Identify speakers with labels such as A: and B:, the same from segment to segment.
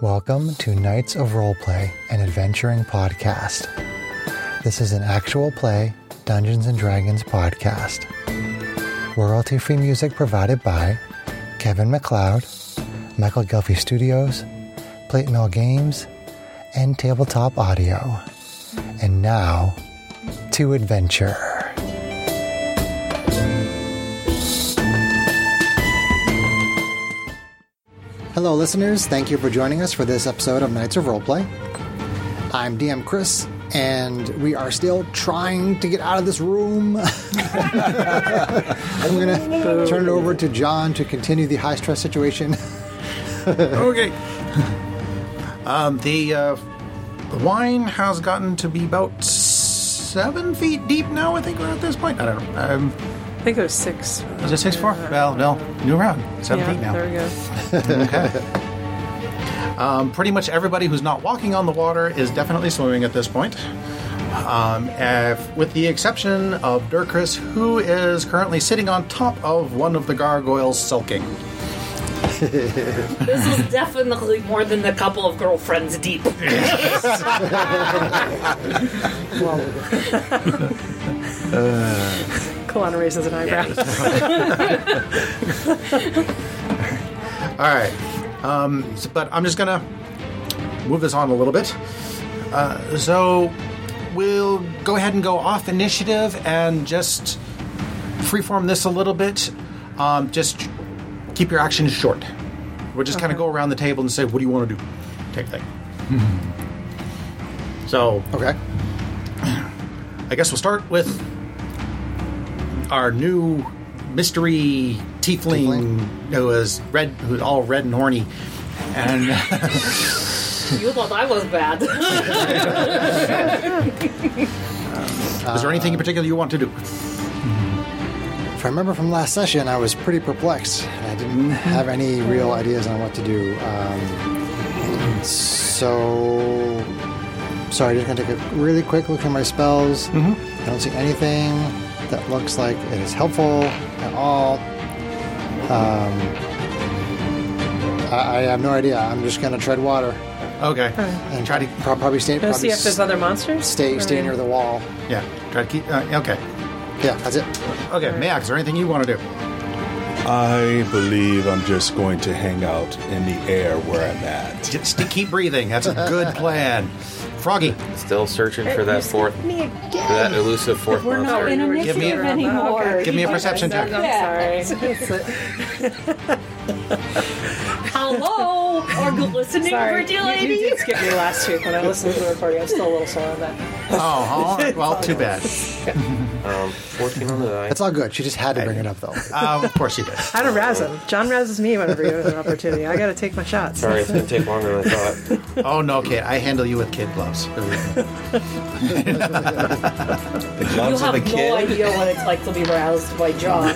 A: Welcome to Knights of Roleplay, an adventuring podcast. This is an actual play Dungeons and Dragons podcast. Royalty free music provided by Kevin McLeod, Michael Gelfie Studios, Plate Mill Games, and Tabletop Audio. And now, to adventure. Hello, listeners. Thank you for joining us for this episode of Knights of Roleplay. I'm DM Chris, and we are still trying to get out of this room. I'm going to turn it over to John to continue the high stress situation.
B: okay. Um, the uh, wine has gotten to be about seven feet deep now. I think we're at this point. I don't know. Um,
C: I think it was six.
B: is it six four? Well, no, new round. Seven
C: yeah,
B: feet now.
C: there we go.
B: Um, pretty much everybody who's not walking on the water is definitely swimming at this point. Um, if- with the exception of Durkris, who is currently sitting on top of one of the gargoyles sulking.
D: This is definitely more than a couple of girlfriends deep.
C: Kalana raises an eyebrow.
B: All right. Um, s- but I'm just going to move this on a little bit. Uh, so we'll go ahead and go off initiative and just freeform this a little bit. Um, just keep your actions short. We'll just kind of go around the table and say, what do you want to do? Type thing. so
A: Okay.
B: I guess we'll start with our new mystery tiefling, who is red, who's all red and horny, and
D: You thought I was bad.
B: is there anything in particular you want to do?
A: If I remember from last session, I was pretty perplexed. and I
C: Mm-hmm.
A: didn't have any real ideas on what to do. Um, so, sorry, just gonna take a really quick look at my spells.
C: Mm-hmm.
A: I don't see anything that looks like it is helpful at all. Um, I, I have no idea. I'm just gonna tread water
B: Okay,
A: and
B: try to
A: pro- probably stay.
C: Go
A: Probably
C: see if there's other monsters.
A: stay
C: I
A: stay
C: mean,
A: near the wall.
B: yeah, try to keep. Uh, okay,
A: Yeah, that's it.
B: okay, Max, is there anything you want to do?
E: I believe I'm just going to hang out in the air where I'm at.
B: Just to keep breathing. That's a good plan. Froggy,
F: Still searching for that fourth, for
G: me again.
F: that elusive fourth
C: We're not
F: monster.
G: in
C: Give me-
G: initiative
B: give me-
G: anymore.
B: give me a perception
C: I'm
B: check.
G: Yeah.
C: sorry.
D: Hello, are you listening,
C: sorry.
D: pretty
C: You, you
D: lady?
C: did skip me last week when I listened to the recording. I'm still a little sore on that.
B: Oh, all right. well, too bad.
F: Um, fourteen on the die.
A: It's all good. She just had to bring it up though.
B: Uh, of course you did.
C: I don't razz him. John razzes me whenever he has an opportunity. I gotta take my shots.
F: Sorry, it's gonna take longer than I thought.
B: Oh no, kid, I handle you with kid gloves.
E: The
D: You
E: gloves
D: have no idea what it's like to be roused by John.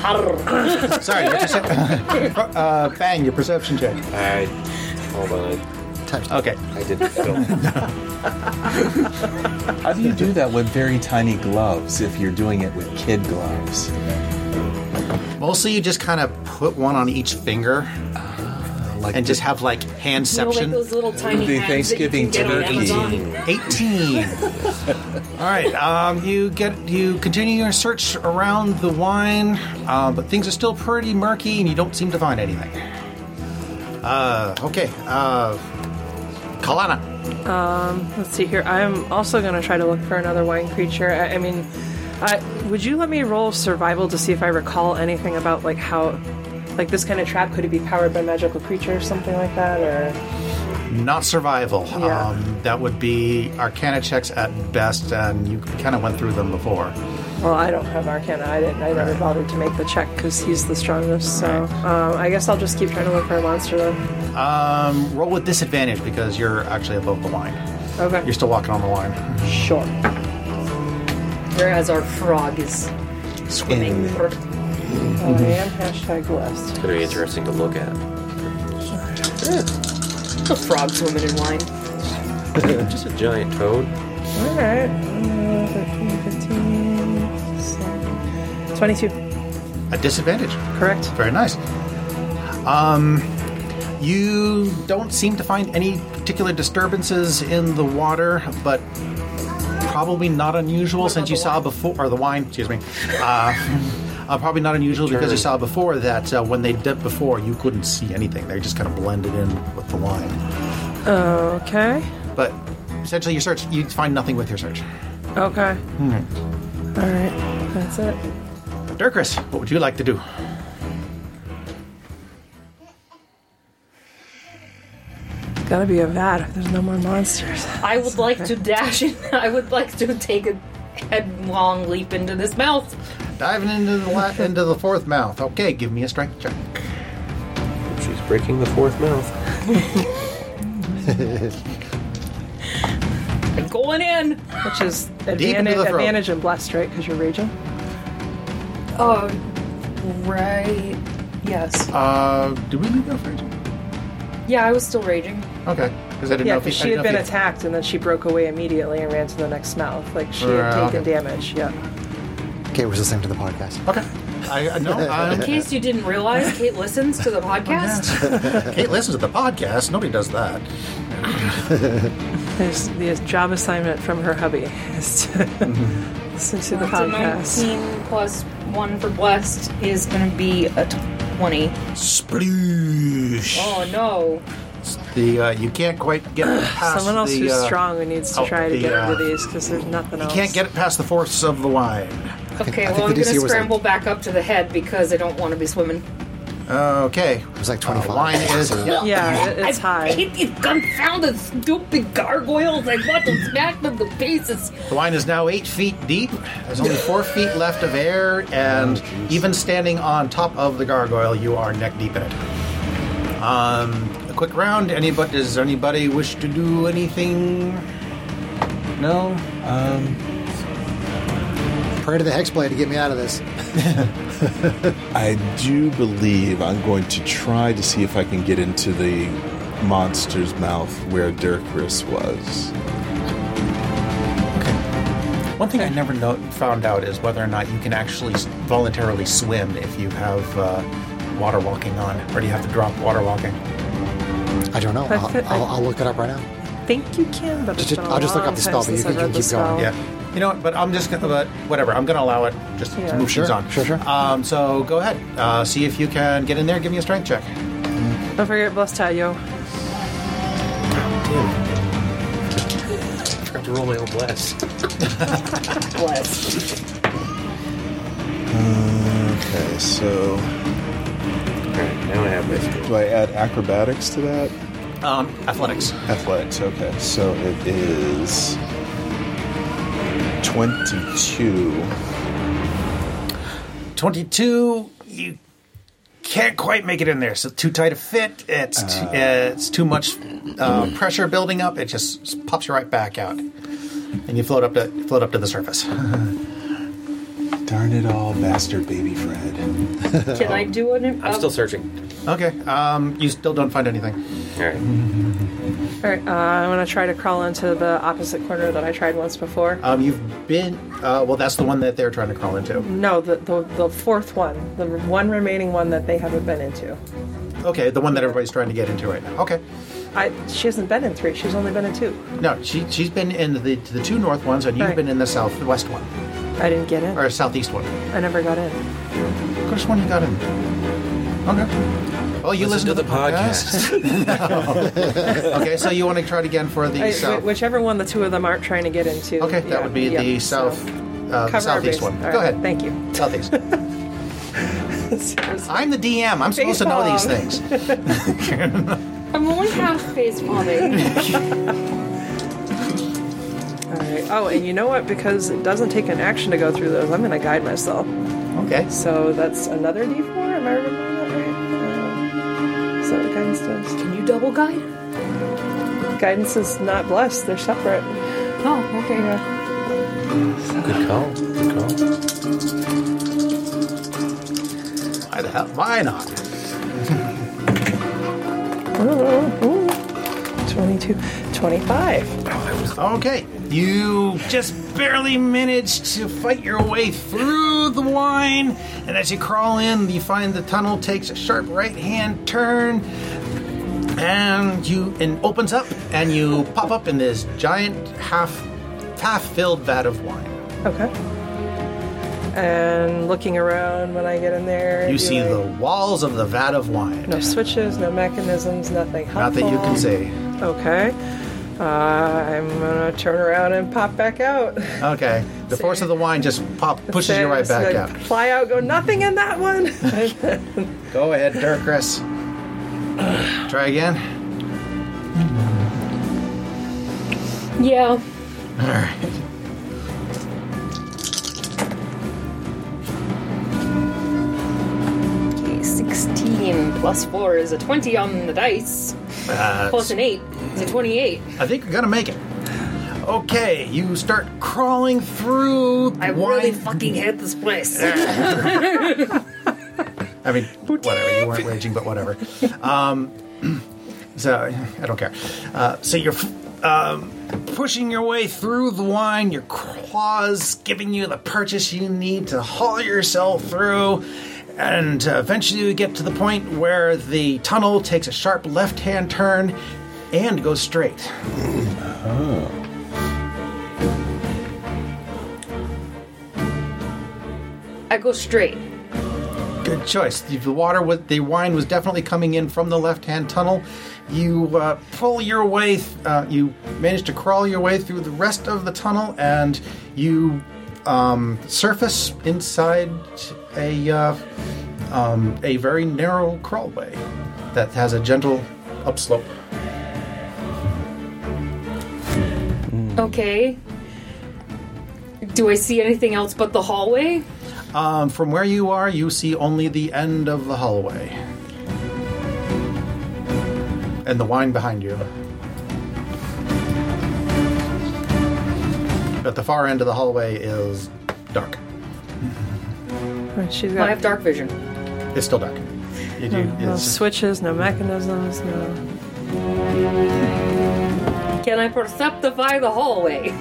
D: Harr.
B: Sorry, your percep- uh, bang, your perception check.
F: I hold on,
B: Okay.
F: I, I didn't film.
H: How do you do that with very tiny gloves if you're doing it with kid gloves?
B: Mostly, you just kind of put one on each finger
H: Like
B: and just have like hand
D: You know, like
B: section.
D: those little tiny
H: The
D: hands
H: Thanksgiving
D: that you can get on
H: turkey.
D: Amazon.
B: Eighteen. All right. Um, you get you continue your search around the wine, uh, but things are still pretty murky, and you don't seem to find anything. Uh, okay. Uh, Kalana.
C: Let's see here. I'm also gonna try to look for another wine creature. I, I mean, I, would you let me roll survival to see if I recall anything about like how, like this kind of trap could it be powered by magical creature or something like that or?
B: Not survival.
C: Yeah.
B: Um, that would be Arcana checks at best, and you kind of went through them before.
C: Well, I don't have Arcana. I didn't. I never
B: Right.
C: bothered to make the check because he's the strongest. So um, I guess I'll just keep trying to look for a monster. Then.
B: Um, roll with disadvantage because you're actually above the line.
C: Okay.
B: You're still walking on the line.
C: sure.
D: Whereas our frog is swimming.
H: In-
C: Oh, I am hashtag blessed.
F: It's gonna be interesting to look at.
D: The frog swimming in wine.
F: Just a giant toad.
C: All right. Uh, 13, 15, 16, 22.
B: A disadvantage.
C: Correct.
B: Very nice. Um, You don't seem to find any particular disturbances in the water, but probably not unusual since you saw before, or the wine, excuse me. Uh, uh, probably not unusual because you saw before that uh, when they dipped before, you couldn't see anything. They just kind of blended in with the wine.
C: Okay.
B: But essentially, your search, you find nothing with your search.
C: Okay. All right. That's it.
B: Dirkris, what would you like to do?
C: Gotta be a vat if there's no more monsters.
D: I would like to dash in. I would like to take a headlong leap into this mouth.
B: Diving into the la- into the fourth mouth. Okay, give me a strength check.
F: She's breaking the fourth mouth.
D: I'm going in.
C: Which is
B: into
C: advantage,
B: the throat.
C: advantage and blessed, right? Because you're raging.
D: Oh, right. Yes.
B: Uh, do we leave that for you?
D: Yeah, I was still raging.
I: Uh-uh.
B: Okay, because I didn't
C: Yeah,
B: know if you-
C: because
B: I
C: she
B: didn't
C: had
B: know
C: been
B: if you-
C: attacked and then she broke away immediately and ran to the next mouth. Like she had
B: Right,
C: taken
B: okay.
C: damage. Yeah.
I: Kate was listening to the podcast.
B: Okay. I uh, no.
D: In
B: I'm,
D: case you didn't realize, Kate listens to the
I: Oh,
D: podcast.
B: Kate listens to the podcast. Nobody does that.
C: There's the job assignment from her hubby is to
B: Mm-hmm.
C: listen to the
D: That's a
C: podcast.
D: 19 plus 1 for blessed is going to be a 20.
B: Sploosh.
D: Oh, no.
B: The uh, you can't quite get past
C: Someone else
B: the,
C: who's
B: uh,
C: strong who needs to
B: oh,
C: try to
B: the,
C: get
B: uh,
C: into these because there's nothing
B: You
C: else.
B: can't get it past the force of the wine.
D: Okay,
I: I think
D: well, I'm
I: the
D: going
I: DC
D: to
I: was like-
D: scramble back up to the head because I don't want to be swimming.
B: Uh, Okay. It
I: was like 25.
B: wine is
C: Yeah, it, it's
D: I
C: high.
D: hate these confounded stupid gargoyles. I want to smack them to pieces.
B: The wine is now eight feet deep. There's only four feet left of air, and even standing on top of the gargoyle, you are neck deep in it. Um, a quick round. Anybody? Does anybody wish to do anything? No.
I: Pray to the Hexblade to get me out of this.
H: I do believe I'm going to try to see if I can get into the monster's mouth where Dirkris was.
B: One thing I never know- found out is whether or not you can actually s- voluntarily swim if you have uh, water walking on, or do you have to drop water walking?
I: I don't know. I'll,
C: fit- I-
I: I'll, I'll look it up right now.
C: I think you can, but it's
I: Just-
C: been a
I: I'll just look
C: long
I: up the
C: time
I: spell, but
C: since
I: you
C: I've
I: can
C: read the
I: keep going.
C: spell.
B: Yeah. You know what? But I'm just gonna, but whatever. I'm gonna allow it just
C: Yeah.
B: to move
I: Sure,
B: things on.
I: sure, sure.
B: Um, so go ahead. Uh, see if you can get in there. Give me a strength check.
C: Don't forget blessed tie, yo.
F: I forgot to roll my own bless.
D: Blessed.
H: Okay, so
F: Alright, now I have my
H: do I add acrobatics to that?
B: Um, athletics.
H: Athletics, okay. So it is 22.
B: 22. You can't quite make it in there. So too tight a fit. It's t- uh, it's too much uh, pressure building up. It just s- pops you right back out, and you float up to float up to the surface.
H: Darn it all, bastard baby Fred.
D: Can I do an.
F: I'm
D: um,
F: still searching.
B: okay. Um, you still don't find anything.
F: Alright.
C: All right, uh, I'm gonna try to crawl into the opposite corner that I tried once before.
B: Um, you've been uh, well. That's the one that they're trying to crawl into.
C: no, the, the the fourth one, the one remaining one that they haven't been into.
B: Okay, the one that everybody's trying to get into right now. Okay.
C: I she hasn't been in three. She's only been in two.
B: No, she she's been in the the two north ones, and you've
C: Right.
B: been in the southwest one
C: I didn't get in.
B: or southeast one.
C: I never got in.
B: Which one you got in? Okay. Well, you listen,
F: Listen to the podcast.
B: okay, so you want to try it again for the
C: I-
B: south.
C: wh- whichever one the two of them aren't trying to get into.
B: okay, that
C: yeah,
B: would be
C: yeah,
B: the
C: so
B: south, uh, the
C: cover our
B: southeast
C: base.
B: one.
C: All
B: Go
C: right,
B: ahead.
C: Thank you.
B: Southeast. I'm the DM. I'm supposed to know these
C: Baseball.
B: things.
D: I'm only half face palming.
C: All right. Oh, and you know what? Because it doesn't take an action to go through those, I'm gonna guide myself.
B: Okay.
C: So that's another D4. Am I remembering that right? Uh, Is that what guidance does?
D: Can you double guide?
C: Guidance is not blessed. They're separate.
D: Oh, okay. Yeah.
F: Good call. Good call.
B: Why the hell? Why not?
C: Ooh, ooh. 22, 25.
B: Okay, you just barely manage to fight your way through the wine, and as you crawl in, you find the tunnel takes a sharp right hand turn, and you and opens up, and you pop up in this giant half half filled vat of wine.
C: Okay. And looking around when I get in there.
B: You
C: do
B: see
C: I-
B: the walls of the vat of wine.
C: No switches, no mechanisms, nothing.
B: Not that you
C: helpful.
B: can see.
C: Okay. Uh, I'm gonna turn around and pop back out.
B: Okay, the force of the wine just pop pushes you right
C: Just,
B: back
C: like,
B: out.
C: Fly out, go nothing in that one.
B: Go ahead, Dirkris. Try again.
D: Yeah.
B: All right.
D: Okay, 16 plus 4 is a 20 on the dice. plus an 8 is a 28.
B: I think you're gonna make it. Okay, you start crawling through the
D: I
B: wine.
D: really fucking hate this place.
B: I mean, whatever. You weren't raging, but whatever. Um, so I don't care. Uh, so you're um, pushing your way through the wine. Your claws giving you the purchase you need to haul yourself through. And uh, eventually you get to the point where the tunnel takes a sharp left-hand turn and goes straight.
D: I go straight.
B: Good choice. The, the water was the wine was definitely coming in from the left-hand tunnel. You uh, pull your way. Th- uh, you manage to crawl your way through the rest of the tunnel, and you um, surface inside a uh, um, a very narrow crawlway that has a gentle upslope.
D: Okay. Do I see anything else but the hallway?
B: Um, from where you are, you see only the end of the hallway and the wine behind you. At the far end of the hallway is dark.
C: She's
D: I
C: got
D: have dark vision.
B: It's still dark. You do-
C: no
D: Oh,
B: it's-
C: switches, no mechanisms, no.
D: Can I perceptify the hallway?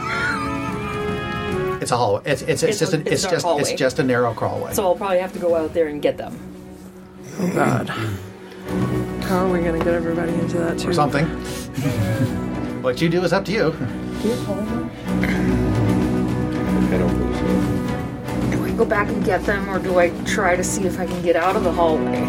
B: it's a hallway. It's, it's, it's
D: It's
B: just
D: a-
B: an,
D: it's
B: it's
D: a dark
B: just it's
D: hallway.
B: just a narrow crawlway.
D: So I'll probably have to go out there and get them.
C: Oh God. How are we gonna get everybody into that too?
B: or something. what you do is up to you.
F: I don't believe so.
D: Do I go back and get them, or do I try to see if I can get out of the hallway?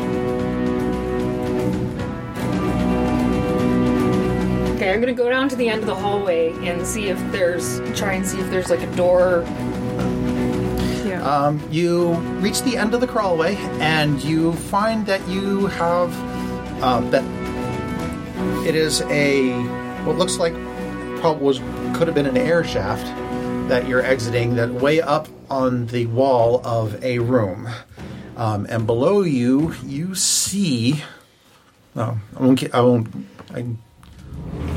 D: Okay, I'm gonna go down to the end of the hallway and see if there's try and see if there's like a door.
C: Yeah.
B: Um, you reach the end of the crawlway and you find that you have um, that it is a what looks like probably was could have been an air shaft that you're exiting that way up on the wall of a room um, and below you you see no i won't gi- i won't i can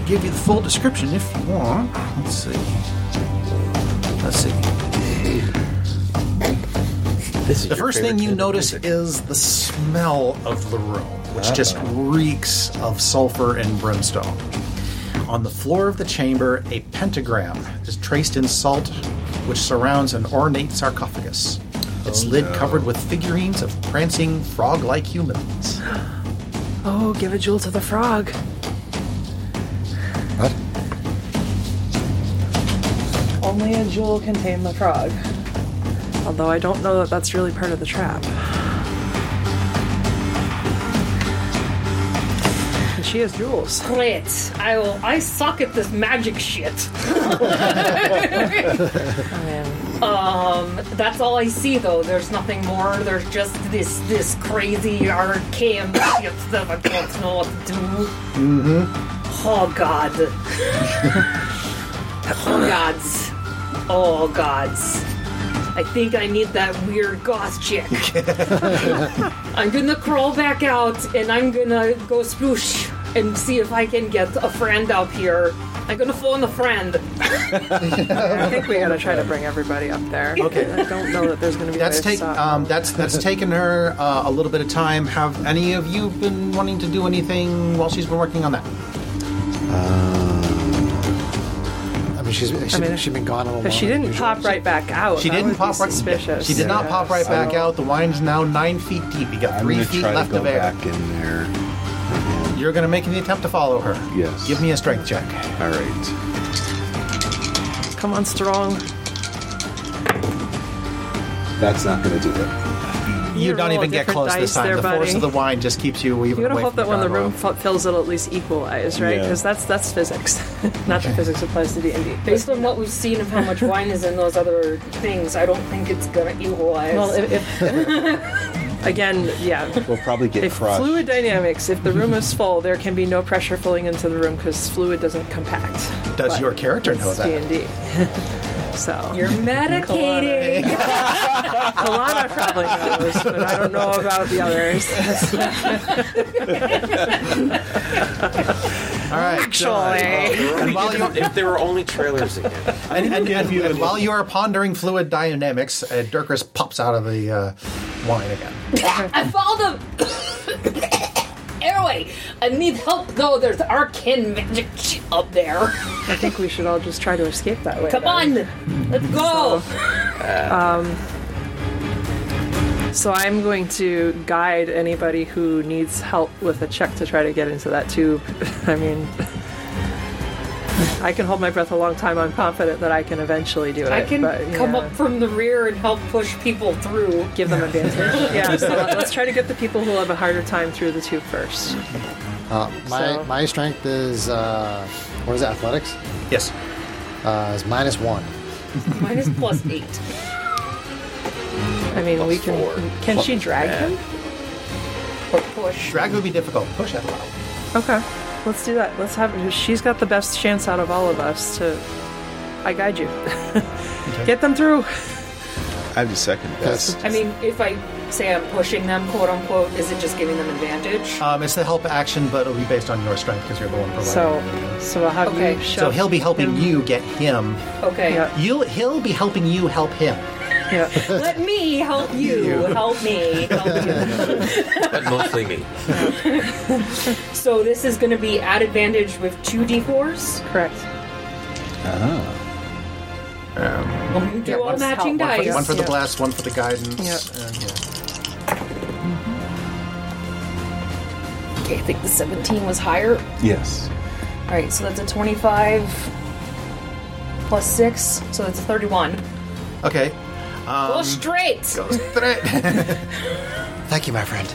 B: give you the full description if you want let's see let's see
F: This is
B: the first thing you notice is the smell of the room, which just reeks of sulfur and brimstone. On the floor of the chamber, a pentagram is traced in salt, which surrounds an ornate sarcophagus. Its lid covered with figurines of prancing frog-like humans.
C: oh, give a jewel to the frog.
I: What?
C: Only a jewel can tame the frog. Although I don't know that that's really part of the trap. And she has jewels.
D: Great. I will. I suck at this magic shit. um, that's all I see though. There's nothing more. There's just this this crazy arcane shit that I don't know what to do. Mm-hmm. Oh god. oh gods. Oh gods. I think I need that weird goth chick. I'm gonna crawl back out and I'm gonna go sploosh and see if I can get a friend up here. I'm gonna phone a friend.
C: I think we gotta try to bring everybody up there. Okay. I don't know that there's gonna be. a
B: That's
C: way to
B: take
C: stop.
B: um, that's that's taken her uh, a little bit of time. Have any of you been wanting to do anything while she's been working on that?
H: Uh,
I: I mean, she's, she's,
C: mean,
I: she's been gone a little
C: But she
I: longer than
C: didn't
I: usual.
C: pop right back out.
B: She
C: That would
B: didn't
C: be
B: pop right.
C: Suspicious.
B: She did not
C: Yeah.
B: pop right back
J: So-
B: out. The wine's now nine feet deep. You got
J: I'm
B: three
J: gonna
B: feet
J: try
B: left
J: to go
B: of air.
J: back in there.
B: You're going to make the attempt to follow her.
H: Yes.
B: Give me a strength check.
H: All right.
C: Come on, strong.
H: That's not going to do it.
B: You,
C: You
B: don't
C: roll
B: even get
C: different
B: close
C: dice
B: this time.
C: there,
B: the force
C: buddy.
B: of the wine just keeps you even
C: You gotta
B: away
C: hope
B: from
C: that when the
B: John
C: room
B: Rowe.
C: f- fills, it'll at least equalize, right?
H: Yeah.
C: Because that's that's physics. Not that physics applies to D and D.
D: Based on what we've seen of how much wine is in those other things, I don't think it's gonna equalize.
C: Well, if, if again, yeah.
J: We'll probably get
C: If
J: crushed.
C: fluid dynamics, if the room is full, there can be no pressure flowing into the room because fluid doesn't compact.
B: Does your character know that?
C: D and D. So
D: You're medicating.
C: Alana probably knows, but I don't know about the others.
B: All right.
C: Actually,
B: And while you
F: if there were only trailers again.
B: and, and, and, and while you are pondering fluid dynamics, uh, Dirkus pops out of the uh, wine again.
D: I followed the airway. I need help though. There's arcane magic shit up there.
C: I think we should all just try to escape that way.
D: Come
C: then.
D: on, let's go.
C: So I'm going to guide anybody who needs help with a check to try to get into that tube. I mean, I can hold my breath a long time. I'm confident that I can eventually do it.
D: I can
C: but,
D: come
C: yeah,
D: up from the rear and help push people through.
C: Give them advantage. yeah, so let- let's try to get the people who have a harder time through the tube first.
A: My
C: So-
A: my strength is uh, what is it, athletics?
B: Yes.
A: Uh, is minus one.
D: Mine is plus eight.
C: I mean, we can. Can she drag him?
D: Or push.
B: Drag would be difficult. Push that allow.
C: Okay, let's do that. Let's have. She's got the best chance out of all of us to. I guide you. Get them through.
H: I have the second best.
D: I mean, if I say I'm pushing them, quote unquote, is it just giving them advantage?
B: Um, it's the help action, but it'll be based on your strength because you're the one providing.
C: So,
B: it.
C: so I'll have
D: Okay.
C: you.
B: so
C: shove
B: he'll be helping
C: him.
B: you get him.
D: Okay.
C: Yeah.
B: You he'll be helping you help him.
C: Yeah.
D: Let me help you. Help me. Help you.
F: But mostly me.
D: so this is going to be at advantage with two d4s.
C: Correct.
H: Ah,
D: Well, you do
B: Yeah,
D: all
B: one's One
D: matching dice.
B: for, one for the
C: Yeah.
B: blast, one for the guidance.
C: Yeah.
B: and, yeah.
D: Okay, I think the 17 was higher.
J: Yes.
D: All right, so that's a 25 plus 6, so that's a 31.
B: Okay.
D: Go
B: Um,
D: straight!
A: Thank you, my friend.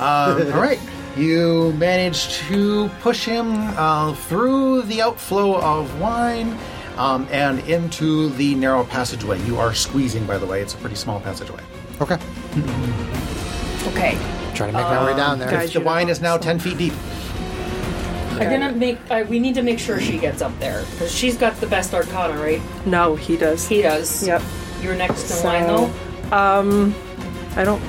B: Um, all right. You manage to push him uh, through the outflow of wine um, and into the narrow passageway. You are squeezing, by the way. It's a pretty small passageway.
A: Okay,
D: Okay.
A: trying to make my way down there.
C: Oh, guys.
B: The
C: you
B: wine
C: know,
B: is now 10 feet deep.
D: I'm gonna make. Uh, we need to make sure she gets up there. Because she's got the best arcana, right?
C: No, he does.
D: He does.
C: Yep.
D: You're next in
C: So-
D: line, though.
C: I don't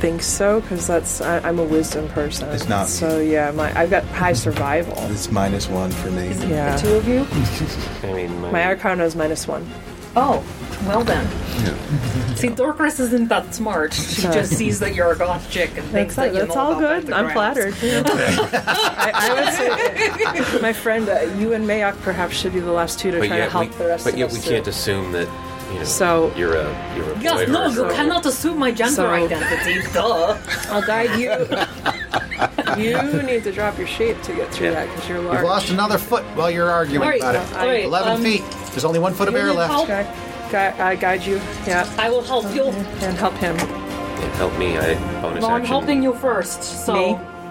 C: think so because that's I, I'm a wisdom person.
J: It's not.
C: So yeah, my I've got high survival.
J: It's minus one for me.
C: Yeah.
D: The two of you?
F: I mean, my,
C: My arcana is minus one.
D: Oh, well then. See, Dorcas isn't that smart. She just sees that you're a goth chick and thinks
C: That's,
D: that you know
C: all
D: about
C: good.
D: the
C: I'm
D: grounds.
C: flattered. I, I would say, my friend, uh, you and Mayok perhaps should be the last two to
F: but
C: try
F: yet
C: to help
F: we,
C: the rest
F: but
C: of
F: yet
C: us.
F: we
C: through.
F: can't assume that you know
C: So-
F: you're a you're a boy
D: Yes, no,
F: or
D: you
F: a girl.
D: cannot assume my gender
C: So-
D: identity. Duh.
C: I'll guide you. you need to drop your shape to get through that
F: Yeah.
C: because you're large.
B: You've lost another foot while you're arguing
D: All right,
B: about
D: all right,
B: it. 11
D: um,
B: feet. There's only one foot of
D: you
B: air
D: need
B: left.
D: help?
C: Okay. Gui- I guide you. Yeah.
D: I will help you.
C: And help him.
F: Yeah, help me. I bonus
D: No, I'm
F: action.
D: helping you first. So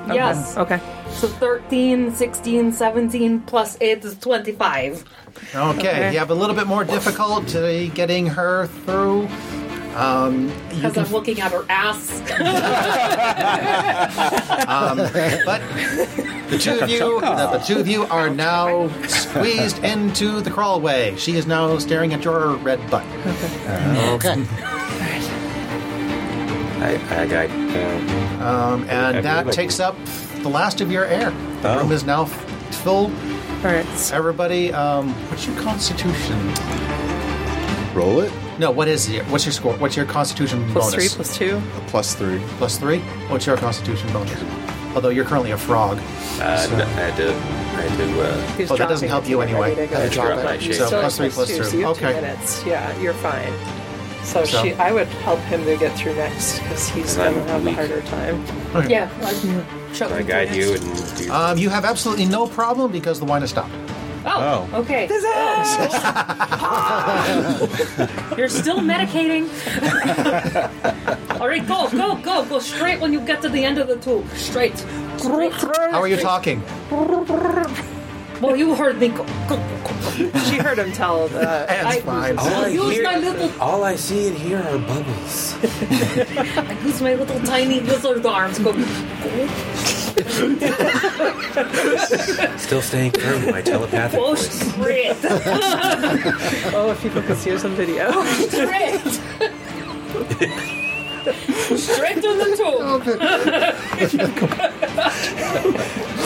C: Me?
D: yes.
C: Okay. Oh.
D: So 13, 16, 17 plus 8 is 25.
B: Okay.
C: Okay.
B: You have a little bit more difficulty getting her through. Um, you
D: Because
B: can,
D: I'm looking at her ass.
B: but the two of you, the, the two of you are now squeezed into the crawlway. She is now staring at your red butt.
A: Okay,
F: I, I got. Uh,
B: Um, and
F: Okay,
B: that
F: like-
B: takes up the last of your air. The
H: Oh.
B: room is now f- full.
C: All right.
B: Everybody, um, what's your constitution?
H: Roll it.
B: No, what is it? What's your score? What's your constitution
C: Plus
B: bonus?
C: three, plus two.
H: Plus three.
B: Plus three? What's your constitution bonus? Although you're currently a frog.
F: uh, no, I had to. I had to. Uh,
C: He's
B: Well, Oh, that
C: dropping
B: doesn't help
C: it
B: you
C: to get
B: anyway.
C: ready to go.
A: I drop
F: drop my
A: it.
F: shape.
B: So-
C: So
B: plus
C: it's
B: three, plus two.
C: So you have
B: Okay.
C: two minutes. Yeah, you're fine. So,
B: So-
C: she, I would help him to get through next because he's
F: And I'm
C: gonna have a
F: weak.
C: harder time.
D: yeah. Chuck,
F: I
D: would
F: guide
D: next.
F: you and do your
B: Um, you have absolutely no problem because the wine has stopped.
D: Oh,
J: Oh.
D: okay. You're still medicating. All right, go, go, go, go straight when you get to the end of the tube. Straight. straight.
B: How are you talking?
D: Well, you heard me. Go, go, go.
C: She heard him tell the
B: That's
D: I-
B: fine.
D: I use my little,
F: all I see and hear are bubbles.
D: I use my little tiny lizard arms. Go.
F: Still staying firm with my telepathic
D: Go
F: voice.
D: straight.
C: oh, if people could see us on video.
D: Straight. straight to the tube.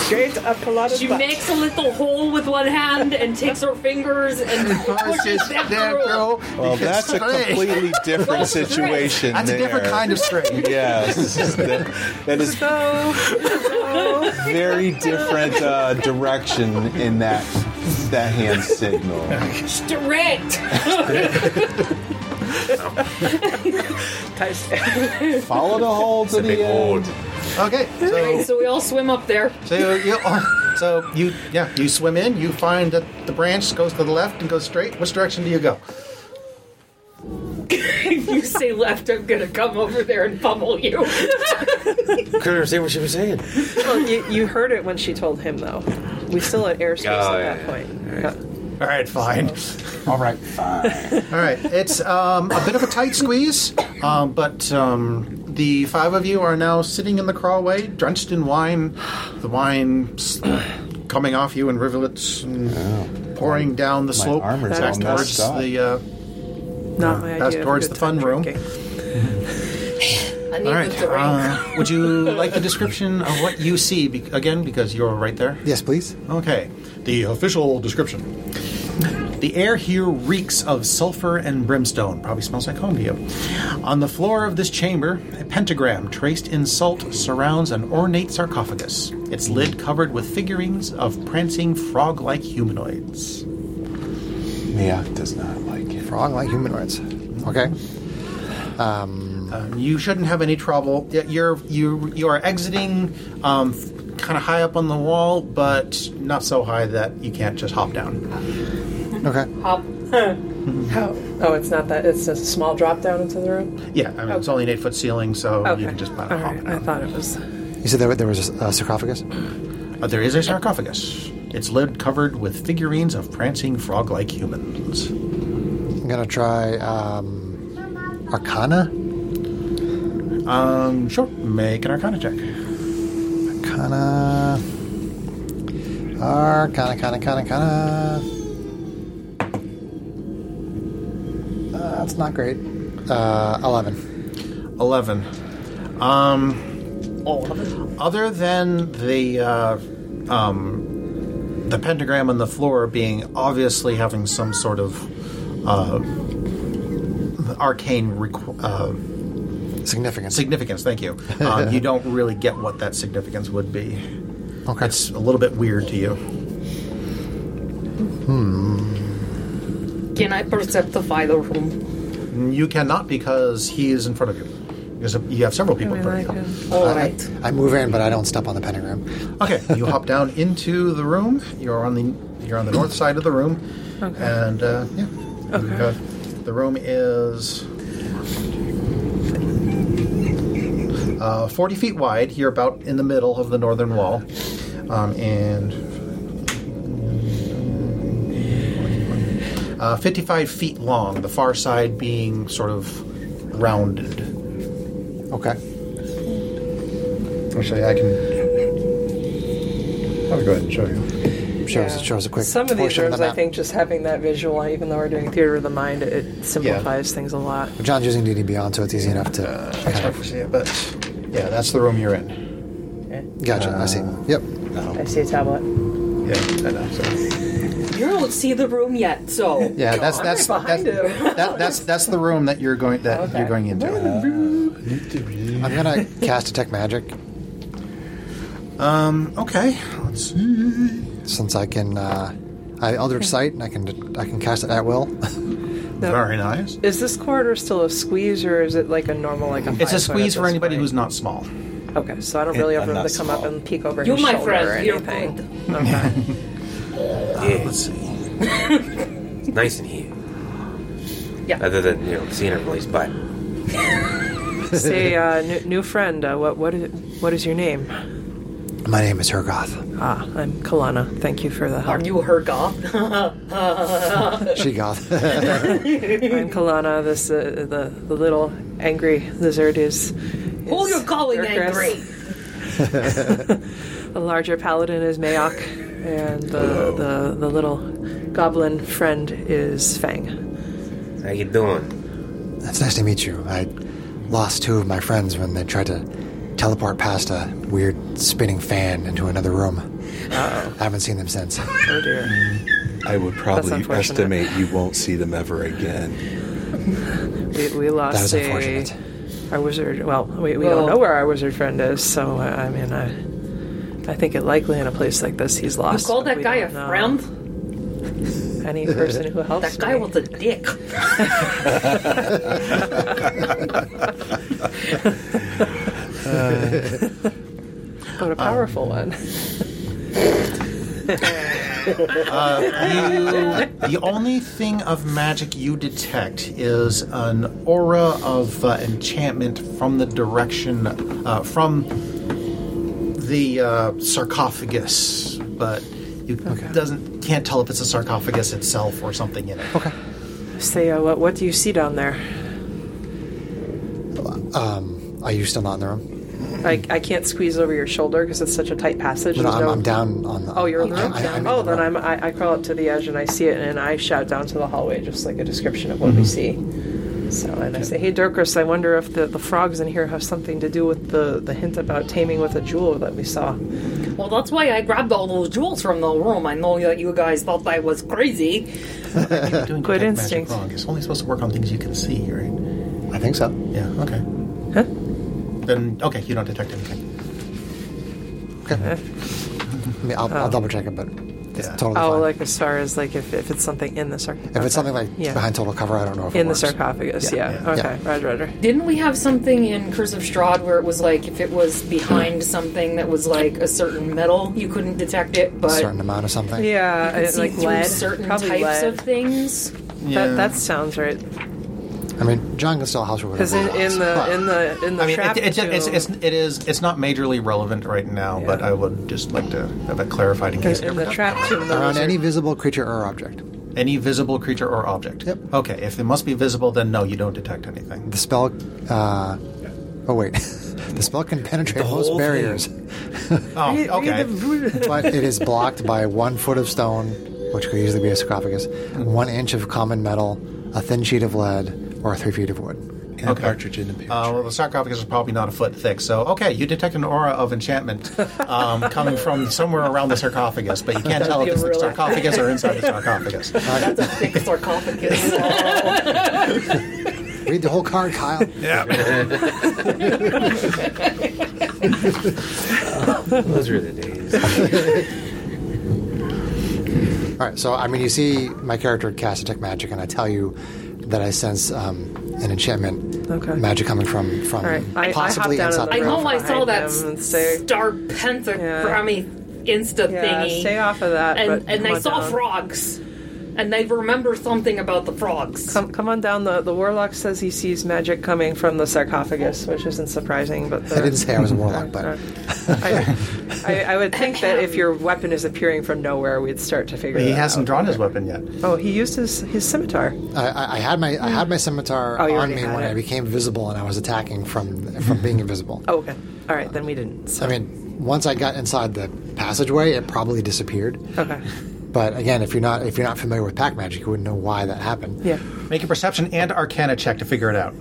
C: Straight up a lot of
D: She makes a little hole with one hand and takes her fingers and pushes that through.
H: Well, that's a completely different
D: That's right.
H: situation.
B: That's a different
H: there.
B: kind of string.
H: Yes, that, that is very different uh, direction in that that hand signal.
D: Straight.
H: Follow the hole to
F: Big
H: the end.
F: old.
B: Okay, so,
D: So we all swim up there.
B: so you oh, so you yeah you swim in. You find that the branch goes to the left and goes straight. Which direction do you go?
D: If you say left, I'm gonna come over there and pummel you.
F: Couldn't understand what she was saying.
C: Well, you, you heard it when she told him, though. We still had airspace
F: Oh,
C: at
F: yeah,
C: that
F: yeah.
C: point.
B: All right, fine. All right, fine. All right, it's um, a bit of a tight squeeze, um, but um, the five of you are now sitting in the crawlway, drenched in wine. The wine s- coming off you in rivulets and pouring down the
H: Oh, My
B: slope
H: armor's
B: back
H: all
B: towards
H: messed up.
B: the. Uh,
C: Not my idea.
B: That's
C: of a
B: towards
C: good
B: the fun
C: time
B: room.
C: drinking.
D: I need
B: all right.
D: the drink.
B: Uh, would you like the description of what you see be- again? Because you're right there.
A: Yes, please.
B: Okay, the official description. The air here reeks of sulfur and brimstone. Probably smells like home to you. On the floor of this chamber, a pentagram traced in salt surrounds an ornate sarcophagus, its lid covered with figurines of prancing frog like humanoids.
H: Miak does not like it.
A: Wrong like humanoids. Okay.
B: Um, you shouldn't have any trouble. Y- You're, you, you are exiting um, kind of high up on the wall, but not so high that you can't just hop down.
A: Okay.
D: Hop.
C: How? Oh, it's not that. It's just a small drop down into the room.
B: Yeah, I mean, it's only an eight foot ceiling, so
C: Oh. Okay.
B: you can just about
C: All
B: hop
C: right.
B: down.
C: I thought it was.
A: You said there, there was a, sarcophagus?
B: Uh, there is a sarcophagus. Its lid covered with figurines of prancing frog like humans.
A: I'm going to try um, Arcana.
B: Um, sure, make an arcana check.
A: Arcana. Arcana, Arcana, Arcana, Arcana. Uh, that's not great. Uh, 11.
B: 11. Um, other than the, uh, um, the pentagram on the floor being obviously having some sort of uh, arcane requ- uh,
A: Significance.
B: significance, thank you, um, you don't really get what that significance would be.
A: okay.
B: It's a little bit weird to you.
D: Can I perceptify the room?
B: You cannot because he is in front of you. There's a, you have several people in front of you.
D: All
C: Uh,
D: right.
A: I move in, but I don't step on the pentagram.
B: Okay, you hop down into the room. You're on the you're on the north side of the room, and uh, yeah, You've got- the room is uh, 40 feet wide. You're about in the middle of the northern wall, um, and uh, 55 feet long. The far side being sort of rounded.
A: Okay.
B: Actually, I can. I'll go ahead and show you.
A: Shows, shows a quick
C: Some of these
A: portion
C: rooms,
A: the
C: I
A: map.
C: think, just having that visual, even though we're doing theater of the mind, it- it simplifies things a lot.
A: John's using DD Beyond, so it's easy enough to.
B: It's hard to see it, but yeah, that's the room you're in.
A: Oh. Gotcha. I
C: Uh.
A: see. Yep.
C: I see a tablet.
B: Yeah, I know. So.
D: You don't see the room yet, so.
B: Yeah, that's that's that's,
C: behind
B: that, that's that's the room that you're going that you're going into.
A: I'm gonna cast detect magic
B: Okay, let's see.
A: since I can. Uh, I Eldritch
C: Hmm.
A: Sight, and I can I can cast it at will.
B: Very nice.
C: Is this corridor still a squeeze, or is it like a normal, like a?
B: It's a
C: five-foot at
B: squeeze for
C: this
B: anybody
C: point?
B: who's not small.
C: Okay, so I don't really
J: I'm
C: ever have
J: not
C: to come up
J: small.
C: and peek over
D: You're
C: his
D: my
C: shoulder or
D: friend. You're
C: anything.
D: good.
C: Okay.
B: Let's see.
F: It's nice in here.
D: Yeah.
F: Other than, you know, seeing everybody's butt.
C: Say, uh, new, new friend, uh, what what is, what is your name?
A: My name is Hergoth.
C: Ah, I'm Kalana. Thank you for the help.
D: Are you her goth?
A: She goth.
C: I'm Kalana. This uh, the the little angry lizard is.
D: Who
C: is
D: you're calling
C: Urkrus.
D: angry?
C: The larger paladin is Mayok, and the, the the little goblin friend is Fang.
F: How you doing?
A: It's nice to meet you. I lost two of my friends when they tried to teleport past a weird spinning fan into another room. I haven't seen them since.
C: Oh dear.
H: I would probably
C: unfortunate.
H: estimate you won't see them ever again.
C: We, we
A: That
C: lost
A: was
C: a,
A: unfortunate.
C: our wizard. Well, we, we
D: Well-
C: don't know where our wizard friend is, so uh, I mean, I, I think it likely in a place like this he's
D: You
C: lost.
D: call
C: but
D: that
C: we
D: guy a
C: don't know.
D: friend?
C: Any person who helps
D: That guy
C: me.
D: was a dick.
C: but a powerful one.
B: The only thing of magic you detect is an aura of uh, enchantment from the direction, uh, from the uh, sarcophagus, but you doesn't can't tell if it's a sarcophagus itself or something in it. Okay.
C: Say, uh, what what do you see down there?
A: Are you still not in the room?
C: I, I can't squeeze over your shoulder because it's such a tight passage.
A: No, no,
C: There's
A: I'm, I'm down on the.
C: Oh, you're in the
A: I-
C: room.
A: Um, I- I'm in
C: oh,
A: the
C: then
A: room.
C: I'm, I, I crawl up to the edge and I see it, and I shout down to the hallway just like a description of what we see. So, and I say, "Hey, Dirkus, I wonder if the, the frogs in here have something to do with the, the hint about taming with a jewel that we saw."
D: Well, that's why I grabbed all those jewels from the room. I know that you guys thought I was crazy.
B: Doing
C: Good
B: detect
C: instinct.
B: Magic wrong. It's only supposed to work on things you can see, right?
A: I think so.
B: Yeah. Okay.
C: Huh?
B: Then okay, you don't detect anything.
A: I mean, I'll, I'll double check it, but it's
B: Yeah.
A: totally
C: Oh,
A: fine.
C: like as far as like if, if it's something in the sarcophagus.
A: if it's something like
C: yeah.
A: behind total cover, I don't know if it
C: in the
A: works.
C: sarcophagus, yeah.
A: yeah,
C: Okay, Roger, Roger.
D: Didn't we have something in Curse of Strahd where it was like if it was behind something that was like a certain metal, you couldn't detect it, but
A: Certain amount of something.
C: Yeah,
D: you could
C: I-
D: see
C: Uh, like
D: through
C: lead,
D: certain
C: probably
D: types
C: lead.
D: of things?
B: Yeah.
C: That, that sounds right.
A: I mean, John can still house her
C: Because
A: whatever
C: in,
A: he wants,
C: in the
A: but-
C: in the in the
B: I mean,
C: trap
B: it, it, it's,
C: tomb-
B: it's, it is it's not majorly relevant right now, but I would just like to have it clarified in case it
C: in
B: ever
C: the
B: does.
C: trap tomb. The
A: around
C: lizard-
A: any visible creature or object.
B: Any visible creature or object.
A: Yep.
B: Okay, if it must be visible, then no, you don't detect anything.
A: The spell. Uh, oh wait, the spell can penetrate most
F: whole
A: barriers,
B: Oh,
C: Read- read
B: okay.
C: the-
A: but it is blocked by one foot of stone, which could easily be a sarcophagus, one inch of common metal, a thin sheet of lead, or three feet of wood.
H: And a partridge in a pear
B: Uh,
H: tree.
B: well, the sarcophagus is probably not a foot thick, so okay, you detect an aura of enchantment um, coming from somewhere around the sarcophagus, but you can't tell if it's the
D: Really?
B: sarcophagus or inside the sarcophagus.
D: That's a thick sarcophagus.
A: Read the whole card, Kyle.
F: Those were the days.
A: All right, so I mean, you see my character cast detect magic, and I tell you that I sense um, an enchantment
C: Okay.
A: magic coming from from
C: All right, I- I hop
A: possibly
C: down in
A: inside
C: the
A: the
D: I
C: room.
D: know
A: room.
D: I saw
C: Behind
D: that
C: him and say-
D: star pentagrammy insta
C: yeah,
D: thingy.
C: stay off of that.
D: and
C: but
D: and
C: come
D: I
C: on
D: saw
C: down.
D: frogs. And I remember something about the frogs.
C: Come, come on down. The, the warlock says he sees magic coming from the sarcophagus, which isn't surprising. But the,
A: I didn't say I was a warlock,
C: Uh,
A: but
C: I, I, I would think that if your weapon is appearing from nowhere, we'd start to figure.
B: He
C: that out.
B: hasn't drawn his weapon yet.
C: Oh, he used his his scimitar.
A: I, I- I had my I had my scimitar
C: Oh, you
A: on
C: already
A: me
C: had
A: when
C: it.
A: I became visible, and I was attacking from from being invisible.
C: Oh, okay. All right, then we didn't. So,
A: I mean, once I got inside the passageway, it probably disappeared.
C: okay.
A: But again, if you're not if you're not familiar with pack magic, you wouldn't know why that happened.
C: Yeah,
B: Make a perception and arcana check to figure it out.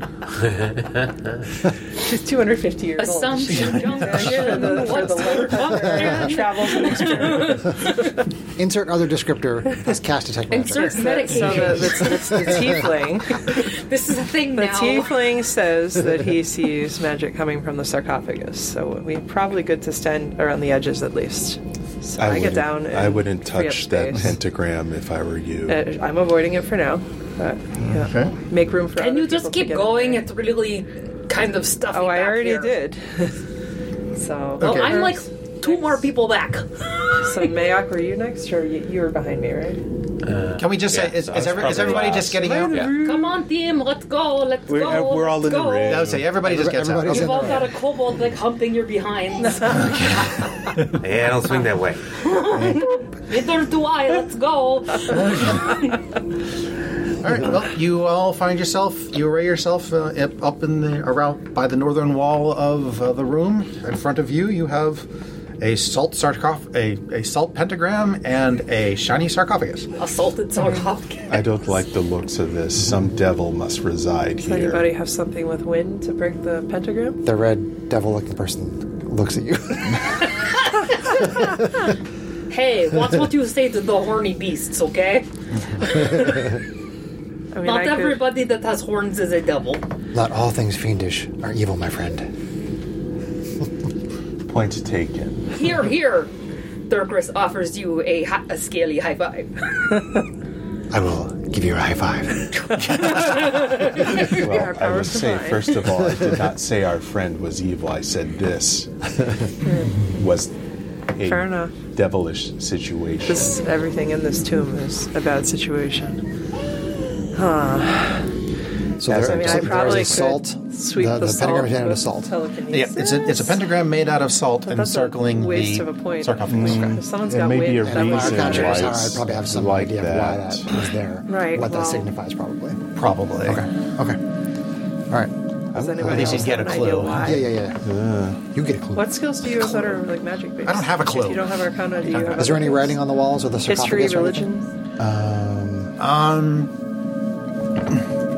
C: she's 250 years
D: Assumption,
C: For
D: junction,
C: the, for
D: what's
C: the lower
D: the
C: travels and experience.
A: Insert other descriptor as cast detect magic.
D: Insert
C: So the,
D: medication.
C: the, the, the tiefling.
D: This is a thing
C: The
D: now.
C: tiefling says that he sees magic coming from the sarcophagus, so we're probably good to stand around the edges at least. So I, get
H: wouldn't-
C: down. And
H: I wouldn't
C: free up
H: touch that
C: space.
H: pentagram if I were you.
C: Uh, I'm avoiding it for now, but yeah.
B: Okay.
C: make room for.
D: Can
C: other
D: you just
C: people to
D: keep
C: get in
D: going?
C: there.
D: It's really kind of stuffy.
C: Oh, I
D: back
C: already
D: here.
C: did. So,
B: Okay.
D: Well, I'm like two more people back.
C: so Mayok, were you next, or you, you were behind me, right?
B: Can we just say, is,
F: that
B: is,
F: was
B: every, is
F: probably
B: everybody
F: last.
B: just getting out?
D: Come on, team. Let's go. Let's
H: We're-
D: go.
H: we're all
D: let's
H: in the
D: go.
H: ring.
B: I would say everybody just gets out.
A: Everybody's
D: You've all got a kobold like humping your behinds.
F: Yeah, don't swing that way.
D: Neither do I. Let's go.
B: All right. Well, you all find yourself, you array yourself uh, up- up in the around by the northern wall of uh, the room. In front of you, you have a salt sarcoph- a, a salt pentagram and a shiny sarcophagus.
D: Assaulted sarcophagus.
H: I don't like the looks of this. Some devil must reside
C: Does anybody
H: here.
C: have something with wind to break the pentagram?
A: The red devil looking person looks at you.
D: Hey, watch what you say to the horny beasts,
C: I
D: okay?
C: mean,
D: Not
C: I could-
D: everybody that has horns is a devil.
A: Not all things fiendish are evil, my friend.
H: Point taken.
D: Here, here. Thurgris offers you a, hi- a scaly high five.
A: I will give you a high five.
H: Well, I would
C: powers
H: say,
C: combined.
H: first of all, I did not say our friend was evil. I said this was a
C: Hmm. Fair enough.
H: devilish situation.
C: This, everything in this tomb is a bad situation.
A: So
H: As
A: there,
H: I
A: so
H: mean, I
A: there's
C: probably
A: a
C: could
A: salt.
C: Sweep
A: the,
C: the,
A: the
C: salt
A: pentagram is made out
C: with
A: of salt.
B: Yeah,
C: telekinesis.
B: it's a it's a pentagram made out of salt
C: But
B: and
C: that's a
B: circling
C: waste
B: the
C: of a point.
B: sarcophagus.
C: Like, If someone's got
H: Mm-hmm. There may be a
C: wind, that
H: reason
C: might
H: why
A: Contrary to
H: Why
A: how I'd
H: it's
A: probably have some
H: like
A: idea
H: that.
A: of why that is there.
C: Right,
A: What
C: well-
A: that signifies, probably.
B: Probably.
A: Okay. All right.
C: Does
B: At
C: anybody
B: least
C: else
B: you
C: have
B: get a
C: an
B: clue.
C: idea why?
A: Yeah, yeah, yeah. you get a clue.
C: What skills do you use that are like magic based?
B: I don't have a clue.
C: If you don't have Arcana, do you have
A: Is there any
C: other
A: writing on the walls or the
C: things? history,
A: sarcophagus? or anything?
C: religion?
B: Um,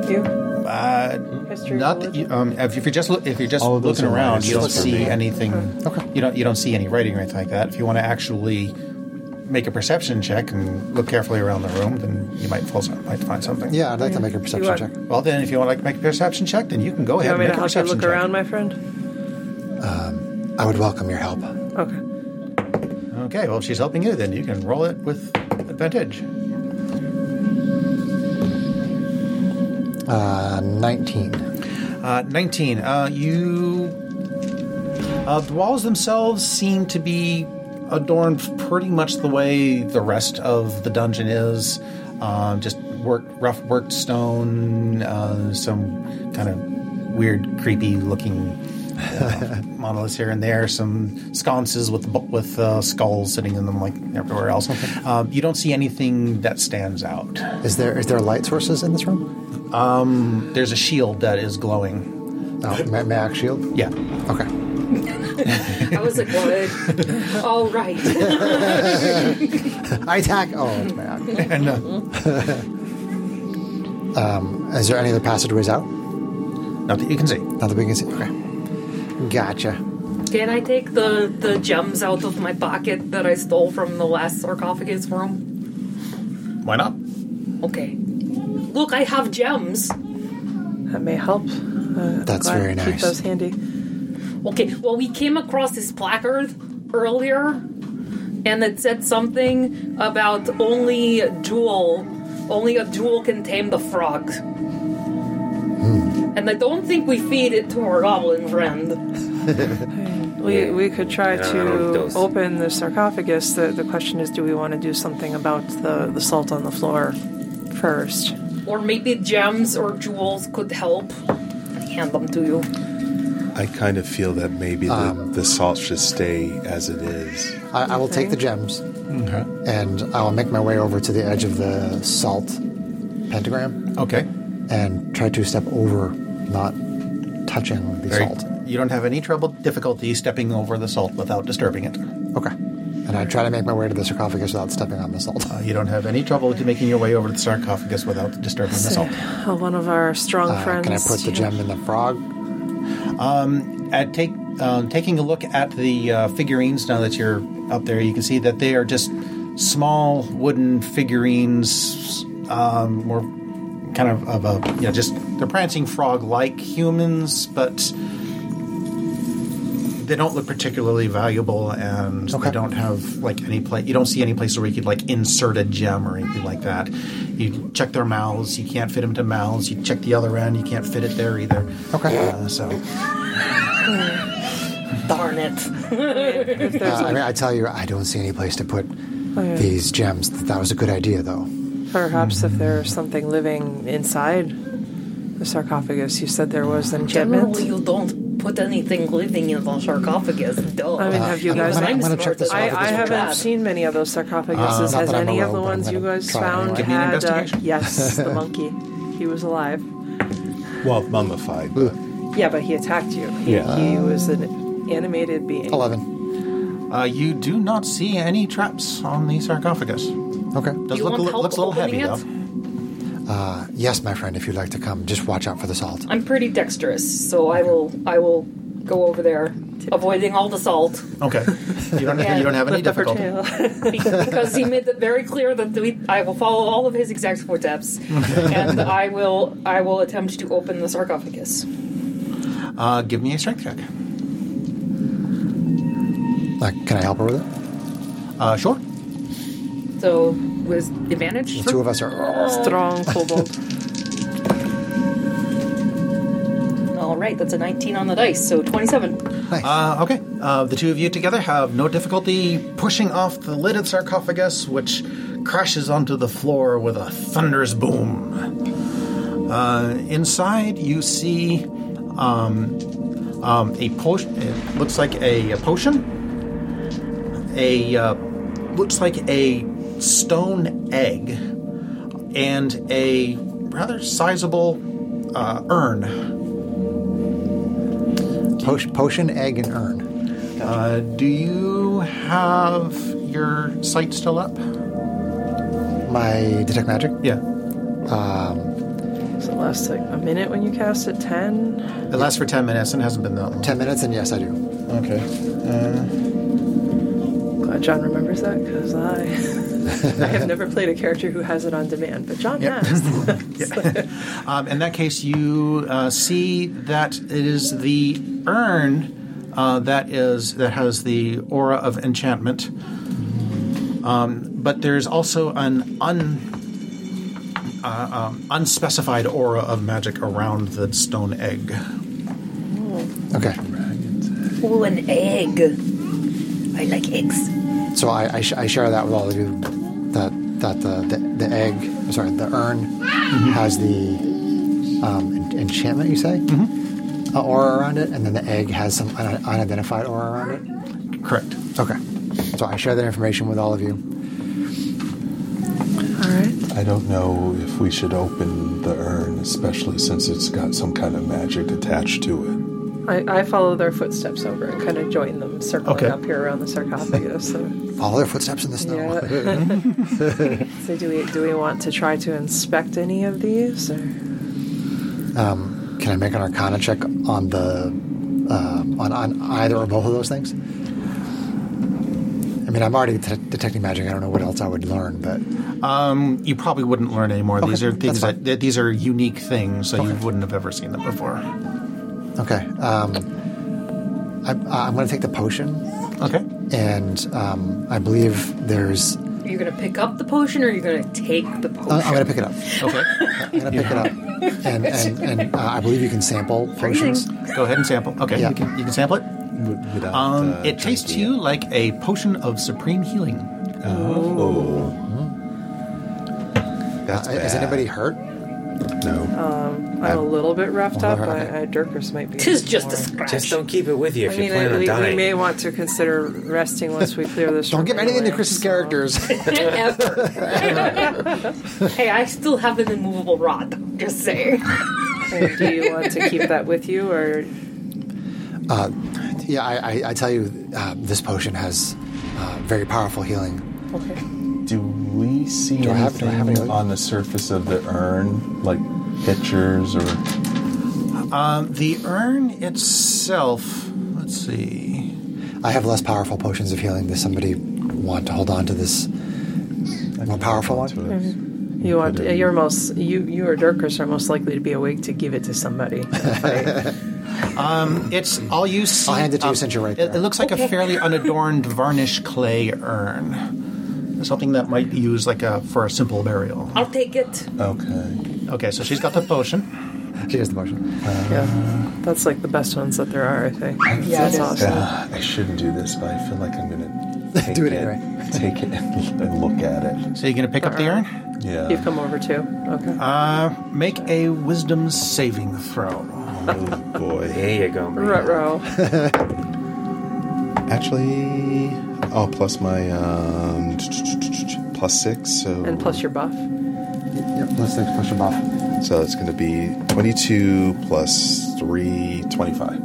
C: You
B: uh,
C: history,
B: not that
C: religion.
B: you, um, if you're just look, if you're just
H: All of those
B: looking
H: are
B: around, you don't
H: minuses for
B: see
H: me.
B: anything.
A: Okay.
B: You don't you don't see any writing or anything like that. If you want to actually make a perception check and look carefully around the room, then you might fall, some- might find something.
A: Yeah, I'd like to make a perception
C: want-
A: check.
B: Well, then, if you want to like, make a perception check, then you can go
C: you
B: ahead
C: want
B: and
C: me
B: make
C: to
B: a
C: help you
B: perception
C: look
B: check.
C: around, my friend?
A: I would welcome your help.
C: Okay.
B: Okay. Well, if she's helping you, then you can roll it with advantage.
A: Uh, 19.
B: Uh, 19. Uh, you. Uh, the walls themselves seem to be adorned pretty much the way the rest of the dungeon is. Um, just work, rough worked stone, uh, some kind of weird, creepy looking uh, monoliths here and there, some sconces with bu- with uh, skulls sitting in them like everywhere else. Um, you don't see anything that stands out.
A: Is there is there light sources in this room?
B: There's a shield that is glowing.
A: Oh, ma- mag shield?
B: Yeah.
A: Okay.
D: I was like, what? All right.
A: I attack. Oh, it's mag.
B: And uh,
A: um, Is there any other passageways out?
B: not that you can see.
A: Not that we can see. Okay. Gotcha.
D: Can I take the, the gems out of my pocket that I stole from the last sarcophagus room?
B: Why not?
D: Okay. Look, I have gems.
C: That may help. Uh,
A: That's
C: glad
A: very
C: Keep
A: nice.
C: those handy.
D: Okay, well, we came across this placard earlier, and it said something about only jewel, only a jewel can tame the frog.
A: Hmm.
D: And I don't think we feed it to our goblin friend.
C: We, we could try
F: Yeah, I don't
C: to
F: dose.
C: open the sarcophagus. The, the question is, do we want to do something about the, the salt on the floor first?
D: Or maybe gems or jewels could help. Hand them to you.
H: I kind of feel that maybe the, the salt should stay as it is.
A: I, I will take the gems and I will make my way over to the edge of the salt pentagram
B: Okay.
A: and try to step over, not touching the
B: Very-
A: salt.
B: You don't have any trouble, difficulty stepping over the salt without disturbing it.
A: Okay. And I try to make my way to the sarcophagus without stepping on the salt.
B: Uh, you don't have any trouble with making your way over to the sarcophagus without disturbing the
C: So,
B: salt.
C: uh, one of our strong
A: Uh,
C: friends.
A: can I put the
C: here.
A: gem in the frog?
B: At take, um, taking a look at the uh, figurines now that you're up there, you can see that they are just small wooden figurines, um, more kind of of a you know just they're prancing frog-like humans, but they don't look particularly valuable, and they
A: Okay.
B: don't have like any place. You don't see any place where you could like insert a gem or anything like that. You check their mouths, you can't fit them to mouths.
A: Uh,
B: Uh, You check the other end, you can't fit it there either.
A: Okay.
B: Uh, so
D: Darn it.
C: If there's
A: I
C: like,
A: mean, I tell you, I don't see any place to put
C: yeah.
A: these gems. That was a good idea, though.
C: perhaps if there's something living inside the sarcophagus, you said there was enchantment.
D: Generally, you don't put anything living in the sarcophagus. Duh.
C: I mean, have you
A: I'm
C: guys?
A: gonna-
C: I,
A: I'm gonna
D: smart
A: check this
D: than
A: out
D: that.
A: with
C: I
A: this
C: haven't
D: Bad.
C: seen many of those sarcophaguses.
A: Ah, not
C: Has
A: that I'm
C: any
A: aware
C: of the
A: of, but I'm
C: ones you
A: gonna
C: guys
A: try and
C: found
B: Give me an
C: had? Uh,
B: investigation.
C: yes, the monkey. He was alive.
H: Well, mummified. But
C: Yeah, but he attacked you. He,
H: Yeah.
C: he was an animated being.
A: 11.
B: Uh, you do not see any traps on the sarcophagus.
A: Okay.
B: Does
D: You
B: look a
D: want
B: li-
D: help
B: looks a little heavy
D: opening it?
B: though.
A: Yes, my friend, if you'd like to come, just watch out for the salt.
D: I'm pretty dexterous, so I will I will go over there, avoiding all the salt
B: Okay, you don't, you don't have any
C: Lift up her
B: difficulty.
C: tail.
D: be- because he made it very clear that we, I will follow all of his exact footsteps, and I will I will attempt to open the sarcophagus.
B: Uh, give me a strength check.
A: Like, can I help her with it?
B: Uh, sure.
D: So Uh, with advantage,
A: The two of us are.
C: Strong kobold.
D: all right, that's a 19 on the dice, so 27.
A: Nice.
B: Uh, okay, uh, the two of you together have no difficulty pushing off the lid of the sarcophagus, which crashes onto the floor with a thunderous boom. Uh, inside, you see um, um, a potion. It looks like a, a potion. A uh, looks like a stone egg, and a rather sizable uh, urn.
A: Potion, potion, egg, and urn.
B: Uh, do you have your sight still up?
A: My detect magic?
B: Yeah.
C: So it lasts like a minute when you cast it. Ten.
B: It lasts for 10 minutes and hasn't been that long.
A: 10 minutes, and yes, I do.
B: Okay.
C: Glad John remembers that because I, I have never played a character who has it on demand, but John
B: Yeah.
C: has.
B: Um, in that case, you uh, see that it is the urn uh, that is that has the aura of enchantment. Um, but there's also an un, uh, um, unspecified aura of magic around the stone egg.
A: Okay.
D: Oh, an egg. I like eggs.
A: So I, I, sh- I share that with all of you that that the, the, the egg, I'm sorry, the urn has the um, en- enchantment, you say? Mm-hmm. Uh, aura around it, and then the egg has some un- unidentified aura around it.
B: Correct.
A: Okay. So I share that information with all of you.
C: All right.
H: I don't know if we should open the urn, especially since it's got some kind of magic attached to it.
C: I, I follow their footsteps over and kind of join them circling
B: Okay.
C: up here around the sarcophagus. So,
A: Follow their footsteps in the snow.
C: yeah. so do we do we want to try to inspect any of these? Or?
A: Can I make an arcana check on the um on, on either or both of those things? I mean, I'm already te- detecting magic. I don't know what else I would learn, but
B: You probably wouldn't learn anymore. these
A: Okay,
B: are things
A: that's fine.
B: that, that these are unique things, so you wouldn't have ever seen them before.
A: okay. Um, I, I'm going to take the potion,
B: Okay.
A: and um, I believe there's.
D: Are you gonna pick up the potion, or are you gonna take the potion?
A: Uh, I'm going to pick it up.
B: Okay.
A: I'm going to pick it up, and and, and uh, I believe you can sample potions. Uh,
B: Go ahead and sample. Okay.
A: Yeah.
B: You, can, you can sample it.
H: Wi- Without,
B: Um,
H: uh,
B: it tastes to
H: drinking
B: you like a potion of supreme healing.
H: Oh, that's
A: Uh, is
H: bad.
A: anybody hurt?
H: No.
C: I'm a little bit roughed
A: Well,
C: up.
A: okay.
C: I, I Dirkus might be.
D: Tis just a
C: more-
D: scratch.
F: Just don't keep it with you if
C: I
F: you
C: mean,
F: plan
C: I,
F: on
C: we, we
F: dying.
C: may want to consider resting once we clear this.
A: Don't give
C: room
A: anything to
C: anyway,
A: Chris's
C: so-
A: characters.
D: Ever. hey, I still have an immovable rod. Just saying.
C: And do you want to keep that with you, or
A: yeah, I, I, I tell you, uh, this potion has uh, very powerful healing.
H: Do we see
A: Do I have- do
H: anything
A: I have any-
H: on the surface of the urn, like pictures or?
B: The urn itself. Let's see.
A: I have less powerful potions of healing. Does somebody want to hold on to this more powerful one?
H: To us.
C: you want?
H: Put it in.
C: You're most you you or Dirkus are most likely to be awake to give it to somebody. If I-
B: It's all you see.
A: I'll hand it to you
B: um,
A: since you're right
B: It, it
A: there.
B: looks like a fairly unadorned varnish clay urn. Something that might be used like a, for a simple burial.
D: I'll take it.
H: Okay.
B: Okay, so she's got the potion.
A: she has the motion.
C: Yeah, that's like the best ones that there are. I think.
D: Yeah,
C: that's
D: it is.
C: awesome.
J: Ah, I shouldn't do this, but I feel like I'm gonna take
A: Do it
J: it,
A: anyway.
J: take it and, and look at it.
B: So you're going to pick up the urn?
J: Yeah.
C: You've come over too. Okay.
B: Uh, make a wisdom saving throw.
H: Oh boy.
F: There you go, man.
C: Ruh-roh.
H: Actually, oh, plus my um, plus six, so
C: and plus your buff.
A: Yep, plus six, push them off.
H: so it's going to be twenty-two plus three, twenty-five.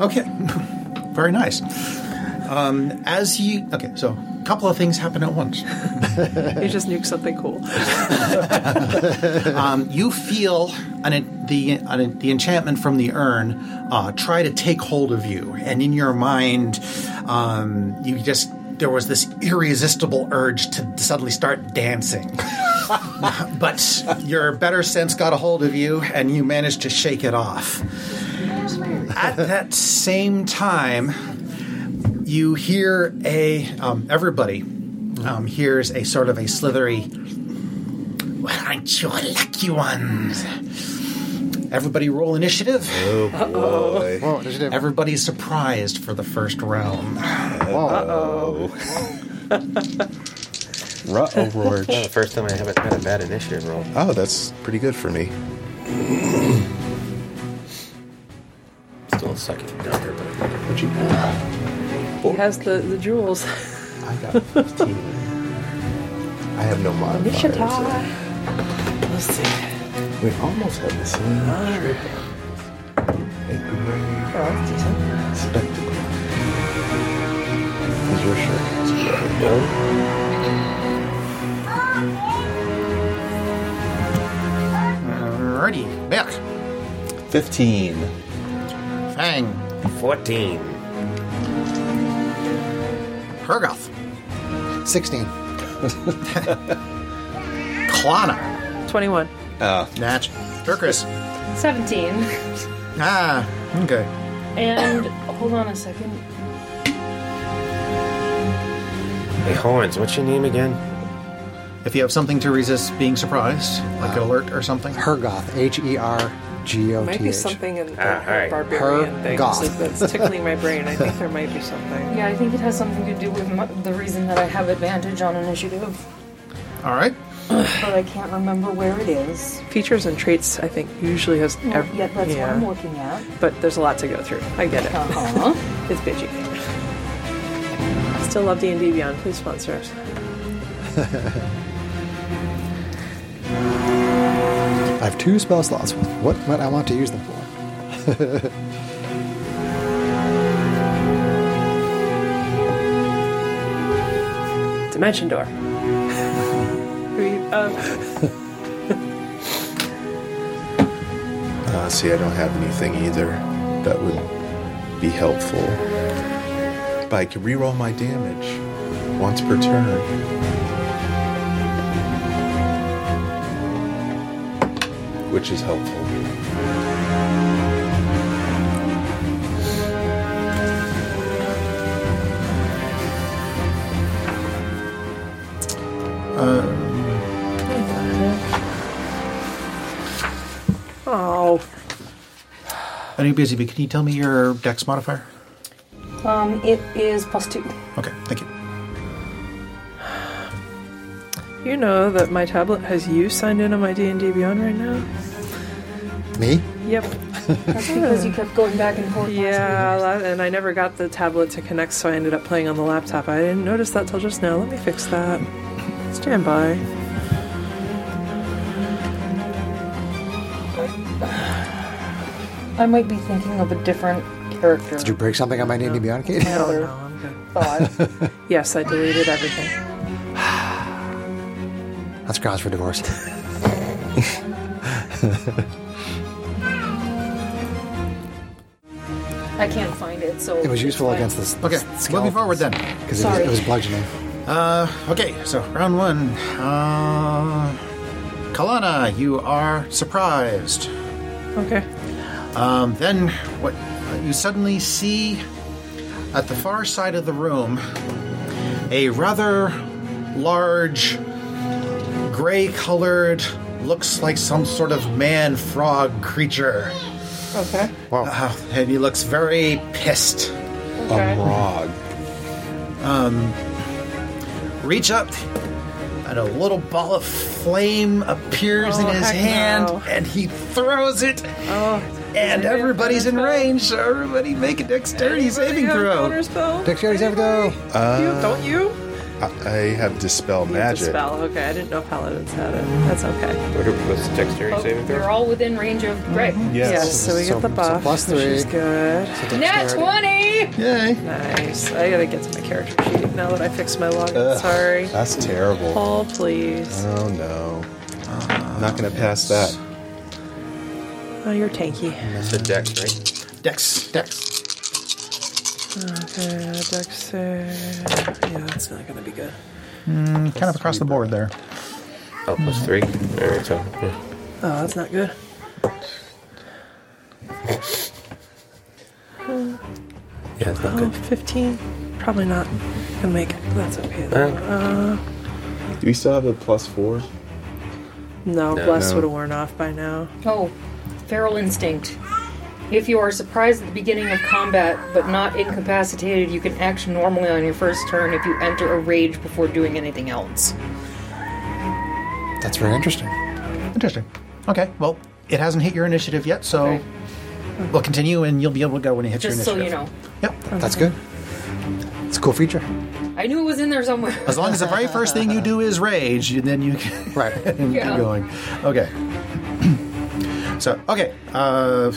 B: Okay, very nice. Um, as you okay, so a couple of things happen at once.
C: You just nuke something cool.
B: Um, you feel an, the an, the enchantment from the urn uh, try to take hold of you, and in your mind, um, you just there was this irresistible urge to suddenly start dancing. but your better sense got a hold of you, and you managed to shake it off. At that same time, you hear a um, everybody um, hears a sort of a slithery well, aren't you a lucky ones? Everybody roll initiative.
H: Oh boy!
A: Whoa, initiative.
B: Everybody's surprised for the first round.
A: Whoa.
H: Ruh, oh, Rorge.
F: Well, the first time I haven't had a bad initiative roll.
H: Oh, that's pretty good for me.
F: Still sucking down here, but
H: What'd you get?
C: He has the, the jewels.
H: I got 15. I have no modifiers. so-
C: Let's see.
H: We almost had the same. trip. Hey, good morning. Spectacle. Is your shirt?
B: Alrighty, back.
J: Fifteen.
B: Fang.
F: 14.
B: Hergoth.
A: 16.
B: Klana.
C: 21.
B: Natch. Turkus.
D: 17.
B: Ah, okay.
D: And hold on a second.
F: Hey, Horns, what's your name again?
B: If you have something to resist being surprised, like an alert or something.
A: Hergoth. H E R G O
C: Might
A: T
C: be
A: H.
C: something in the
F: Ah, all right.
C: barbarian
A: Her
C: thing
A: goth.
C: that's- that's tickling my brain. I think there might be something.
D: Yeah, I think it has something to do with my, the reason that I have advantage on initiative,
B: All right.
D: but I can't remember where it is.
C: Features and traits, I think, usually has
D: Not
C: every.
D: yet, that's
C: yeah.
D: what I'm looking at.
C: But there's a lot to go through. I get it.
D: Uh-huh.
C: It's bitchy. Still love D and D Beyond. Please sponsor us.
A: I have two spell slots. What might I want to use them for?
C: Dimension door. Three. Uh,
H: Uh, see, I don't have anything either that would be helpful. But I can reroll my damage once per turn. Which is helpful.
C: oh,
B: I know you're busy, but can you tell me your dex modifier?
D: Um, it is plus two.
B: Okay, thank you.
C: you know that my tablet has you signed in on my D and D Beyond right now.
A: Me?
C: Yep.
D: That's because you kept going back and forth. last
C: Yeah,
D: week.
C: la- and I never got the tablet to connect, so I ended up playing on the laptop. I didn't notice that till just now. Let me fix that. Stand by.
D: I might be thinking of a different character.
A: Did you break something on my D&D Beyond, Kate?
C: Oh,
D: Another
C: no, I'm good.
D: thought.
C: Yes, I deleted everything.
A: That's grounds for divorce.
D: I can't find it, so
A: It was useful against this.
B: Okay, moving forward then.
A: Because it, was-
D: Sorry.
A: it was bludgeoning.
B: Okay, so round one. Uh, Kalana, you are surprised.
C: Okay.
B: Um, then what you suddenly see at the far side of the room a rather large gray colored looks like some sort of man frog creature.
C: Okay.
A: Um,
B: Uh, and he looks very pissed.
C: Okay.
J: Frog.
B: Reach up, and a little ball of flame appears
C: Oh,
B: in his
C: heck
B: hand,
C: no.
B: and he throws it.
C: oh.
B: And
C: Is it
B: everybody's in
C: Bonus Bow?
B: range, so everybody make a dexterity
C: Anybody
B: saving
C: have
B: throw.
C: bonus bow?
A: Dexterity saving
C: Anybody? you, don't you?
H: I, I have dispel
C: It's a
H: magic.
C: Spell. Okay, I didn't know paladins had it. That's okay.
F: What was the dexterity saving
D: They're
F: throw?
D: all within range of Greg.
C: Yes,
A: Mm-hmm.
H: Yes.
C: so we
A: so-
C: get the
A: so
C: buff.
A: plus
C: which is
A: three.
C: good.
D: Nat 20!
B: Yay.
C: Nice. I gotta get to my character sheet now that I fixed my login. Sorry.
H: That's terrible.
C: Oh, please.
H: Oh no. I'm not gonna pass that.
C: Oh, you're tanky.
F: That's a dex, right?
B: Dex. Dex.
C: Okay, dex save. Yeah, that's not gonna be good.
B: Kind of across the board there.
F: Oh, plus three. All right, so yeah.
C: Oh, that's not good.
F: yeah, it's not
C: Oh,
F: good.
C: 15. Probably not gonna make it. That's okay. though.
F: Uh,
H: Do we still have a plus four?
C: No, bless
H: no.
C: would have worn off by now.
D: Oh, feral instinct. If you are surprised at the beginning of combat but not incapacitated, you can act normally on your first turn if you enter a rage before doing anything else.
A: That's very interesting.
B: Interesting. Okay, well, it hasn't hit your initiative yet, so
D: Okay.
B: we'll continue and you'll be able to go when it hits
D: Just so
B: your
D: you
B: initiative.
D: know.
B: Yep.
A: That's good. It's a cool feature.
D: I knew it was in there somewhere.
B: As long as the very first thing you do is rage, then you can
A: Right.
B: keep
D: Yeah.
B: going. Okay. so, okay. Uh,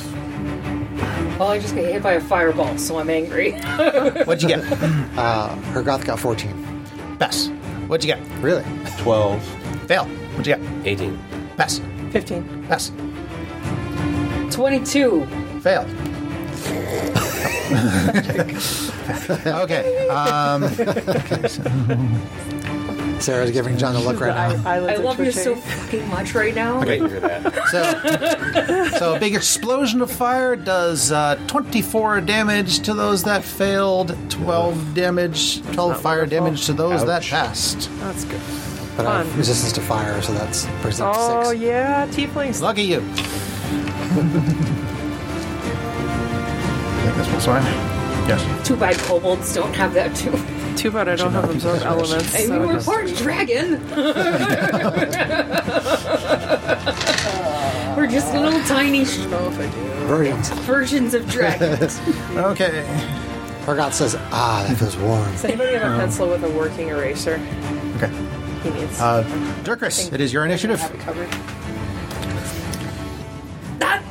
D: Well, I just got hit by a fireball, so I'm angry.
B: what'd you get?
A: Her goth got 14.
B: Pass. What'd you get?
A: Really?
J: 12.
B: Fail. What'd you get?
F: 18.
B: Pass.
C: 15.
B: Pass.
D: 22.
B: Fail. okay. Um,
A: Sarah's giving John a look right now.
D: I
C: eyelids are
D: love you so
C: twitching.
D: fucking much right now.
F: Wait for that.
B: so, so a big explosion of fire does uh, 24 damage to those that failed, 12 damage, 12
C: not
B: fire
C: wonderful.
B: damage to those that
F: Ouch.
B: passed.
C: That's good.
A: But I have
C: Fun.
A: resistance to fire, so that's brings it up to
C: Oh,
A: six.
C: yeah, tieflings.
B: Lucky you. I think this one's fine. Yes.
D: Too bad kobolds don't have that too.
C: Too bad I don't have absorb elements.
D: Hey,
C: so
D: we
C: I
D: were
C: just-
D: part dragon. we're just little tiny
A: Versions.
D: versions of dragons.
B: Okay.
A: Hergoth says, ah, that feels warm.
C: Does anybody have a pencil with a working eraser?
B: Okay.
C: He needs.
B: Uh, Dirkris, it is your initiative.
C: Have it covered.
D: that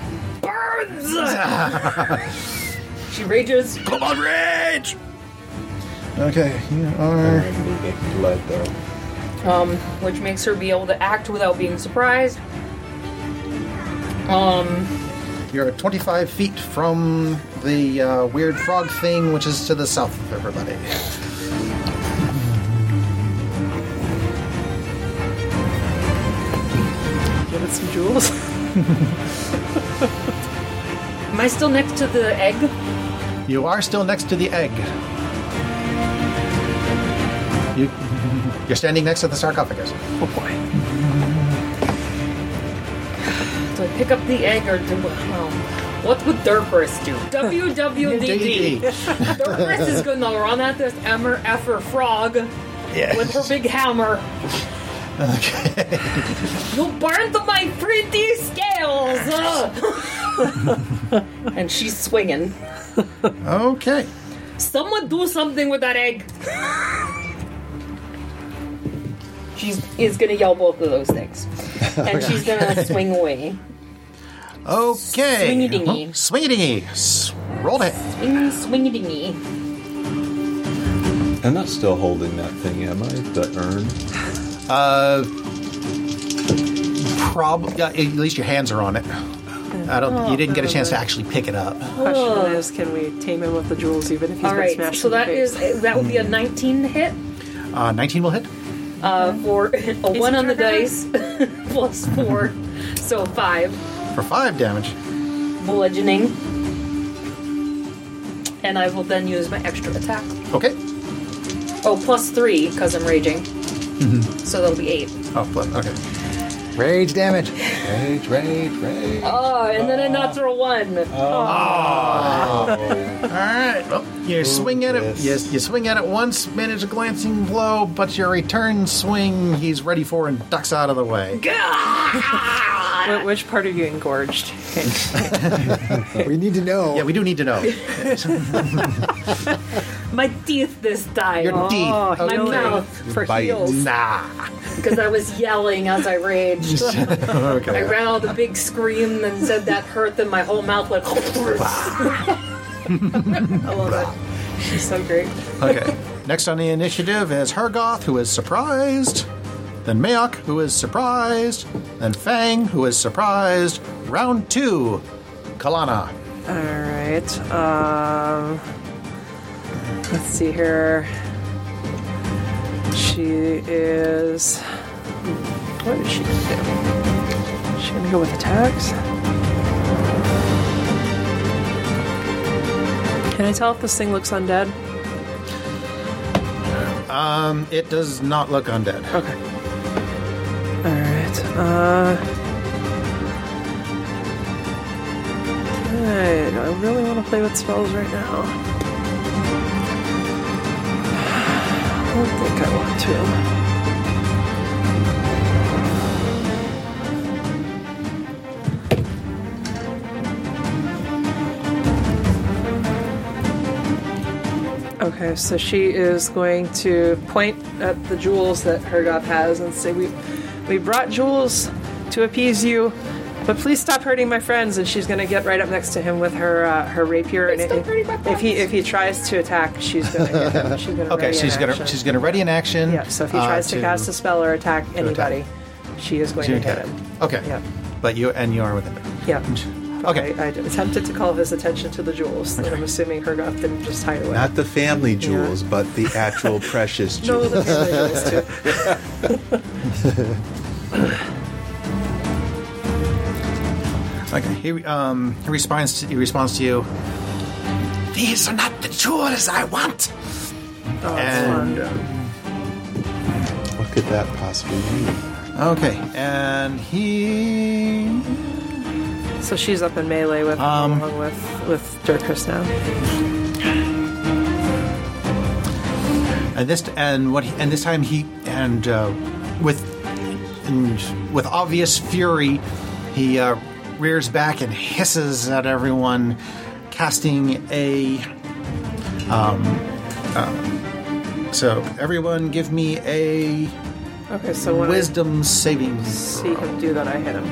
D: burns. she rages.
B: Come on, rage! Okay, you are.
F: Blood, though.
D: um, which makes her be able to act without being surprised. Um,
B: You're 25 feet from the uh, weird frog thing, which is to the south of everybody.
C: Give it some jewels.
D: am I still next to the egg?
B: You are still next to the egg. You, you're standing next to the sarcophagus.
C: oh, boy.
D: Do I pick up the egg or do? Well, what would Durkris do?
B: E.
D: WWDD. Durkris is gonna run at this emmer effer frog with her
B: Yes.
D: big hammer. you burned my 3D scales. Ugh. and she's swinging.
B: Okay.
D: Someone do something with that egg. She's is gonna yell both of those things, and she's gonna swing away.
B: Okay.
D: Swingy dingy.
B: Oh, Swingy dingy. S- Roll to hit.
D: Swing, Mm, swingy dingy.
J: I'm not still holding that thing, am I? The urn?
B: Prob- yeah, at least your hands are on it. I don't. you didn't get a chance to actually pick it up.
C: Question is, can we tame him with the jewels even if he's
D: All
C: been
D: right,
C: smashed
D: so
C: in the
D: that
C: face? Mm.
D: is that would be a 19 to hit
B: Uh, 19 will hit.
D: uh, for a one on the dice plus four, so five
B: for five damage.
D: bludgeoning, and I will then use my extra attack.
B: Okay. Mm-hmm.
D: Oh, plus three because I'm raging, so that'll be eight.
B: Oh, but, okay.
A: Rage damage.
J: Rage, rage, rage.
D: Oh, and then I natural one.
B: Uh, All right. Well, you swing Oh, at it. Yes, you swing at it once, manage a glancing blow, but your return swing he's ready for and ducks out of the way.
D: Ah.
C: Wh- which part are you engorged?
A: We need to know.
B: Yeah, we do need to know.
D: My teeth this time. Oh,
B: Your
C: Oh,
B: teeth. Oh,
D: My
B: Okay.
D: mouth for
H: Bites.
D: heels
B: Nah.
D: because I was yelling as I raged. I
B: Okay.
D: ran out a big scream and said that hurt. Then my whole mouth went. I love it. She's so great.
B: Okay. Next on the initiative is Hergoth, who is surprised. Then Mayok, who is surprised. Then Fang, who is surprised. Round two, Kalana.
C: All right. Um, let's see here. She is. What is she gonna do? Is she gonna go with attacks? Can I tell if this thing looks undead?
B: It does not look undead.
C: Okay. All right. Uh. Alright, I really want to play with spells right now. I don't think I want to. Okay, so she is going to point at the jewels that Hergoth has and say, "We, we brought jewels to appease you, but please stop hurting my friends." And she's going to get right up next to him with her uh, her rapier. and
D: stop
C: if,
D: hurting my
C: if he
D: friends.
C: if he tries to attack, she's going to get him. She's going to.
B: Okay, she's gonna she's gonna ready an action.
C: Yeah. So if he
B: uh,
C: tries to cast a spell or attack
B: attack.
C: anybody, she is going to, hit
B: attack.
C: him.
B: Okay.
C: Yep.
B: But you and you are with him.
C: Yeah.
B: Okay.
C: I, I attempted to call his attention to the jewels, and I'm assuming Hergoth didn't just hide away.
H: Not the family jewels, but the actual precious
C: No,
H: jewels.
C: the family jewels too.
B: Okay. He um he responds to, he responds to you. These are not the jewels I want.
C: Oh, that's fun.
B: and
H: What could that possibly mean?
B: okay, and he
C: So she's up in melee with
B: Um,
C: along with with Dirkus now.
B: and this and what he, and this time he and uh, with and with obvious fury he uh, rears back and hisses at everyone, casting a um. Uh, so everyone, give me a
C: Okay, so when
B: wisdom saving
C: I see him do that, I hit him.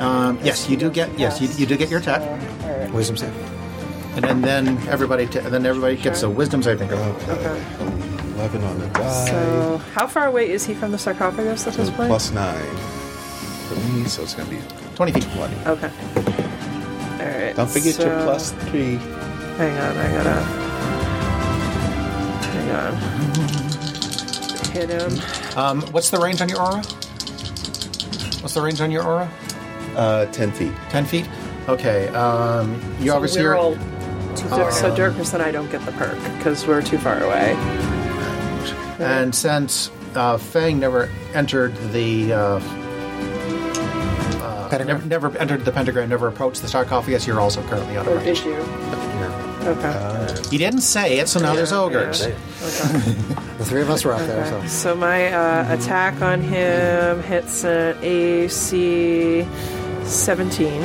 B: Um, yes, you do get. Yes, you, you do get your attack,
A: Wisdom save.
B: and, and then everybody ta- and then everybody gets a wisdom saving throw.
C: Okay.
H: Eleven on the die.
C: So how far away is he from the sarcophagus at this point?
H: Mm, plus nine for me, so it's going to be
B: Twenty feet.
H: twenty.
C: Okay. All right.
H: Don't forget your
C: so-
H: plus three.
C: Hang on, I gotta. Hang on. Hit him.
B: Um, what's the range on your aura? What's the range on your aura?
H: Uh, ten feet.
B: Ten feet. Okay. Um, you obviously
D: We're
B: are-
D: all
C: Dir- so Dirkus and I don't get the perk because we're too far away.
B: and since uh, Fang never entered the. Uh, uh,
A: Pentagram?
B: never, never entered the pentagram. Never approached the sarcophagus. You're also currently on a
C: Or
B: range.
C: issue. Uh, Okay.
B: He didn't say it, so now there's ogres.
C: okay.
A: The three of us were up there, so.
C: So my uh, attack on him hits an AC 17.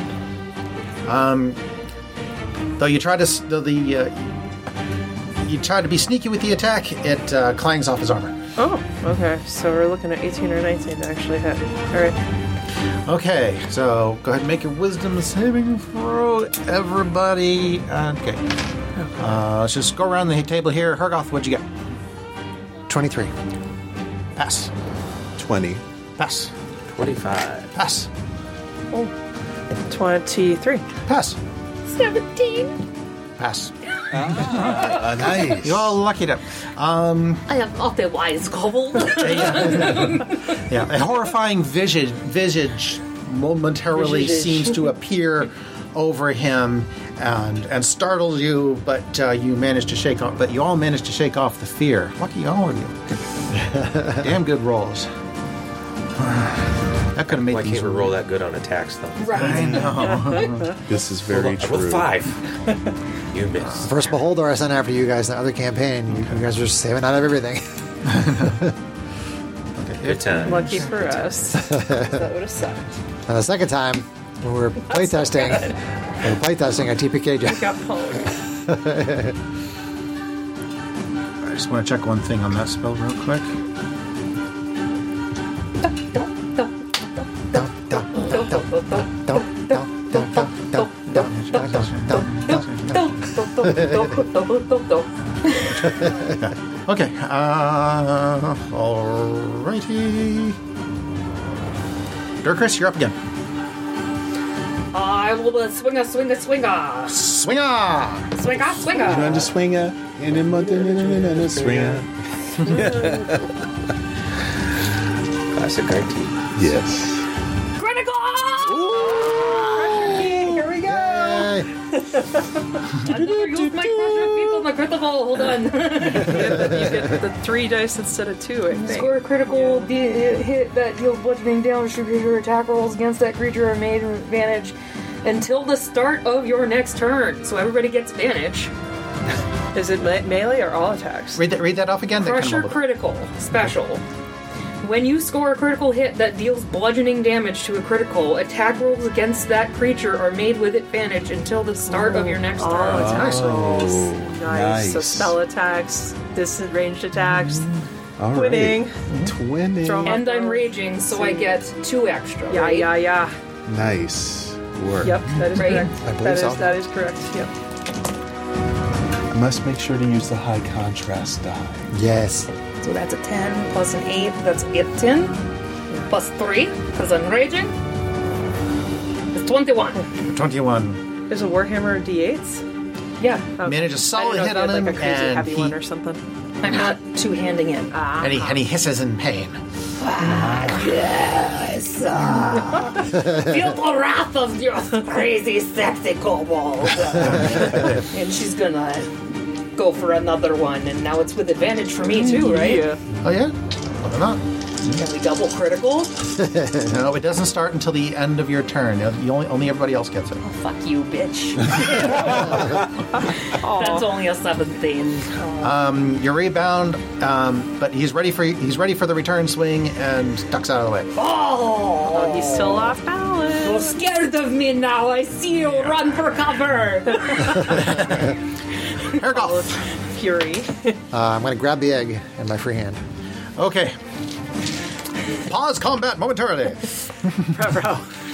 B: Though you try to, s- though the uh, you try to be sneaky with the attack, it uh, clangs off his armor.
C: Oh, okay. So we're looking at 18 or 19 to actually hit. All right.
B: Okay, so go ahead and make your wisdom saving throw, everybody. Okay, uh, let's just go around the table here. Hergoth, what'd you get?
A: 23.
B: Pass,
H: Twenty.
B: pass,
F: 25.
B: pass,
C: 23.
B: pass,
D: seventeen.
B: pass.
H: Uh, nice.
B: You all luckied up.
D: I am not a wise gobble.
B: Yeah, a horrifying visage, visage momentarily
C: Visage.
B: seems to appear over him and and startles you, but uh, you manage to shake off. But you all manage to shake off the fear. Lucky all of you. Damn good rolls. That could have made
F: Why
B: things
F: can't we roll that good on attacks though?
B: I
D: Right.
B: know.
H: This is very
F: I
H: true.
F: rolled five. you missed.
A: First Beholder I sent after you guys in the other campaign. You, you guys were saving out of everything.
F: Good time.
C: Lucky for us. that would have sucked.
A: And the second time, when we were playtesting, we were playtesting, I TPK'd you.
C: Got pwned.
B: I just want to check one thing on that spell real quick. Okay. Uh, alrighty. Durkris, you're up again.
D: I will uh, swinga, swinga, swinga.
B: Swinga!
D: Swinga,
J: Trying to
D: swinga.
J: swing a and a mother and a swinger.
F: Classic IT.
H: Yes.
D: Critical!
C: Here we go.
A: Yay.
D: I've never used my pressure feet on the critical. Hold on.
C: You get the three dice instead of two, I think.
D: Score a critical di- hit that deals bludgeoning damage to creature. Attack rolls against that creature are made with advantage until the start of your next turn. So everybody gets advantage.
C: Is it me- melee or all attacks?
B: Read that, read that off again. That
D: Pressure
B: kind of
D: critical special. When you score a critical hit that deals bludgeoning damage to a critical, attack rolls against that creature are made with advantage until the start of your next
C: All
B: oh,
D: turn.
C: attacks. nice. So
J: nice.
C: spell attacks, distant ranged attacks,
J: All right.
C: winning.
J: Twinning.
C: Throw 'em up.
D: And I'm raging, so I get two extra.
C: Yeah,
D: right?
C: yeah, yeah.
H: Nice work.
C: Yep, that is
D: Right?
C: correct.
A: I believe
C: That is
A: so.
C: that is correct. Yep.
J: I must make sure to use the high contrast die.
A: Yes.
D: So that's a 10 plus an 8, that's 18. Plus 3, because I'm raging. It's 21.
B: 21.
C: Is a warhammer d8s?
D: Yeah,
B: Manage a
C: I
B: solid
C: didn't
B: hit
C: know
B: on
C: if they had, like
B: him,
C: a crazy
B: and,
C: heavy
B: he,
C: one or something.
D: I'm not two handing it.
B: and, he, and he hisses in pain.
D: Feel the wrath of your crazy, sexy kobold. and she's gonna go for another one, and now it's with advantage for me too, right?
C: Yeah.
B: Oh, yeah? Why not?
D: Can we double critical?
B: No, it doesn't start until the end of your turn. You only, only everybody else gets it.
D: Fuck you, bitch. That's only a 17.
B: Your rebound, um, but he's ready for he's ready for the return swing and ducks out of the way.
D: Oh,
C: Oh, he's still off balance.
D: you're scared of me now. I see you run for cover.
B: Hergoff.
C: Fury.
A: Uh, I'm going to grab the egg in my free hand.
B: Okay. Pause combat momentarily.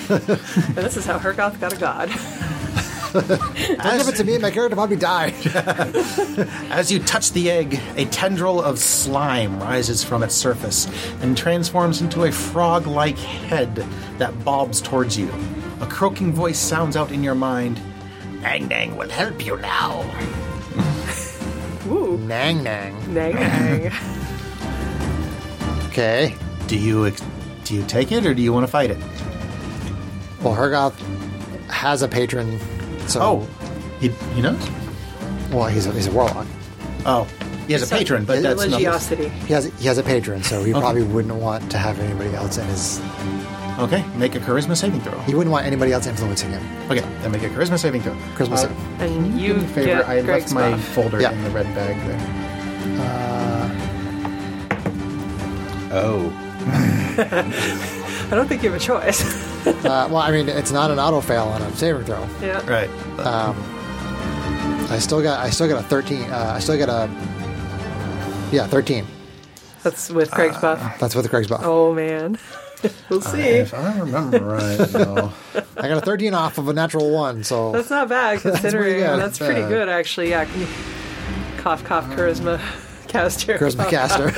C: And this is how Hergoth got a god.
A: Don't give it
B: As,
A: to me. My character probably died.
B: as you touch the egg, a tendril of slime rises from its surface and transforms into a frog like head that bobs towards you. A croaking voice sounds out in your mind Ang Nang will help you now.
A: nang nang.
C: Nang nang.
A: Okay.
B: Do you, ex- do you take it or do you want to fight it?
A: Well, Hergoth has a patron,
B: Oh.
A: so
B: he, he knows?
A: well, he's a, he's a warlock.
B: Oh, he has a patron, but that's not.
C: Religiosity.
A: He has he has a patron, so he probably wouldn't want to have anybody else in his.
B: Okay, make a charisma saving throw.
A: He wouldn't want anybody else influencing him.
B: Okay, then make a charisma saving throw.
A: Christmas.
B: Uh,
C: And you
B: in favor,
C: get
B: I left
C: Greg's
B: my
C: buff.
B: folder
A: Yeah.
B: in the red bag there.
J: Oh.
C: I don't think you have a choice.
A: Uh, well, I mean, it's not an auto fail on a saving throw.
C: yeah.
B: Right.
A: I still got I still got a thirteen. Uh, I still got a yeah thirteen.
C: That's with
B: Uh,
C: Greg's buff.
A: That's with Greg's buff.
C: Oh man. we'll see.
B: If I remember right, though.
A: I got a thirteen off of a natural one, so
C: That's not bad considering.
A: good.
C: That's pretty
A: Uh,
C: good, actually. Yeah. Can you- Cough, cough,
B: uh,
C: charisma, caster.
A: charisma caster.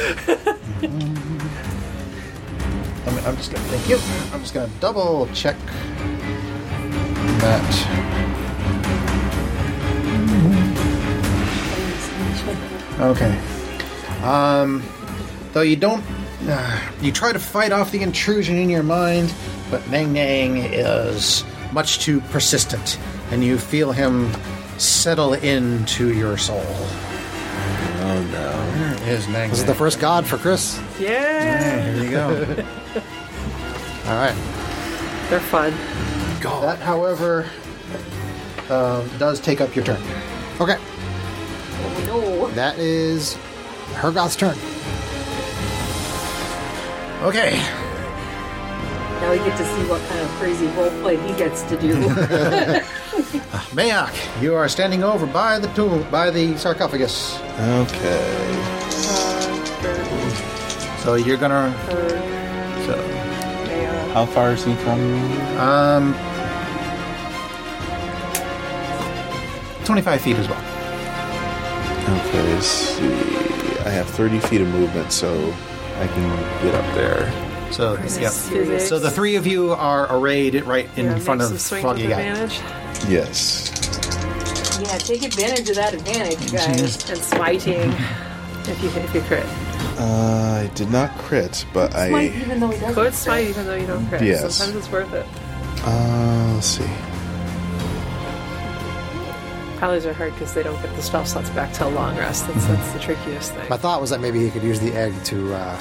B: I'm, I'm just gonna thank you. I'm just gonna double check that. Okay. Um, though you don't, uh, you try to fight off the intrusion in your mind, but Nang Nang is much too persistent, and you feel him settle into your soul.
F: Oh no.
B: There is Nang.
A: This is the
B: Nang.
A: first god for Chris.
C: Yeah.
B: There you go.
A: All right.
C: They're fun.
B: That, however, um, does take up your turn.
A: Okay.
D: No.
A: That is Hergoth's turn.
B: Okay.
D: Now we get to see what kind of crazy roleplay he gets to do.
B: Mayak, you are standing over by the tomb, by the sarcophagus.
H: Okay.
B: So you're gonna. So,
J: How far is he from me?
B: um, 25 feet as well.
H: Okay, let's see. I have 30 feet of movement, so I can get up there.
B: So yeah.
C: Physics.
B: So the three of you are arrayed right in
C: Yeah, make
B: front
C: some
B: of
C: swing
B: Foggy
C: with
B: Guy.
C: advantage.
H: Yes.
D: yeah, take advantage of that advantage, guys.
C: and smiting if you if you crit.
H: Uh, I did not crit, but
D: Might,
H: I.
D: even though he doesn't.
C: Code smite even though you don't crit.
H: Yes.
C: Sometimes it's worth it.
H: Uh, let's see.
C: Pallies are hard because they don't get the spell slots back till long rest. That's, that's the trickiest thing.
A: My thought was that maybe he could use the egg to. Uh,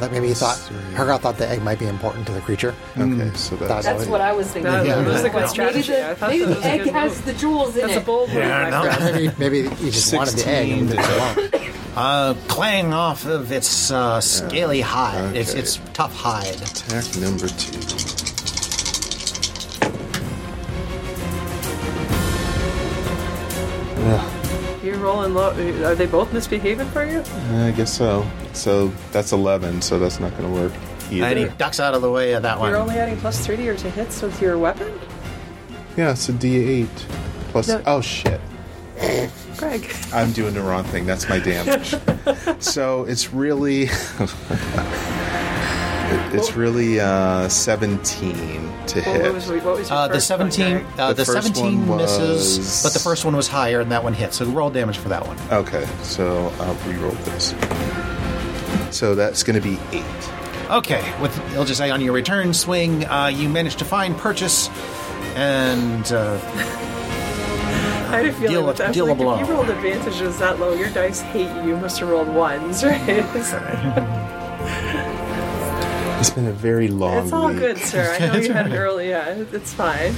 A: that maybe he thought Hergoth thought the egg might be important to the creature.
J: Hmm.
H: Okay, so
A: That's
H: that's.
D: That's what I was thinking.
C: That- that
A: was a
C: good strategy.
D: Maybe
C: I
D: the,
C: thought
D: maybe
C: that
D: the
C: was a
D: egg
C: good
D: has
C: move.
D: the jewels in
C: that's a
D: it.
C: bold move,
B: Yeah,
C: my
B: no.
C: friend.
A: Maybe, maybe he just wanted the egg. And
J: 16
A: didn't want it.
B: Uh, clang off of its uh, scaly hide. It's
H: Okay.
B: its tough hide.
H: Attack number two.
C: You're rolling low. Are they both misbehaving for you?
H: I guess so. So that's 11, so that's not going to work
B: And he
H: either.
B: ducks out of the way of that one.
C: You're only adding plus three to your to hits with your weapon,
H: Yeah, it's a D8. Plus.
C: No.
H: Oh, shit.
C: Greg.
H: I'm doing the wrong thing. That's my damage. so it's really. it's really uh, 17 to
C: Oh. What,
H: hit.
C: was, what was your
B: Uh, the
C: first one,
B: 17,
C: Greg?
B: uh, the,
H: The first
B: 17
H: one
B: misses,
H: was-
B: but the first one was higher, and that one hit. So roll damage for that one.
H: Okay, so I'll reroll this. So that's going to be eight.
B: Okay, with he'll just say on your return swing, uh, you managed to find purchase, and uh,
C: I had a feeling
B: Deal a-
C: with that. I was
B: deal a
C: like,
B: blow.
C: If you rolled advantages that low, your dice hate you. You must have rolled ones, right? It's,
H: It's been a very long.
C: it's all
H: week.
C: good, sir. I know you had an early. Yeah, it- it's fine.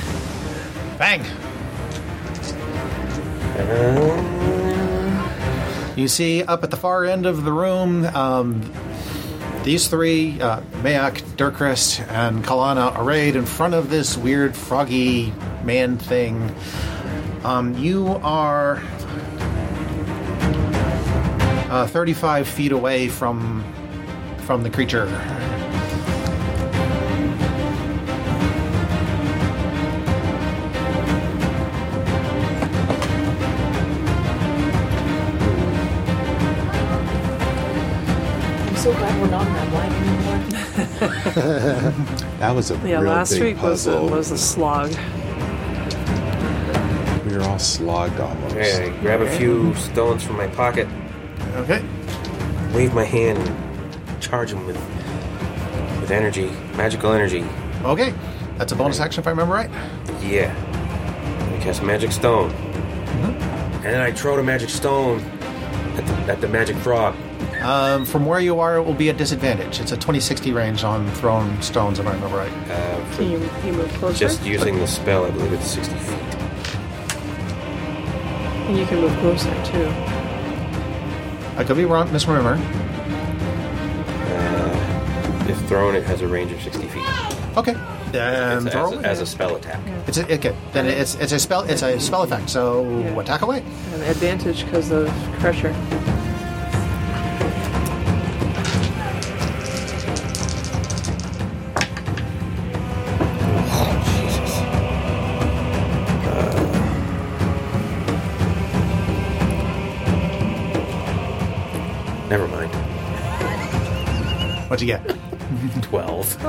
B: bang! You see up at the far end of the room, um, these three, uh, Mayak, Dirkrist, and Kalana, arrayed in front of this weird froggy man thing. Um, you are uh, 35 feet away from from the creature.
D: I'm so glad we're not on that line anymore.
H: That was a
C: Yeah,
H: real
C: last
H: big
C: week was a,
H: puzzle.
C: was a slog.
H: we were all slogged almost.
F: Okay, I grab a few stones from my pocket,
B: Okay.
F: wave my hand, and charge them with with energy, magical energy.
B: Okay. That's a bonus action if I remember right.
F: Yeah. I cast a magic stone. And then I throw the magic stone at the, at the magic frog.
B: Um, from where you are, it will be a disadvantage. It's a 2060 range on thrown stones, if I remember right.
C: Can you, can you move closer?
F: Just using the spell, I believe it's 60 feet.
C: and you can move closer too.
B: I could be wrong, misremember.
F: If thrown, it has a range of 60 feet.
B: Okay. Then
F: As,
B: throw
F: as,
B: away.
F: as a spell attack.
B: It's a, okay. Then it's it's a spell it's a spell effect. So
C: Yeah.
B: attack away.
C: An advantage because of pressure.
F: Jesus. Uh, never mind.
B: What'd you get?
F: 12.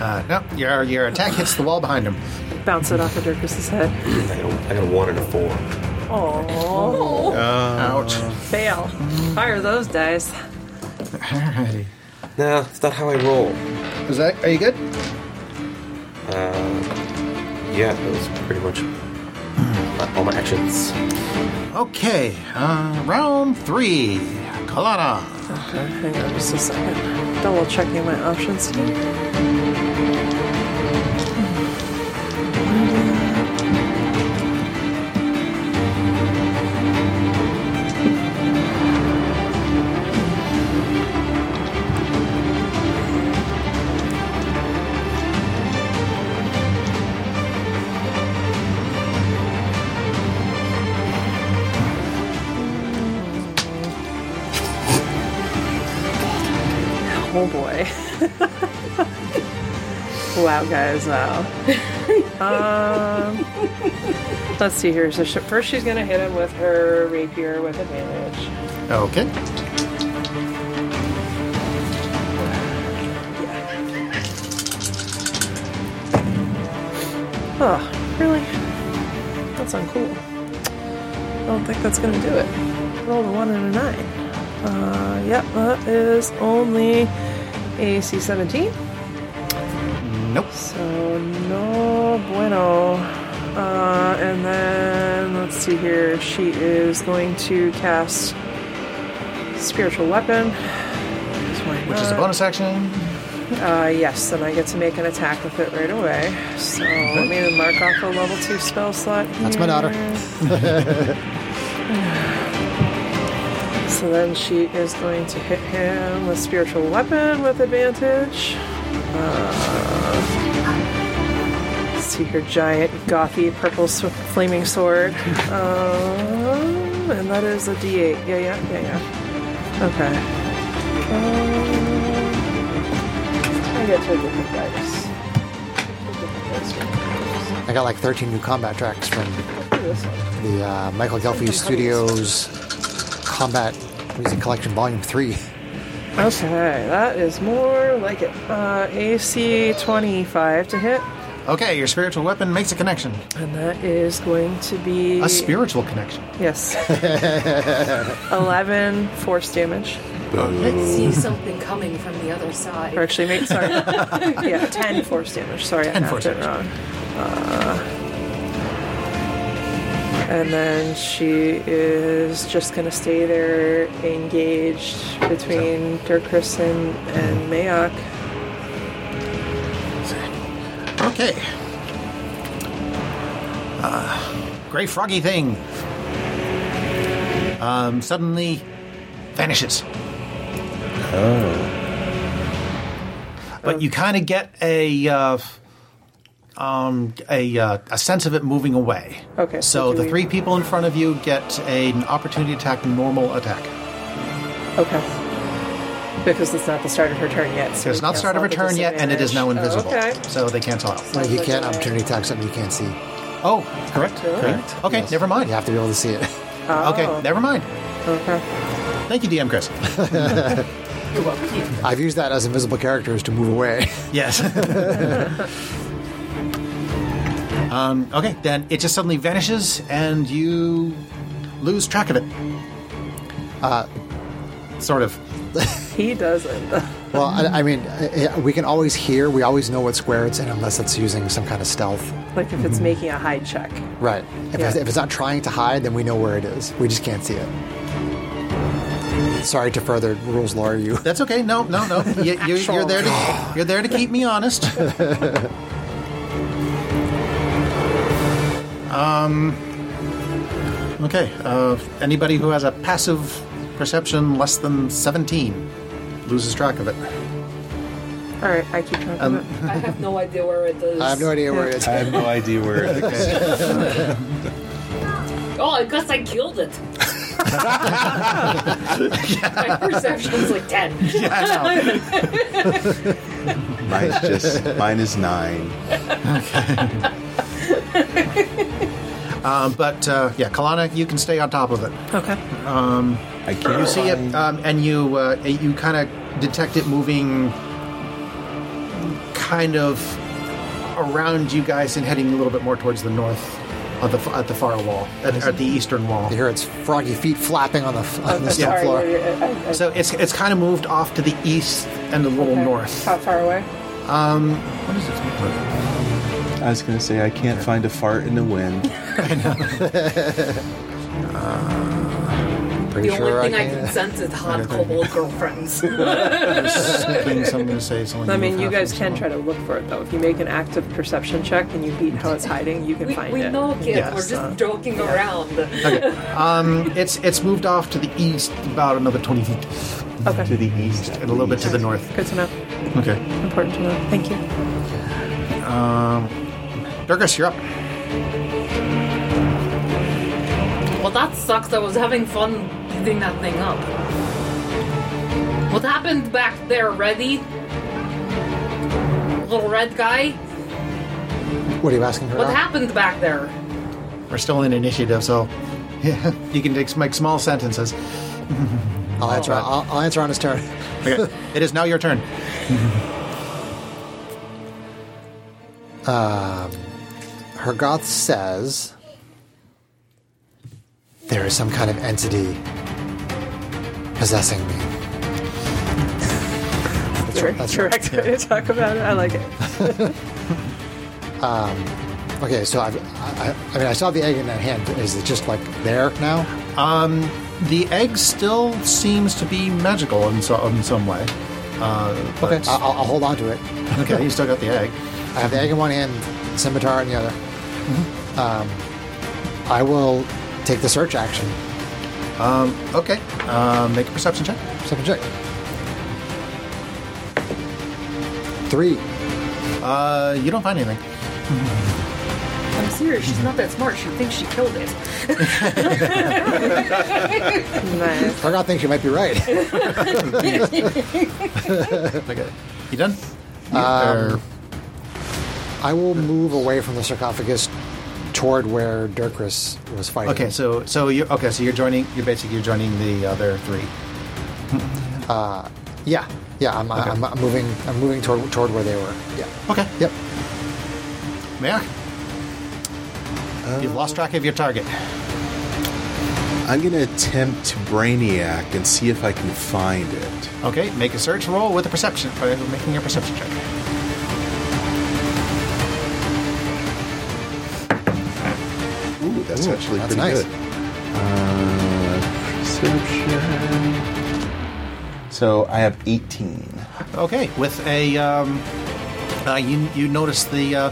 B: Uh, no, your your attack hits the wall behind him.
C: Bounce it off of Dirkus's head.
F: I got a- I got a 1 and a 4.
C: Oh,
B: Ouch.
C: fail. Fire those dice.
B: Alrighty.
F: No, it's not how I roll.
B: Is that are you good?
F: Yeah, that was pretty much my- all my actions.
B: Okay. Uh, round three. Kalana.
C: Okay, hang on just a second. Double checking my options here. Oh boy. wow, guys, wow. um, let's see here. So sh- first, she's gonna hit him with her rapier with advantage.
B: Okay.
C: Oh, really? That's uncool. I don't think that's gonna do it. Rolled a one and a nine. Uh, yep, that is only AC 17.
B: Nope.
C: So no bueno. Uh, and then let's see here. She is going to cast spiritual weapon.
B: Which is a bonus action.
C: Uh, yes, and I get to make an attack with it right away. So let me mark off a level two spell slot.
A: That's my daughter.
C: here. so then she is going to hit him with spiritual weapon with advantage. Uh, let's see her giant gothy purple sw- flaming sword. Um, and that is a D8. Yeah, yeah, yeah, yeah. Okay. Um, I get two different dice. Two different dice for
A: I got like 13 new combat tracks from
C: this one.
A: the uh, Michael Gelfi Studios Combat Music Collection Volume 3.
C: Okay, that is more like it. Uh, AC 25 to hit,
B: Okay, your spiritual weapon makes a connection.
C: and that is going to be.
B: A spiritual connection.
C: Yes. 11 force damage.
D: Let's see something coming from the other side.
C: Or actually, mate, sorry. yeah, 10 force damage. Sorry, I
B: 10
C: mapped
B: force
C: it
B: damage.
C: wrong. Uh, and then she is just going to stay there engaged between Dirkris and, and Mayok.
B: Okay. Uh, gray froggy thing. Um, suddenly vanishes. Oh. But you kind of get a uh, um, a uh, a sense of it moving away.
C: Okay, so
B: So
C: do
B: the
C: we-
B: three people in front of you get a- an opportunity attack, normal attack.
C: Okay. Because it's not the start of her turn yet. So
B: It's
C: we
B: not
C: can't
B: start of
C: roll the
B: her turn yet, and it is now invisible.
C: disadvantage. Oh, okay.
B: So they cancel out.
A: Like you can't opportunity attack something you can't see.
B: Oh, correct.
C: Correct.
B: Okay,
A: Yes.
B: never mind.
A: You have to be able to see it.
B: Okay, never mind.
C: Okay.
B: Thank you, DM Chris.
A: I've used that as invisible characters to move away.
B: Yes. um, okay, then it just suddenly vanishes and you lose track of it. Uh, sort of.
C: He doesn't.
A: well, I, I mean, uh, we can always hear, we always know what square it's in unless it's using some kind of stealth.
C: like if
B: Mm-hmm.
C: it's making a hide check.
A: Right. If, it's,
C: Yeah.
A: if it's not trying to hide, then we know where it is. We just can't see it. Sorry to further rules lawyer you.
B: That's okay. No, no, no. You, you, you're there. To, you're there to keep me honest. um, Um, okay. Uh, anybody who has a passive perception less than 17 loses track of it.
C: All right, I keep track
B: Um,
C: of it.
D: I have no idea where it is.
A: I have no idea where it is.
J: I have no idea where it is.
D: Oh, I guess I killed it. My perception's like 10.
H: Mine's just mine is nine.
B: Um, but uh, yeah, Kalana, you can stay on top of it.
C: Okay.
J: I can't
B: You see it,
J: find-
B: um, and you uh, you kind of detect it moving, kind of around you guys and heading a little bit more towards the north, at the at the far wall, at, at the eastern wall.
A: You hear its froggy feet flapping on the, f-
D: Oh,
A: on the stone
C: Sorry,
A: floor.
C: wait, wait, I- I-
B: So it's it's kind of moved off to the east and a little
C: okay.
B: north.
C: How far away?
B: What is this?
J: I was gonna say I can't find a fart in the wind.
A: pretty
D: the
A: sure I
D: only thing I
A: can.
D: can sense is hot kobold girlfriends.
B: Something someone say something.
C: I mean, you guys can try to look for it though. If you make an active perception check and you beat how it's hiding, you can
D: we
C: find
D: we
C: it.
D: know, kid.
B: Yes,
D: We're just
C: uh,
D: joking around.
B: It's it's moved off to the east about another twenty feet
J: to
C: Okay,
J: the east.
B: and a little bit to the north.
C: good to know.
B: Okay,
C: Important to know. Thank you.
B: Durgas, you're up.
D: Well, that sucks. I was having fun building that thing up. What happened back there, Reddy? Little red guy?
A: What are you asking her?
D: What
A: about?
D: happened back there?
B: We're still in initiative, so yeah, you can take, make small sentences.
A: I'll answer. I'll, I'll answer on his turn.
B: Okay, it is now your turn.
A: Hergoth says there is some kind of entity possessing me. That's right. That's right.
C: Correct way to talk about it. I like it.
A: Okay, so I've, I, I- I mean, I saw the egg in that hand. Is it just like there now?
B: The egg still seems to be magical in, so, in some way. Uh,
A: Okay,
B: but-
A: I- I'll, I'll hold on to it.
B: okay, you still got the egg.
A: I have the egg in one hand, scimitar in the other.
B: Mm-hmm.
A: Um, I will take the search action.
B: Okay, uh, make a perception check.
A: Second check. Three.
B: Uh, you don't find anything.
D: I'm serious. She's not that smart. She thinks she killed it.
C: Nice.
A: Hergoth thinks Oh, you might be right.
B: Okay, you done?
A: Uh,
B: Um,
A: I will move away from the sarcophagus toward where Dirkris was fighting.
B: okay, so so you okay, so you're joining. You're basically you're joining the other three.
A: Yeah, yeah. I'm, I'm, I'm moving. I'm moving toward toward where they were. Yeah.
B: Okay,
A: Yep.
B: Mayor, you've lost track of your target.
H: I'm going to attempt to Brainiac and see if I can find it.
B: Okay, make a search roll with a perception by making your perception check.
H: Ooh, that's actually
A: that's
H: pretty
A: nice.
H: good. Uh, perception.
J: So I have 18.
B: Okay, with a um, uh, you you notice the uh,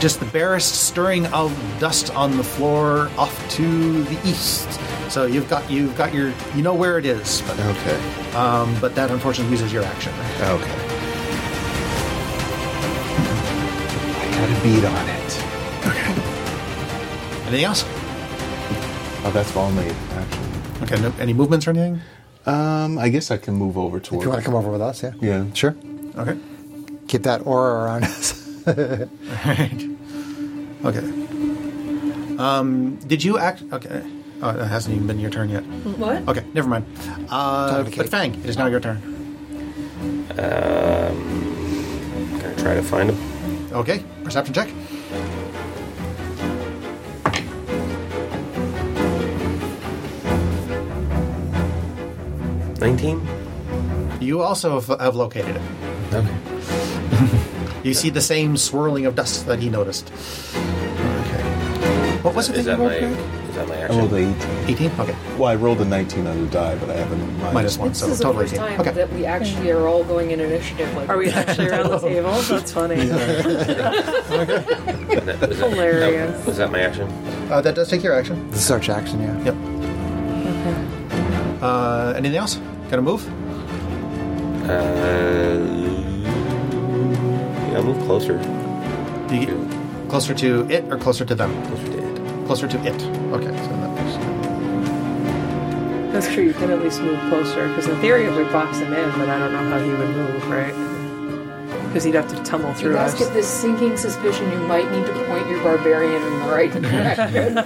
B: just the barest stirring of dust on the floor off to the east. So you've got you've got your you know where it is, but
H: Okay.
B: um, but that unfortunately uses your action.
H: Okay.
J: I got a bead on it.
B: Anything else?
H: Oh, that's all made, actually.
B: Okay, no, any movements or anything?
H: Um, I guess I can move over
A: If
H: toward
A: you want to come over with us, yeah.
H: Yeah.
A: Sure.
B: Okay,
A: Keep that aura around us.
B: all right. Okay. Um, did you act? Okay, oh, it hasn't even been your turn yet.
D: What?
B: Okay, never mind. Uh,
A: Time to
B: but
A: cake.
B: Fang, it is now your turn.
F: Gonna try to find him.
B: Okay, perception check.
F: Nineteen.
B: You also have, have located it.
F: Okay.
B: You see the same swirling of dust that he noticed. Okay. What was it
F: Is
B: that
F: that
B: you rolled
F: my?
B: back?
F: Is that my
J: I rolled
F: action?
J: an 18.
B: 18? Okay.
H: Well, I rolled a 19 on the die, but I have a
B: Minus
H: minus
B: one,
D: This
B: so
D: is the
B: totally
D: first
B: 18.
D: time
B: Okay.
D: that we actually are all going in initiative. Like,
C: Are we actually around the table? That's funny.
F: And that- was that-
C: Hilarious.
F: that- Was that my action?
B: Uh, that does take your action.
A: The search action, yeah.
B: Yep. Uh, anything else? Gotta move?
F: Uh, yeah, move closer.
B: Do you get closer to it or closer to them?
F: Closer to it.
B: Closer to it. Okay. So that was,
C: That's true. You can at least move closer because in theory, if we box him in, but I don't know how he would move, right? Because he'd have to tumble
D: You
C: through
D: guys
C: us.
D: get this sinking suspicion you might need to point your barbarian in the right direction.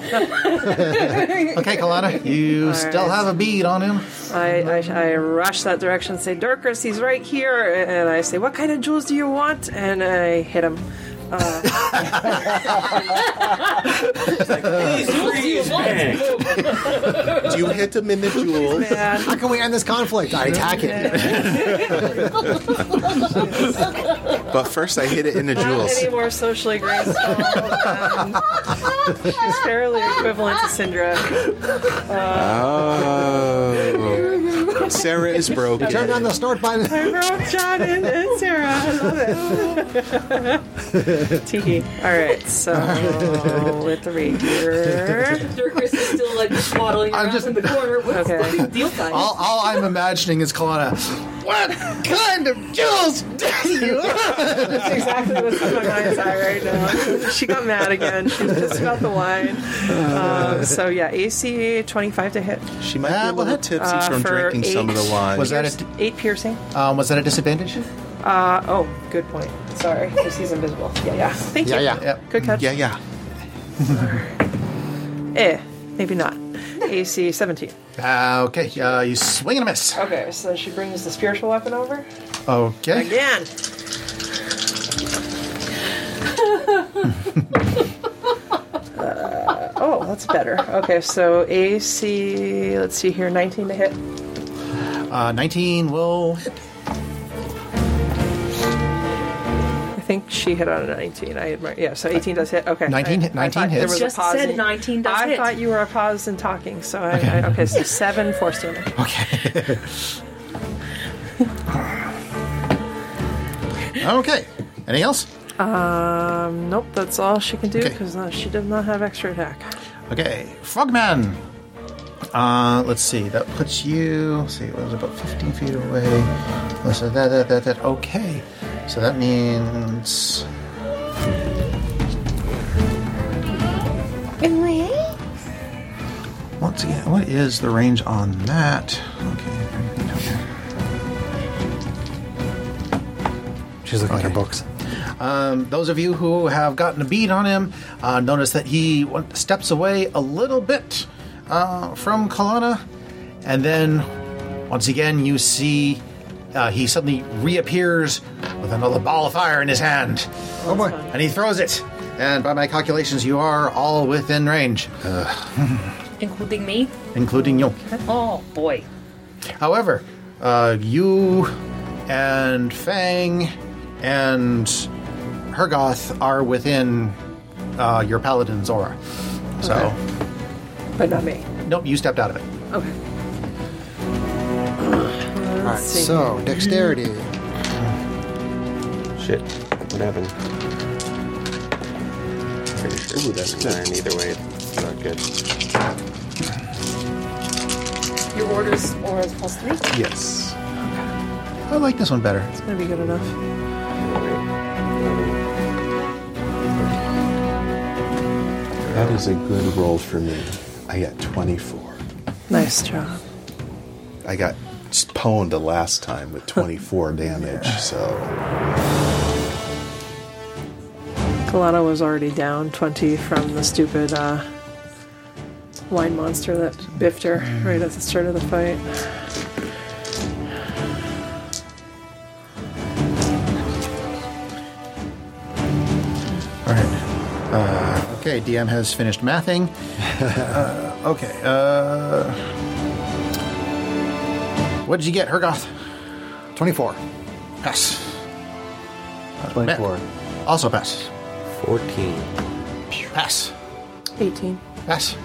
B: okay, Kalana, you
C: All
B: still
C: right.
B: have a bead on him.
C: I, I, I rush that direction, say, Dirkus, he's right here. And I say, What kind of jewels do you want? And I hit him.
H: one. Do you hit them in the jewels?
A: How can we end this conflict? I attack it.
H: But first, I hit it into
C: Not
H: Jules.
C: any more socially graceful. than- she's fairly equivalent to Syndra.
H: Oh, Sarah is broken.
A: Turn on the snort button.
C: I broke John and, and Sarah. I love it. Tiki. All right, so with the rapier.
D: Sir Chris is still like waddling
B: I'm
D: around
B: just-
D: in the corner. What's
C: Okay.
D: the big deal, guys?
B: All, all I'm imagining is Kalana. What kind of Jules did you?
C: That's exactly what's in my mind's eye right now. She got mad again. She was pissed about the wine. Um, so yeah, AC 25 to hit.
H: She might be
B: Uh,
H: a little
B: what?
H: tipsy
C: Uh,
H: from
C: for
H: drinking some of the
C: eight.
H: wine.
B: Was that
C: Pierce-
B: a-
C: eight piercing?
B: Um, was that a disadvantage?
C: Uh, oh, good point. Sorry, because he's invisible. Yeah, yeah. Thank
A: Yeah,
C: you.
A: yeah.
B: Yep.
C: Good catch.
H: Yeah, yeah.
C: Eh, maybe not. AC 17.
B: Uh, okay, uh, you swing and a miss.
C: Okay, so she brings the spiritual weapon over.
B: Okay.
C: Again. Uh, oh, that's better. Okay, so AC, let's see here, 19 to hit.
B: Uh, 19 will hit.
C: I think she hit on a 19. I had my, yeah, so 18 does hit. Okay.
B: 19
C: I-
B: hit-
C: I
B: 19
C: thought there
B: hits.
C: was a
D: Just
C: pause
D: said
C: in-
D: 19 does
C: I
D: hit.
C: thought you were paused and talking, so I, okay. I, okay, so seven force damage.
B: Okay. Anything else?
C: Um, nope, that's all she can do
B: Okay.
C: because she did not have extra attack.
B: Okay, Frogman. Uh, let's see. That puts you. let's see, it was about 15 feet away. Let's see, that, that, that, that. Okay, so that means. Once again, what is the range on that? Okay.
A: She's looking at her books.
B: Um, those of you who have gotten a bead on him uh, notice that he w- steps away a little bit uh, from Kalana, and then once again you see uh, he suddenly reappears with another ball of fire in his hand. Oh boy! And he throws it, and by my calculations, you are all within range, uh,
D: Including me?
B: including you.
D: Oh, boy.
B: However, uh, you and Fang and Hergoth are within uh, your paladin's aura. So,
C: But not me.
B: nope, you stepped out of it.
C: Okay.
A: All right, so dexterity.
F: Shit. What happened? Pretty sure. Ooh, that's good. Either way, it's not good.
D: Your orders or is plus three?
H: Yes.
B: I like this one better.
C: It's going to be good enough.
H: That is a good roll for me. I got 24.
C: Nice job.
H: I got pwned the last time with 24 damage, so.
C: Kalana was already down 20 from the stupid uh, wine monster that biffed her
B: Mm.
C: right at the start of the fight.
B: All right. Uh, okay, DM has finished mathing. uh, okay. Uh, what did you get, Hergoth?
A: 24.
B: Pass. Uh,
A: 24.
B: Also pass.
F: 14.
B: Pass.
C: 18.
B: Pass.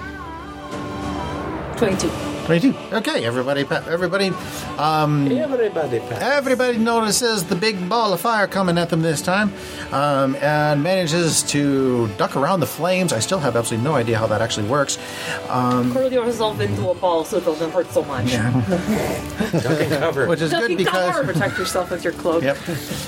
D: 22.
B: 22. Okay, everybody, pa- everybody,
F: Everybody
B: everybody notices the big ball of fire coming at them this time, um, and manages to duck around the flames. I still have absolutely no idea how that actually works.
D: Curl yourself into a ball so it doesn't hurt so much.
F: cover.
B: Which is good
D: Ducking
B: because
D: cover.
C: Protect yourself with your cloak.
B: yep,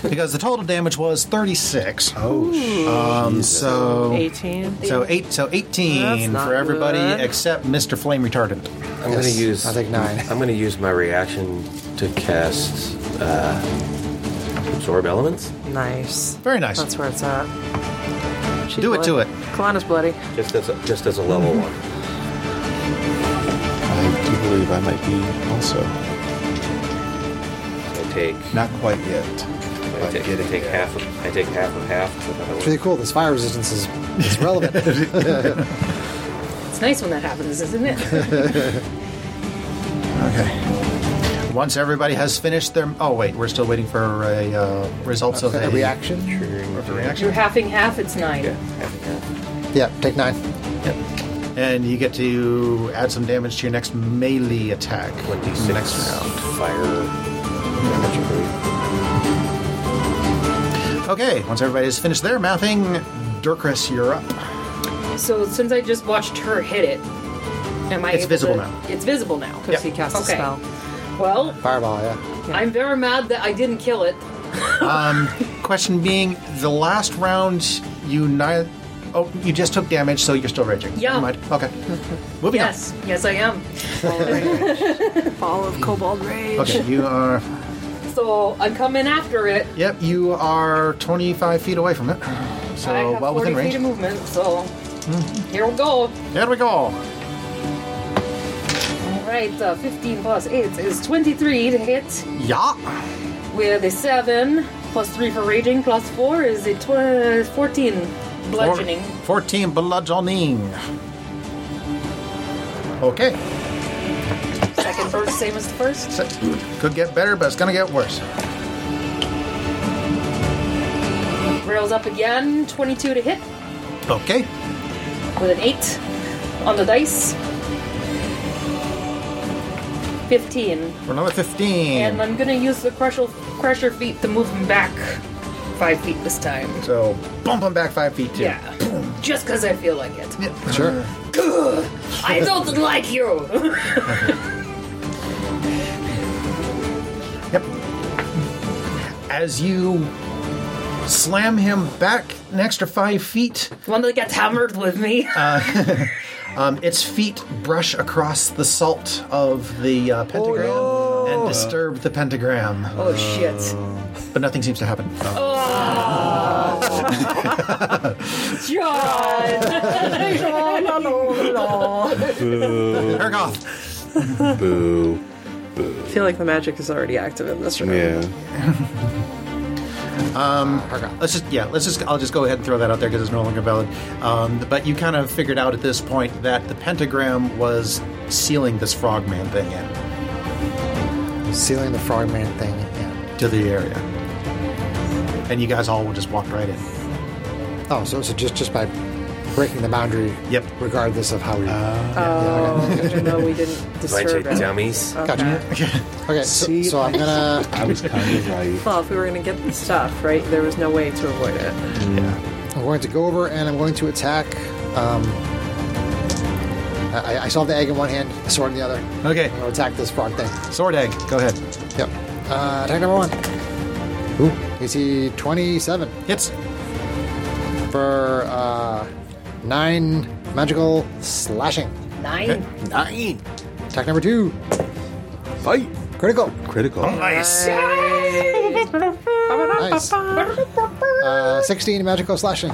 B: because the total damage was 36.
H: Oh,
B: Um, so
C: 18.
B: so eight so 18
C: That's not
B: for everybody
C: good.
B: except Mr. Flame Retardant.
F: I'm gonna
A: Yes,
F: use.
A: I think nine.
F: I'm gonna use my reaction to cast uh, absorb elements.
C: Nice.
B: Very nice.
C: That's where it's at. She's
B: Do it to
C: bloody.
B: it.
C: Kalana's bloody.
F: Just as a, just as a level
A: Mm-hmm.
F: one.
H: I do believe I might be also.
F: I take.
H: Not quite yet.
F: I
H: But
F: take, I
H: getting
F: take
H: there.
F: half. Of, I take half of half. so that
A: It's
F: was-
A: really cool. This fire resistance is it's relevant.
D: It's nice when that happens, isn't it?
B: Okay. Once everybody has finished their. Oh wait, we're still waiting for a uh, results of
A: A
B: a
A: reaction?
B: of a
D: You're
B: reaction.
D: halving half, it's nine.
A: Yeah, take nine.
B: And you get to add some damage to your next melee attack.
F: 26
B: Next round.
F: Fire damage, I believe.
B: Okay, once everybody has finished their mapping, Durkris, you're up.
D: So since I just watched her hit it, am I?
B: It's
D: able
B: visible
D: to-
B: now.
D: It's visible now.
B: Yep.
K: Because he cast
D: Okay.
K: a spell.
D: Well,
A: Fireball, yeah.
D: I'm very mad that I didn't kill it.
B: Question being, the last round you ni- oh you just took damage, so you're still raging.
D: Yeah.
B: Never mind. Okay. Moving
D: Yes, yes, I am.
C: Ball of Cobalt Rage.
B: on. Okay, you are.
D: So I'm coming after it.
B: Yep, you are 25 feet away from it, so
D: I have
B: well
D: 40
B: within range.
D: feet of
B: Mm-hmm.
D: movement. So here we go.
B: There we go.
D: All right, uh, 15 plus 8 is 23 to hit
B: Yeah.
D: with a 7 plus 3 for raging plus 4 is a tw- 14 bludgeoning.
B: Four- 14 bludgeoning. Okay.
D: Second first, same as the first.
B: So- Could get better, but it's gonna get worse.
D: Rails up again, 22 to hit
B: Okay.
D: with an 8 on the dice. 15.
B: For another 15.
D: And I'm gonna use the crusher, crusher feet to move him back 5 feet this time.
B: so bump them back five feet too.
D: Yeah. Just because I feel like it.
A: Sure.
D: I don't like you!
B: Yep. As you slam him back an extra five feet,
D: One that gets hammered with me.
B: um, its feet brush across the salt of the
A: Oh,
B: uh, pentagram and disturb the pentagram.
D: oh shit.
B: But nothing seems to happen.
A: Oh.
D: John!
B: Ergoth!
H: Boo.
C: I feel like the magic is already active in this room.
H: Yeah.
B: Let's just yeah. Let's just. I'll just go ahead and throw that out there because it's no longer valid. Um, but you kind of figured out at this point that the pentagram was sealing this frogman thing in
A: Sealing the frogman thing in.
B: to the area, and you guys all just walked right in.
A: Oh, so, so just, just by breaking the boundary,
B: Yep. Uh,
A: regardless of how we.
C: Oh, even though we didn't
F: Bunch of
C: disturb it.
F: dummies.
A: Uh, Gotcha. Okay, so,
J: See,
A: so I'm gonna.
J: I was kind of right.
C: Well, if we were going to get the stuff, right, there was no way to avoid it.
A: I'm going to go over and I'm going to attack. Um, I, I- I saw the egg in one hand, the sword in the other.
B: Okay,
A: I'm going to attack this frog thing.
B: sword egg. Go ahead.
A: Yep. Uh, attack number one. Ooh, AC 27
B: Hits.
A: for uh, nine magical slashing.
D: Nine.
A: Nine. Attack number two.
H: Fight.
A: Critical.
H: Critical.
B: Nice.
A: Nice. Uh, 16 magical slashing.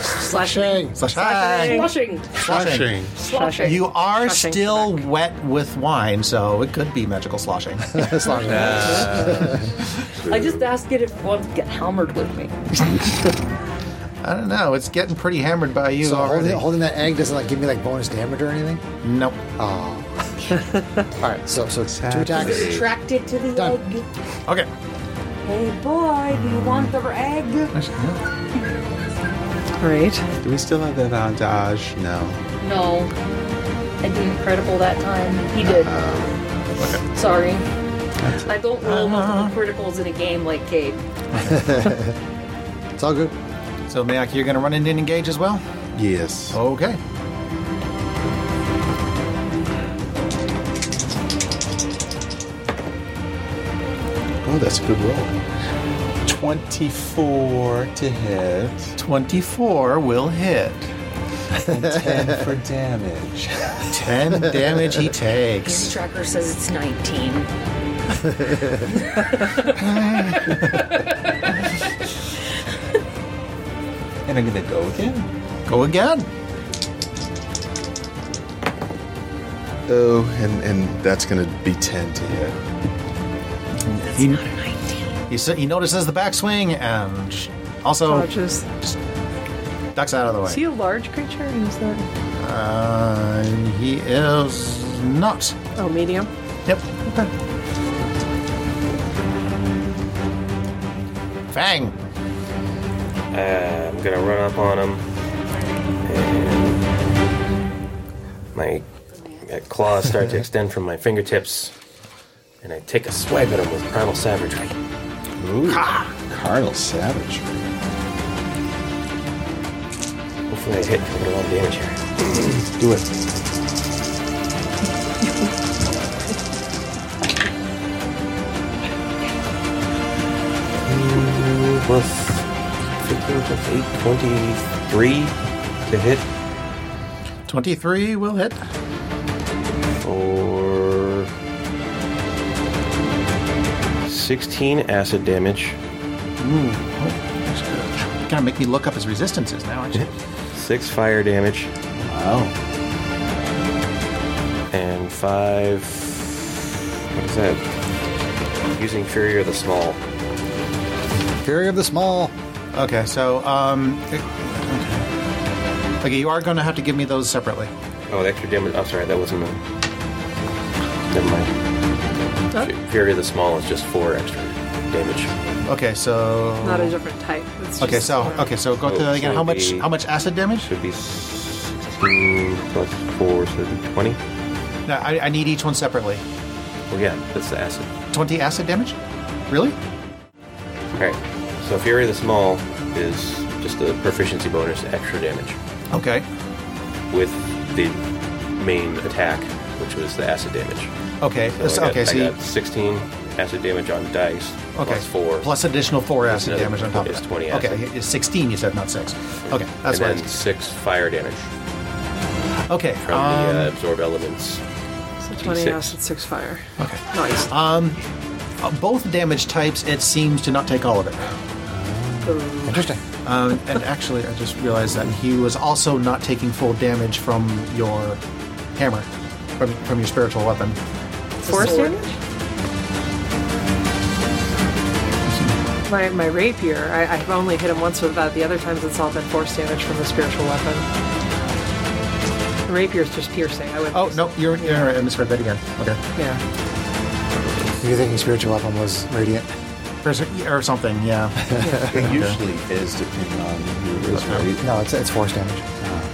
A: Slashing.
B: Slashing.
D: Flushing.
B: Slashing.
D: Flushing.
B: You are
C: Sloshing
B: still wet with wine, so it could be magical sloshing.
A: slashing.
D: I just asked it if it wanted to get hammered with me.
B: I don't know. It's getting pretty hammered by you
A: So
B: already.
A: holding, holding that egg doesn't like give me like bonus damage or anything.
B: nope.
C: Oh.
A: All right, so so two attacks.
D: Attracted to the
A: Done.
D: egg.
B: Okay.
D: Hey boy, do you want the egg?
C: Great.
H: Do we still have that adage? No.
D: No. I did incredible that time. He did. Sorry. I don't roll multiple criticals in a game like Gabe.
A: It's all good.
B: So Mayak, you're going to run in and engage as well.
H: Yes.
B: Okay.
H: Oh, that's a good roll.
J: 24 to hit,
B: 24 will hit.
J: 10 for damage.
B: 10 damage he
D: His
B: takes.
D: tracker says it's 19.
J: And I'm going to go again.
B: Go again.
H: Oh, and, and that's going to be 10 to hit.
B: He, he, s- he notices the backswing and sh- also
C: Dodges.
B: ducks out of the
C: Is
B: way.
C: he a large creature? Is that?
B: Uh, he is not.
C: Oh, medium.
B: Yep. Fang.
F: Uh, I'm gonna run up on him. And my uh, claws start to extend from my fingertips. And I take a swipe at him with primal savagery.
J: Ooh, carnal savage.
F: Hopefully I hit for a lot of damage here.
J: Do it.
F: Two Plus 15 plus 8, 23 to hit
B: 23 will hit.
F: for 16 acid damage.
B: That's good. Kind of make me look up his resistances now, actually.
F: six fire damage, Oh.
J: Wow.
F: and five. What is that? Using Fury or the Small.
A: Fury of the Small.
B: Okay, so um, it- okay. okay, you are going to have to give me those separately.
F: Oh, the extra damage. I'm sorry, that wasn't the. Never mind. Fu- Fury of the Small is just four extra damage.
B: Okay, so
C: Not a different type. It's
B: okay,
C: just-
B: so okay, so go
F: Oh,
B: through that again.
F: so
B: How much?
F: the-
B: How much acid damage?
F: Should be 16 plus four, so it'd be 20.
B: No, I, I need each one separately.
F: Well, yeah, that's the acid.
B: Twenty acid damage? Really?
F: All right. So Fury of the Small is just a proficiency bonus, extra damage.
B: Okay.
F: with the main attack, which was the acid damage.
B: Okay.
F: So Oh, I got,
B: okay.
F: I
B: See.
F: got 16 acid damage on dice.
B: Okay.
F: Plus four.
B: Plus additional four acid
F: another-
B: damage on top
F: it's
B: of that.
F: 20
B: Okay,
F: acid.
B: it's sixteen. You said not six. Okay, that's what.
F: and then
B: it is.
F: six fire damage
B: Okay.
F: from
B: Um,
F: the uh, absorb elements.
B: Hmm.
C: So 20
F: D6.
C: acid, 6 fire.
B: Okay.
C: Nice.
B: Ah, Uh, both damage types. It seems to not take all of it.
A: Interesting.
B: Um, and actually, I just realized that he was also not taking full damage from your hammer, from, from your spiritual weapon.
C: Force
D: sword.
C: damage? My, my rapier, I, I've only hit him once with that. The other times it's all been force damage from the spiritual weapon. The rapier's just piercing. I would.
B: Oh no, you're, you're right. I misread that again. Okay,
C: Yeah.
A: You're thinking spiritual weapon was radiant.
B: There's a- or something. Yeah,
J: It usually is depending on who it is, right?
A: No, it's it's force damage.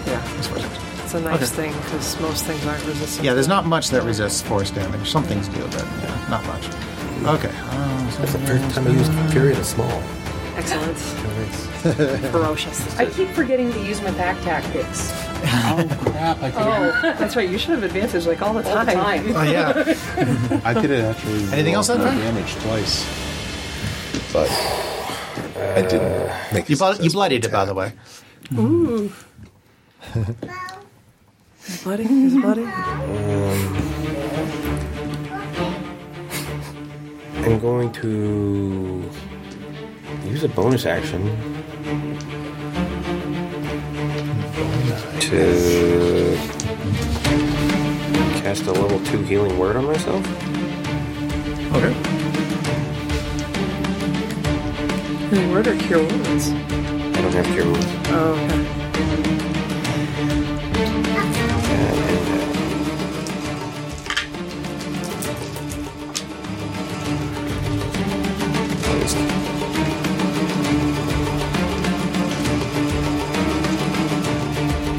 C: Yeah. It's a nice thing because most things aren't resistant.
B: yeah. There's not much that resists force damage. Some things do, but yeah, not much. Okay. Uh, so-
F: That's the first time I used Fury of the Small.
C: Excellent. Ferocious.
D: I keep forgetting to use my pack tactics
J: Oh crap! I could have
C: That's right. You should have advantage like all the
D: all
C: time.
D: the time.
B: Oh yeah.
J: I could have actually
B: Anything else
J: rolled
B: that
J: my
B: time?
J: damage twice.
H: But I didn't make
B: You,
H: a
B: blo- you
H: successful
B: bloodied it, by
H: attack.
B: the way.
C: Bloody, is bloody.
F: I'm going to use a bonus action to cast a level two healing word on myself.
B: Okay.
C: Healing word or cure wounds?
F: I don't have cure wounds.
C: Oh, okay.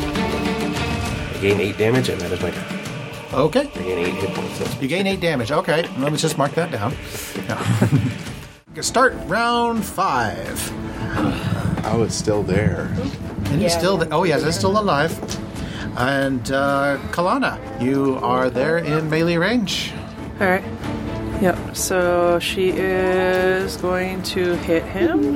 F: I gain eight damage, and that is my turn.
B: Okay.
F: I gain eight hit points. That's
B: You gain eight damage. Okay, let me just mark that down. No. Start round five.
H: Oh, it's still there.
B: And he's
D: Yeah.
B: still th- oh yes, it's still alive. And uh, Kalana, you are there in melee range.
C: All right. Yep. So she is going to hit him.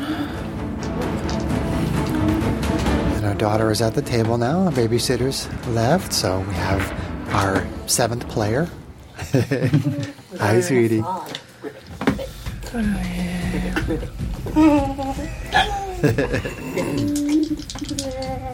A: And our daughter is at the table now. Our babysitter's left, so we have our seventh player. Hi, sweetie.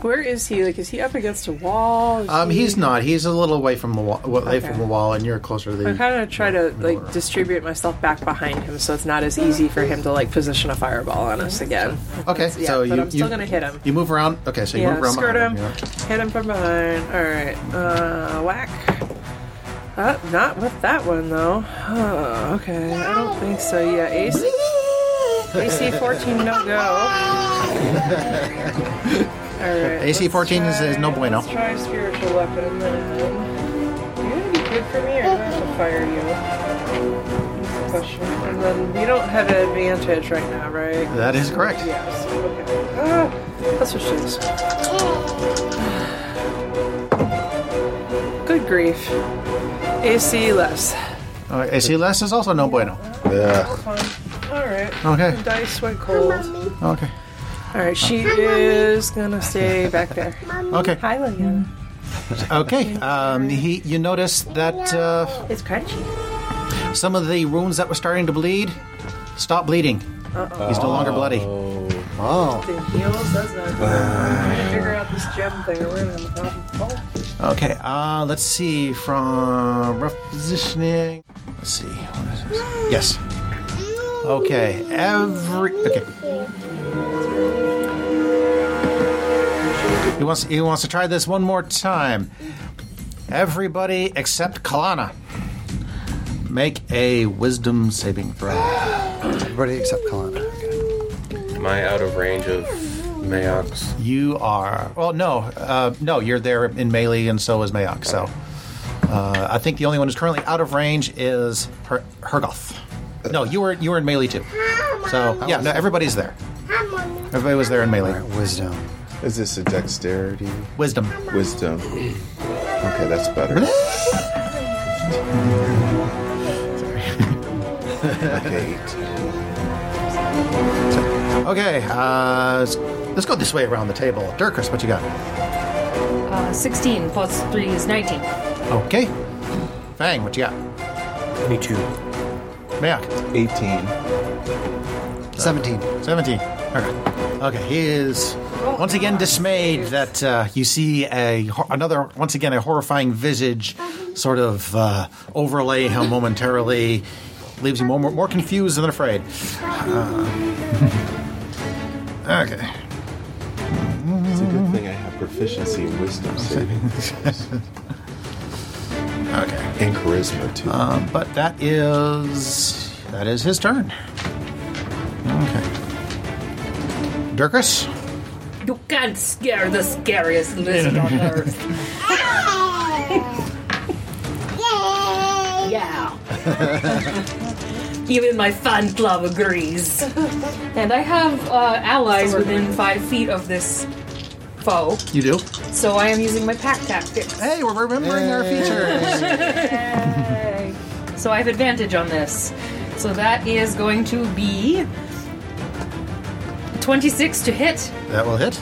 C: Where is he? Like, is he up against a wall? Is
B: Um,
C: he-
B: he's not. He's a little away from the wall, away
C: Okay.
B: from the wall, and you're closer to the.
C: I'm kind of try to like distribute myself back behind him, so it's not as easy for him to like position a fireball on us again.
B: okay,
C: yeah,
B: so
C: but
B: you,
C: I'm still
B: you-
C: gonna hit him.
B: You move around. Okay, so you
C: yeah,
B: move around.
C: skirt him,
B: behind him,
C: hit him from behind. All right, uh, whack. Uh, not with that one though. Huh, okay, I don't think so. Yeah, ace. AC 14, no go. All right.
B: AC 14 is, is no bueno.
C: Let's try spiritual weapon then. You're gonna be good for me, or do I have to fire you? That's the Question. And then we don't have advantage right now, right?
B: That is correct.
C: Yes. Okay. Ah, let's switch things. Good grief. AC less.
B: Uh, AC less is also no bueno.
H: Yeah.
C: Fine. All right.
B: Okay.
C: Dice went cold.
B: Okay.
C: All right. She is gonna stay back there.
B: Okay.
C: Um, Hi, Liliana.
B: Okay. Um, he, you notice that uh,
C: It's crunchy.
B: some of the wounds that were starting to bleed stop bleeding. He's no longer bloody.
A: Oh,
C: The heels does not. Wow. Figure out this gem thing. We're gonna have a problem. Oh.
B: Okay, uh, let's see. From rough positioning. Let's see. What is this? Yes. Okay, every. Okay. He wants, he wants to try this one more time. Everybody except Kalana. Make a wisdom saving throw.
A: everybody except Colin. Okay.
F: Am I out of range of Mayox?
B: You are. Well, no. Uh, no, you're there in melee, and so is Mayok. So uh, I think the only one who's currently out of range is Her- Hergoth. No, you were you were in melee too. So yeah, no, everybody's there. Everybody was there in
A: All
B: melee.
A: right, wisdom.
H: Is this a dexterity?
B: Wisdom.
H: Wisdom. Okay, that's better. okay, eight.
B: Okay, uh, s- let's go this way around the table. Dirkus, what you got?
D: Uh, 16 plus 3 is 19.
B: Okay. Fang, what you got?
F: 22.
B: Mayok,
J: 18.
A: 17.
B: seventeen. Okay. Okay, he is once again dismayed that uh, you see a ho- another once again a horrifying visage sort of uh, overlay him momentarily, leaves him more more confused than afraid. Uh, okay.
H: It's a good thing I have proficiency in wisdom saving throws.
B: Okay.
H: and charisma too.
B: Um, but that is that is his turn. Okay. Dirkus?
D: You can't scare the scariest lizard on earth. Yeah. Even my fan club agrees. And I have uh, allies within five feet of this foe,
B: You do?
D: so I am using my pack tactics.
B: Hey, we're remembering our features.
D: So I have advantage on this. So that is going to be 26 to hit,
B: that will hit.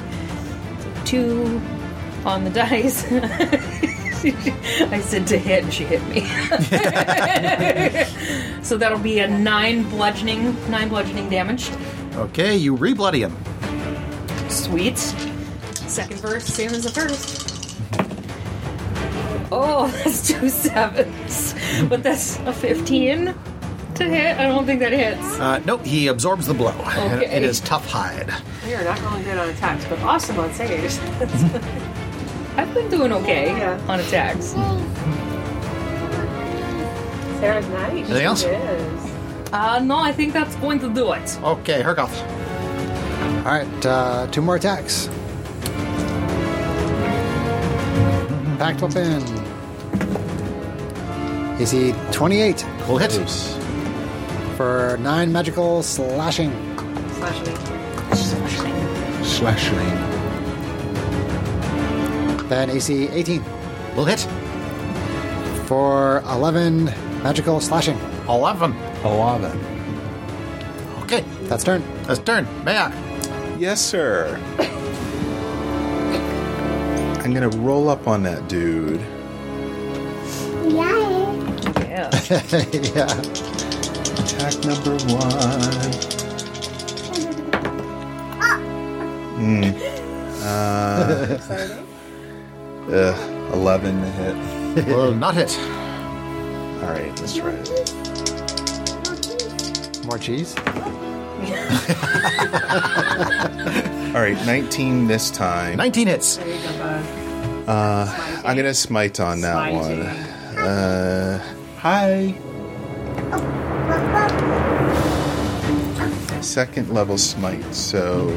D: 2 on the dice. I said to hit and she hit me. so that'll be a 9 bludgeoning, 9 bludgeoning damage.
B: Okay, you re-bloody him.
D: Sweet. Second verse, same as the first. Oh, that's two sevens. But that's a 15 to hit. I don't think that hits.
B: Uh, nope, he absorbs the blow.
D: Okay.
B: It is tough hide.
C: We are not really good on attacks, but awesome on saves.
D: I've been doing okay
C: Yeah.
D: on attacks.
C: Sarah's nice.
B: Anything else?
D: Uh, no, I think that's going to do it.
B: Okay, Herkoff.
A: All right, uh, two more attacks. Packed weapon. Is he 28
B: We'll hit.
A: for nine magical slashing?
J: Slashing.
A: Then AC 18
B: We'll hit.
A: for 11 magical slashing.
B: Eleven.
J: 11.
B: Okay.
A: That's turn.
B: Let's turn. Mayak.
H: Yes, sir. I'm gonna roll up on that dude.
D: Yeah.
A: yeah.
H: Attack number one. Mm. Uh, ugh, 11 to hit.
B: Will not hit.
H: All right, let's try it.
A: More cheese.
H: All right, 19 this time.
B: Nineteen hits.
H: I'm gonna smite on that one. Uh, hi. second level smite, so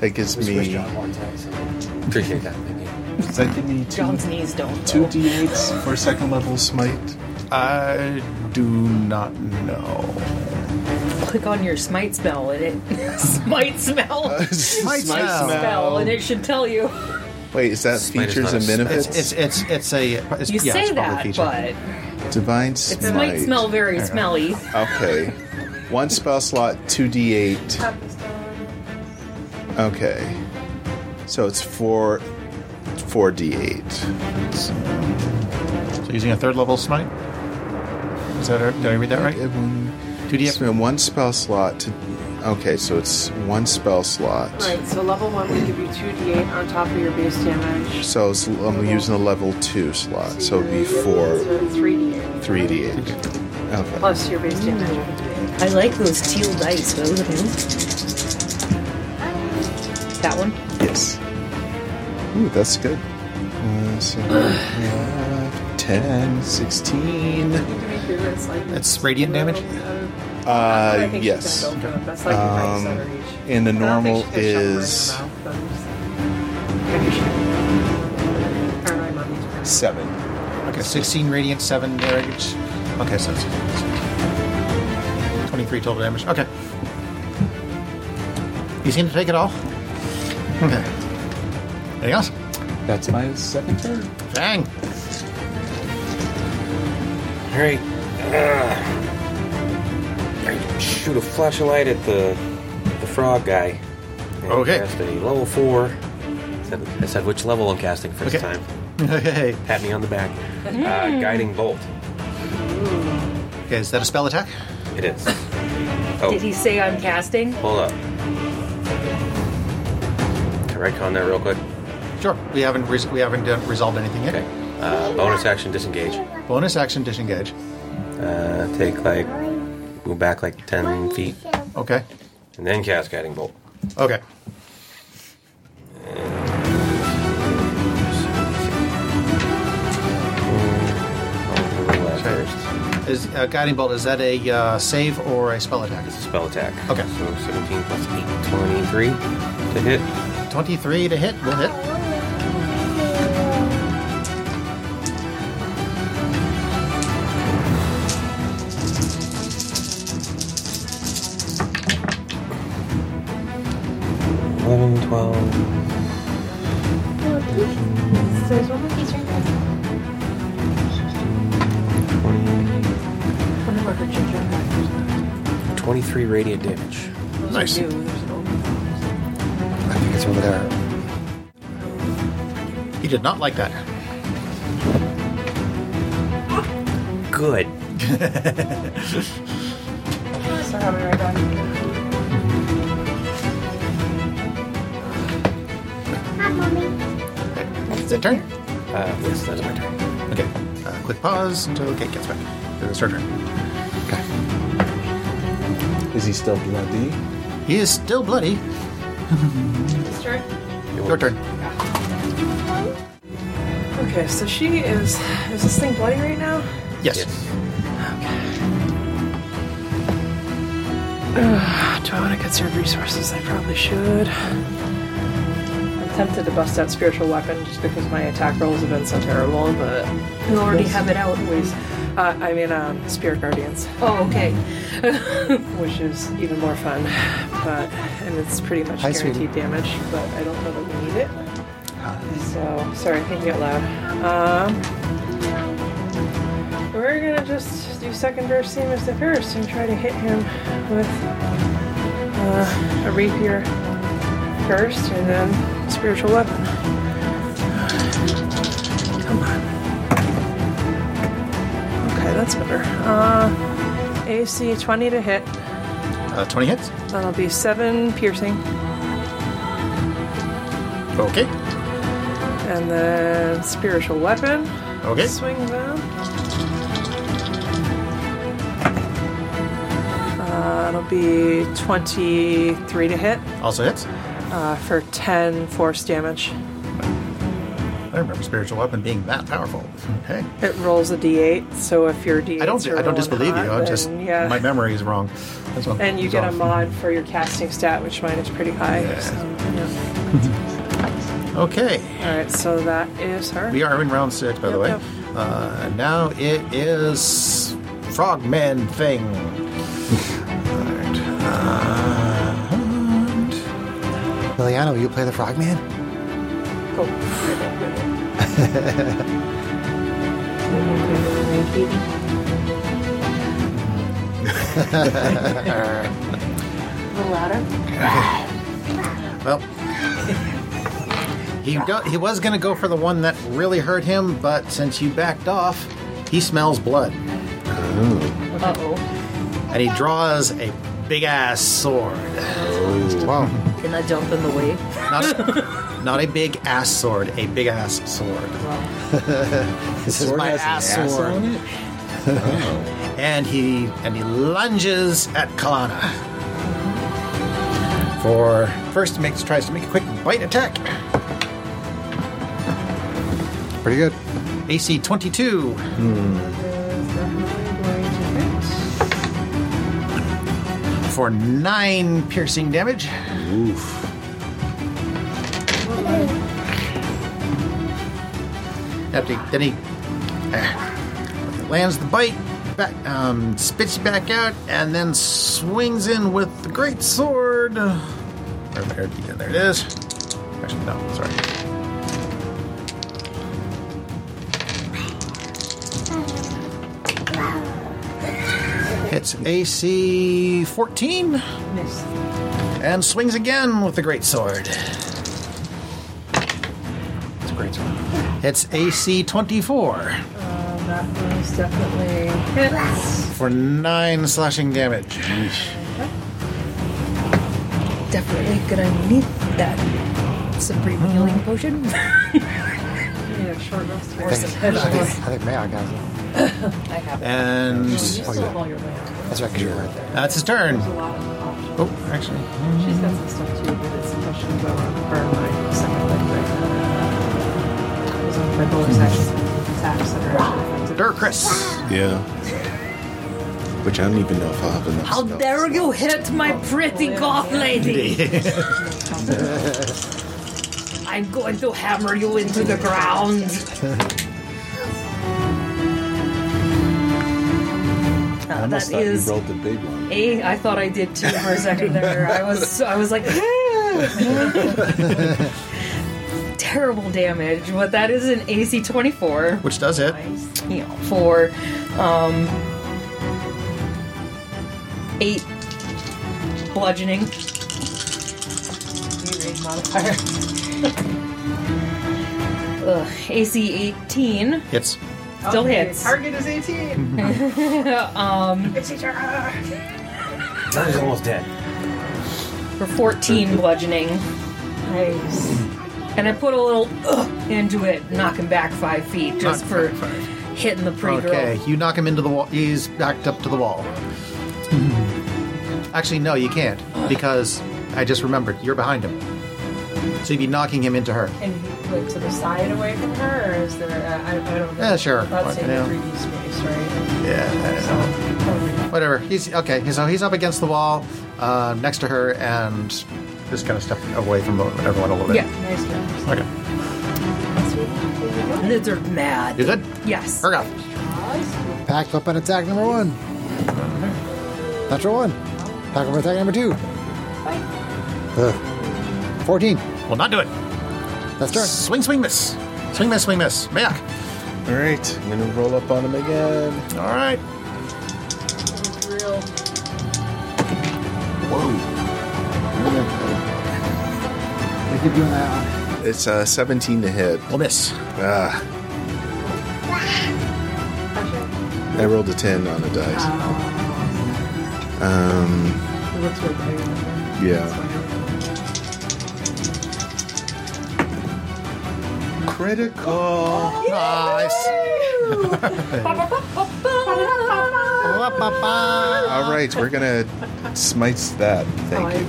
H: that gives me.
F: Appreciate that. Thank you.
H: Does that give me two,
K: John's knees don't.
H: two
K: though.
H: d8s for second level smite? I do not know.
K: Click on your smite spell and it smite smell
H: Uh, Smite
K: spell and it should tell you.
H: Wait, is that
F: Smite is
H: features
F: not a
H: and
F: spell.
H: benefits?
B: It's it's it's it's a. It's,
K: You
B: yeah, it's
K: say
B: probably
K: that,
B: feature.
K: but
H: divine
K: it
H: smite.
K: might smell very smelly.
H: Okay. One spell slot, two d8. Okay. So it's four, four d8.
B: So using a third level smite. Is that did I read that right? Two D
H: It's been one spell slot to. Okay, so it's one spell slot.
C: Right, so level one would give you 2d8 on top of your base damage.
H: So it's, I'm using a level two slot, so it'd be four,
C: So 3d8
H: three d8. Okay.
C: plus your base damage.
K: I like those teal dice. What was it? That one.
H: Yes. Ooh, that's good. Uh, so, yeah, 10, 16.
B: That's radiant damage.
H: Uh, yes.
C: That's like
H: Um, and the normal is seven.
B: Okay, sixteen radiant, seven damage. Okay, so it's twenty-three total damage. Okay. You seem to take it all. Okay. Anything else?
J: That's my second turn.
B: Dang.
F: All right. Uh, I shoot a flashlight at the the frog guy. And
B: Okay.
F: Cast a level four. Said- I said which level I'm casting first
B: Okay.
F: time.
B: Okay.
F: Pat me on the back. Uh, guiding bolt.
B: Okay, is that a spell attack?
F: It is. Oh,
K: Did he say I'm casting?
F: hold up. Can I retcon that real quick?
B: Sure. We haven't res- we haven't uh, resolved anything yet.
F: Okay. Uh, bonus action, disengage.
B: Bonus action, disengage.
F: Uh, take like, move back like 10 feet,
B: Okay.
F: and then cast guiding bolt.
B: Okay.
F: I'll roll that
B: Okay.
F: first.
B: Is uh, guiding bolt? Is that a uh, save or a spell attack?
F: It's a spell attack.
B: Okay.
F: So 17 plus 8, 23 to hit.
B: Twenty-three to hit. Will hit.
F: Eleven, twelve, twenty, twenty-three 23 radiant damage.
H: Nice.
A: I think it's over there.
B: He did not like that.
F: Good.
B: Is it turn?
F: Uh, yes, that's my turn.
B: Okay. Uh, quick pause until Kate gets back. It's her turn.
J: Is he still bloody?
B: He is still bloody. Your turn.
C: Okay, so she is. Is this thing bloody right now?
B: Yes.
F: Yes.
C: Ah, Do I want to conserve resources? I probably should. I'm tempted to bust out spiritual weapon just because my attack rolls have been so terrible, but
K: You already have it out.
C: always. Uh, I mean, um, spirit guardians,
K: Oh, okay.
C: which is even more fun, but and it's pretty much
A: Hi, sweetie.
C: guaranteed damage. But I don't know that we need it. So sorry, thinking out loud. Um, we're gonna just do second verse same as the first and try to hit him with uh, a rapier first, and then spiritual weapon. Come on. Okay, that's better. Uh, AC 20 to hit.
B: Uh, Twenty hits.
C: That'll be seven piercing,
B: Okay.
C: and then spiritual weapon.
B: Okay.
C: Swing down. Uh, it'll be 23 to hit
B: Also hits.
C: uh, for 10 force damage.
B: I remember spiritual weapon being that powerful. Okay.
C: It rolls a d8, so if your d8,
B: I don't. I don't disbelieve you. I'm just.
C: yeah.
B: My memory is wrong. That's all.
C: and you
B: That's
C: get a
B: all.
C: mod for your casting stat, which mine is pretty high. So, yeah.
B: Okay.
C: All right, so that is her.
B: We are in round six, by
C: Yep,
B: the way.
C: yep.
B: Uh, now it is Frogman Thing. Alright, uh, and-
A: Liliana, will you play the frogman?
C: Cool.
K: The ladder.
B: Well, he go, he was going to go for the one that really hurt him, but since you backed off, he smells blood,
K: Uh oh.
B: and he draws a big ass sword.
A: Wow.
K: Can I jump in the way?
B: Not, not a big ass sword, a big ass sword.
A: this is
J: Sword
A: my
J: has an
A: ass
J: ass
A: sword.
J: on it?
B: and he and he lunges at Kalana. For first, makes tries to make a quick bite attack.
A: Pretty good.
B: AC twenty two.
J: Hmm.
B: For nine piercing damage. After he, then he eh, lands the bite, back, um, spits you back out, and then swings in with the great sword. There, there, there it is. Actually, no, sorry. Hits AC 14. And swings again with the great sword. It's a great sword. It's AC 24
K: That was definitely hits.
B: for 9 slashing damage.
K: Definitely gonna need that. Some brief healing potion.
C: Yeah, short rest.
K: or some
A: I think, I think Mayock has it.
K: I have.
B: And
K: You still have all your land.
A: That's right, because you were right there.
B: that's his turn.
C: A lot of options.
B: Oh, actually.
C: She's got some stuff too, but it's a question about her mind. Second leg break. Those are my bonus action attacks that are actually effective.
B: Durkris.
H: Yeah. Which I don't even know if I'll have enough.
D: How
H: spells.
D: dare you hit my pretty goth lady? I'm going to hammer you into the ground.
J: I
D: Uh, that
J: almost thought
D: is
J: you rolled the big one.
D: a. I thought I did too for a second there. I was I was like, terrible damage, but that is an AC 24
B: Which does it.
D: you know, for um, eight bludgeoning. Ugh, AC 18
B: It's
D: still hits.
C: Target is 18.
F: He's almost dead.
D: for 14 bludgeoning. Nice. And I put a little ugh into it, knocking back five feet just
B: Knock
D: for
B: back five.
D: hitting the pretty
B: okay.
D: girl.
B: You knock him into the wall. He's backed up to the wall. Actually, no, you can't because I just remembered you're behind him. So you'd be knocking him into her.
C: And like to the side away from her, or is there? Uh, I, I don't know.
B: Yeah, sure.
C: That's in
B: Yeah.
C: the 3D space, right?
B: Yeah.
C: So,
B: Whatever. He's okay. So he's up against the wall, uh, next to her, and just kind of step away from everyone a little bit.
D: Yeah,
C: nice job.
B: Okay.
D: they're mad.
B: You good?
D: Yes.
B: Urgoff.
A: Pack weapon attack number one. Natural one. Pack weapon attack number two. Ugh. 14.
B: Will not do it.
A: That's turn.
B: Swing, swing, miss. Swing, miss, swing, miss. Mayak.
H: All right, I'm gonna roll up on him again.
B: All right.
A: We keep doing that.
H: It's uh, 17 to hit.
B: We'll miss.
H: Ah. I rolled a 10 on the dice.
D: Uh,
H: Um,
C: It looks really
H: yeah. Critical.
B: Nice. Ba-ba-ba.
H: All right, we're gonna smite that. Thank you.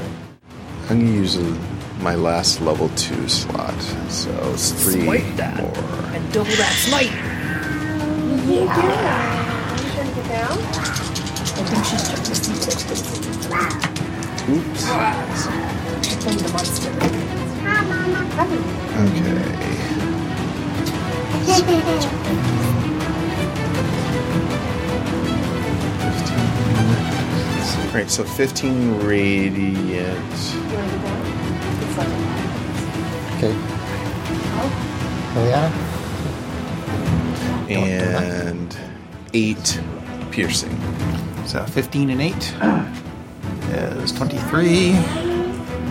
H: I'm gonna use a my last level two slot. So it's three
K: Swipe that.
H: more.
K: And double that smite. I think she's trying to see what this
H: Oops.
K: is from the monster.
H: Okay. Alright, so 15 radiant.
A: Okay. Liliana?
H: and eight piercing.
B: So 15 and 8 is 23.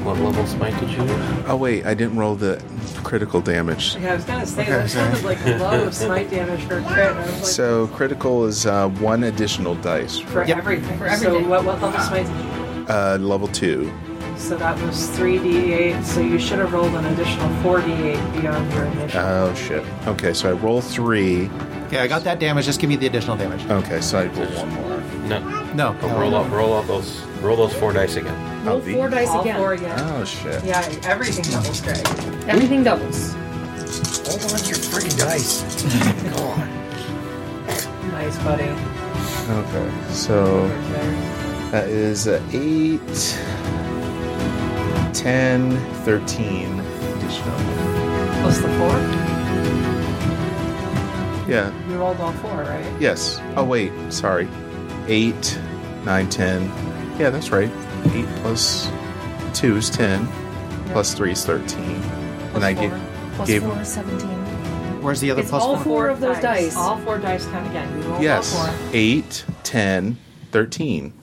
L: What level spike did you use?
H: Oh wait, I didn't roll the critical damage.
C: Yeah, I was gonna say
B: Okay,
C: that
B: sorry.
C: sounded like low smite damage for a crit. and I was like,
H: So critical is uh, one additional dice.
C: for
B: Yep.
C: everything.
K: For
C: So
K: everything.
C: what, what level smite? did you-
H: Uh, level two.
C: So that was three d8. So you should have rolled an additional four d8 beyond your initial.
F: Uh,
H: Oh shit. Okay, so I roll three.
B: Okay, I got that damage. Just give me the additional damage.
H: Okay, so I roll one more.
L: No. Oh,
B: No.
L: Roll up, roll up those, roll those four dice again.
D: Roll
H: Oh, the-
D: four dice
C: All
D: again.
C: four again.
H: Oh shit.
C: Yeah, everything doubles, Greg.
D: Everything doubles.
F: Hold on to your freaking dice.
C: Nice, buddy.
H: Okay, so that is uh, eight, 10, 13 additional.
C: Plus the four.
H: Yeah,
C: You rolled all four, right?
H: Yes. Oh, wait. Sorry. 8, 9, 10. Yeah, that's right. 8 plus 2 is 10, plus 3 is 13. and I ga-
K: Plus
H: gave.
K: four is 17.
B: Where's the other
D: It's
B: plus
D: all
B: one?
D: four of those dice.
C: All four dice count again. You rolled all
H: yes.
C: four.
H: 8, 10, 13.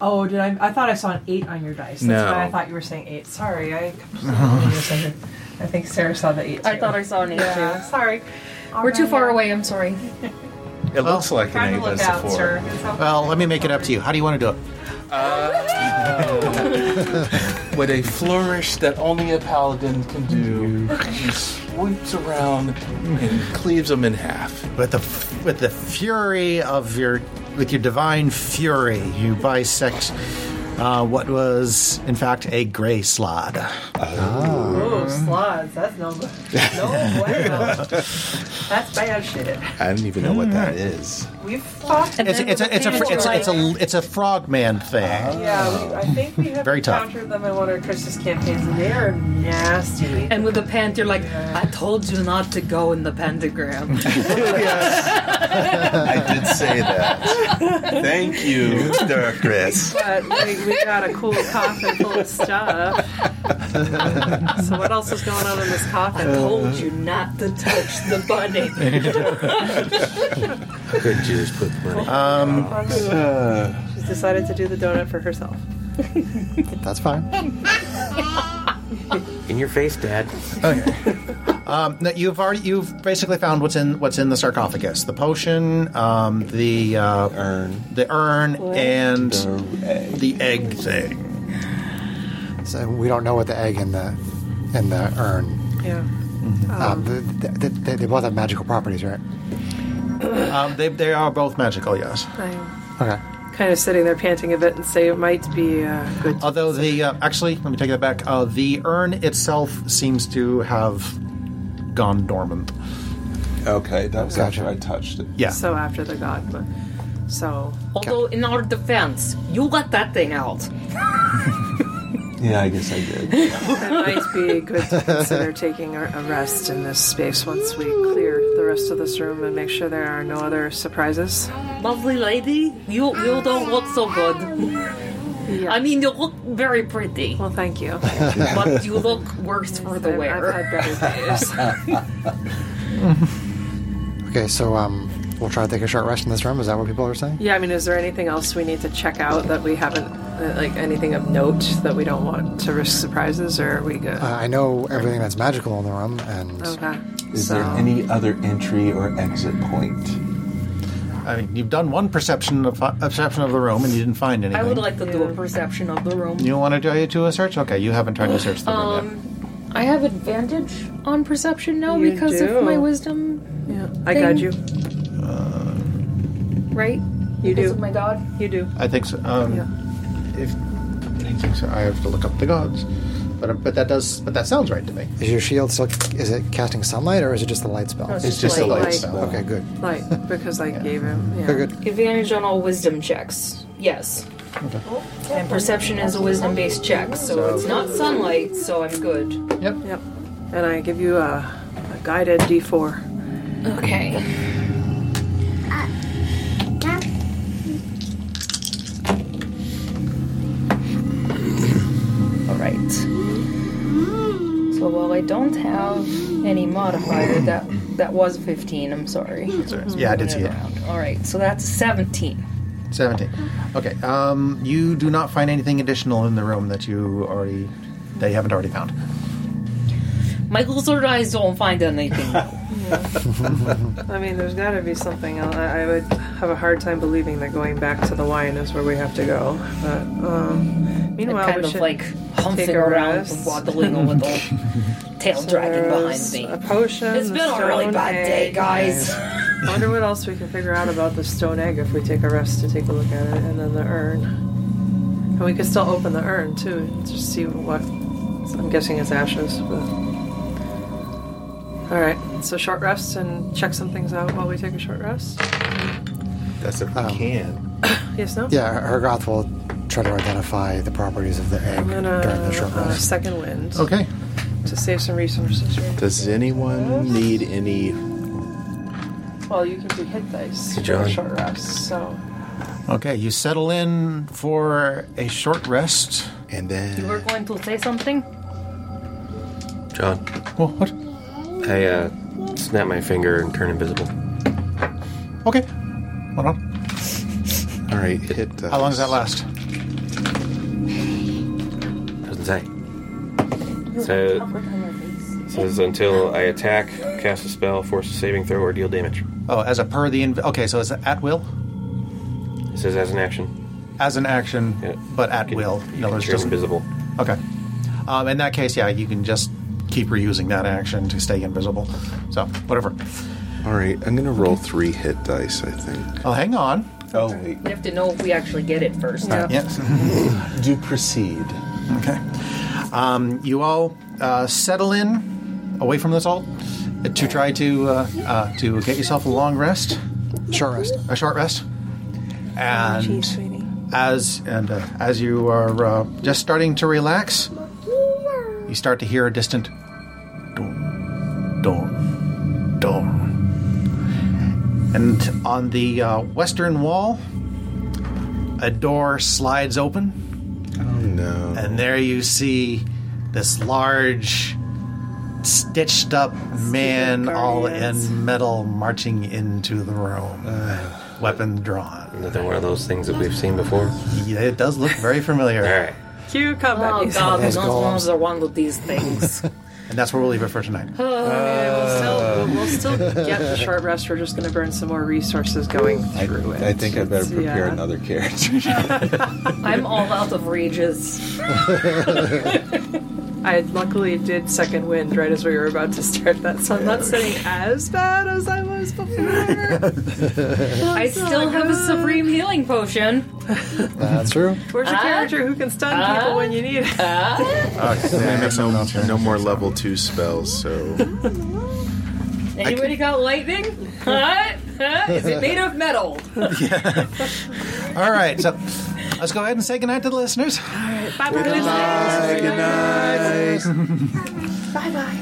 C: Oh, did I? I thought I saw an eight on your dice. That's
H: No.
C: why I thought you were saying eight. Sorry, I completely misunderstood. I think Sarah saw the eight. Too.
D: I thought I saw an eight
C: Yeah,
D: too.
C: sorry.
K: We're too far away, I'm sorry.
H: It looks like
C: Trying
H: an 8
C: Oh, to look
H: plus
C: out,
H: 4.
C: sir. It's okay.
B: Well, let me make it up to you. How do you want to do it?
J: With a flourish that only a paladin can do, he swoops around and
H: Cleaves them in half.
B: With the f- with the fury of your with your divine fury, you bisect uh, what was in fact a gray slod.
C: Oh, slots. That's no good. No bueno. That's bad shit.
H: I don't even know what
J: Hmm.
H: that is.
C: We fucked.
D: And
B: It's
D: then
B: it's
D: with
B: a it's a
D: the
B: fr- it's a it's
D: hammer,
B: a it's a frogman thing.
C: yeah, we, I think we have
B: Very tough.
C: encountered them in one of Chris's campaigns, and they are nasty.
D: And with the pant, you're like, I told you not to go in the pentagram.
H: I did say that. Thank you, Mr. Chris.
C: But we, we got a cool coffin full of stuff. so what else is going on in this coffin?
D: told you not to touch the bunny.
L: Good Jesus, put money.
B: Uh,
C: She's decided to do the donut for herself.
A: That's fine.
L: In your face, Dad.
B: No, you've already you've basically found what's in what's in the sarcophagus: the potion, um, the uh,
J: Urn.
B: the urn, and
J: The egg.
B: the egg thing.
A: So we don't know what the egg and the and the urn.
C: Yeah.
A: Um, the, the, the, they both have magical properties, right?
B: Um, they they are both magical, yes.
C: I'm
A: Okay.
C: kind of sitting there panting a bit and say it might be uh, good. to-
B: Although the uh, actually, let me take that back. Uh, the urn itself seems to have gone dormant.
J: Okay, that was
A: Gotcha.
J: after I touched it.
B: Yeah.
C: So after the god, but so
D: Although, in our defense, you let that thing out.
J: Yeah, I guess I did.
C: it might be good to consider taking a a rest in this space once we clear the rest of this room and make sure there are no other surprises.
D: Lovely lady, you you don't look so good. I mean, you look very pretty,
C: Well, thank you.
D: but you look worse for the
C: I've, I've had
D: wear.
C: better days.
A: Okay, so um, we'll try to take a short rest in this room. Is that what people are saying?
C: Yeah, I mean, is there anything else we need to check out that we haven't, uh, like anything of note that we don't want to risk surprises, or are we good?
A: Uh, I know everything that's magical in the room, and
C: okay.
J: Is
C: so,
J: there any other entry or exit point?
B: I mean, you've done one perception of uh, perception of the room, and you didn't find anything.
D: I would like to do a perception of the room.
B: You want to do to a search? Okay, you haven't tried to search the
D: Um,
B: room
K: I have advantage on perception now
C: You
K: because
C: do.
K: of my wisdom,
C: yeah, I got you.
K: right?
C: You
K: Because of
C: do.
K: my god.
C: You do.
B: yet. I think so. Um,
C: Yeah.
B: If I think so, I have to look up the gods. but but that does but that sounds right to me.
A: Is your shield still? Is it casting sunlight or is it just the light spell?
C: No, it's
H: It's just a
C: light,
H: light
C: light.
H: spell.
A: Okay, good.
C: Like, because I gave him. Yeah.
A: Very good.
D: Advantage on all wisdom checks. Yes. And perception is a wisdom based check, so, it's not sunlight, so I'm good.
B: Yep.
C: Yep. And I give you a, a guided d4.
D: Okay. Alright. So while I don't have any modifier, that that was 15, I'm sorry.
B: Yeah, I did see it.
D: Alright, so that's 17.
B: 17. Okay. Um, you do not find anything additional in the room that you already they haven't already found.
D: Michael's sort eyes don't find anything.
C: I mean, there's got to be something else. I, I would have a hard time believing that going back to the wine is where we have to go. But um,
D: I'm
C: meanwhile,
D: kind
C: we
D: of
C: should
D: like
C: take
D: humping
C: a
D: around,
C: rest.
D: waddling a little, tail
C: So
D: dragging behind
C: there's
D: me.
C: A potion.
D: It's
C: the
D: been a really
C: stone
D: bad day,
C: egg.
D: guys.
C: I wonder what else we can figure out about the stone egg if we take a rest to take a look at it, and then the urn. And we could still open the urn too, and just see what. I'm guessing it's ashes. But... All right, so short rest and check some things out while we take a short rest.
H: That's if we
B: Um,
H: can.
C: Yes, no.
A: Yeah, Hergoth will try to identify the properties of the egg
C: I'm gonna
A: during the short
C: uh,
A: rest.
C: second wind
B: Okay.
C: to save some resources.
H: Does anyone need any?
C: Well, you can do hit dice
L: Good
C: for
L: job.
C: a short rest, so
B: Okay. You settle in for a short rest.
H: And
D: You were
H: then
D: going to say something?
L: John,
B: Well, what?
L: I uh, snap my finger and turn invisible.
B: Okay. Hold on.
H: all right, hit.
B: How long does that last?
L: Doesn't say. So, says until I attack, cast a spell, force a saving throw, or deal damage.
B: Oh, as a per the inv- okay. So it's at will,
L: It says as an action.
B: as an action,
L: Yeah.
B: but at
L: You can-
B: will.
L: you
B: In
L: can
B: other words,
L: turn
B: doesn't-
L: invisible.
B: Okay. Um, in that case, yeah, you can just keep reusing that action to stay invisible. So whatever.
H: All right, I'm gonna roll three hit dice. I think.
B: Oh, hang on.
H: Oh wait.
D: We have to know if we actually get it first.
B: Yes.
H: Do proceed.
B: Okay. Um, you all uh, settle in away from this alt to try to uh, uh, to get yourself a long rest,
A: Short rest.
B: a short rest, and
K: Jeez, sweetie.
B: as and uh, as you are uh, just starting to relax, you start to hear a distant dong, dong, dong, and on the uh, western wall, a door slides open.
H: Oh no.
C: Uh,
B: And there you see this large, stitched up man, all
C: Guardians.
B: in metal, marching into the room, weapon drawn.
L: Another one of those things that we've seen before.
B: Yeah, it does look very familiar.
L: All right.
C: cue combat.
D: Oh
C: music.
D: god,
A: those
D: there's not one
A: golems.
D: of the one of these things.
B: And that's where we'll leave it for tonight.
C: We'll still, we'll still get the short rest. We're just going to burn some more resources going through it.
H: I think I better prepare
C: yeah.
H: another character.
D: I'm all out of rages.
C: I luckily did second wind right as we were about to start that, so I'm not sitting as bad as I was before.
D: I still have a supreme healing potion.
A: That's true.
C: Where's your character who can stun people when you need it?
H: no, no more level two spells, so
D: Anybody got lightning? Huh? Huh? Is it made of metal?
B: All right, so let's go ahead and say goodnight to the listeners.
C: Bye, bye, listeners.
K: Bye bye.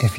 I: If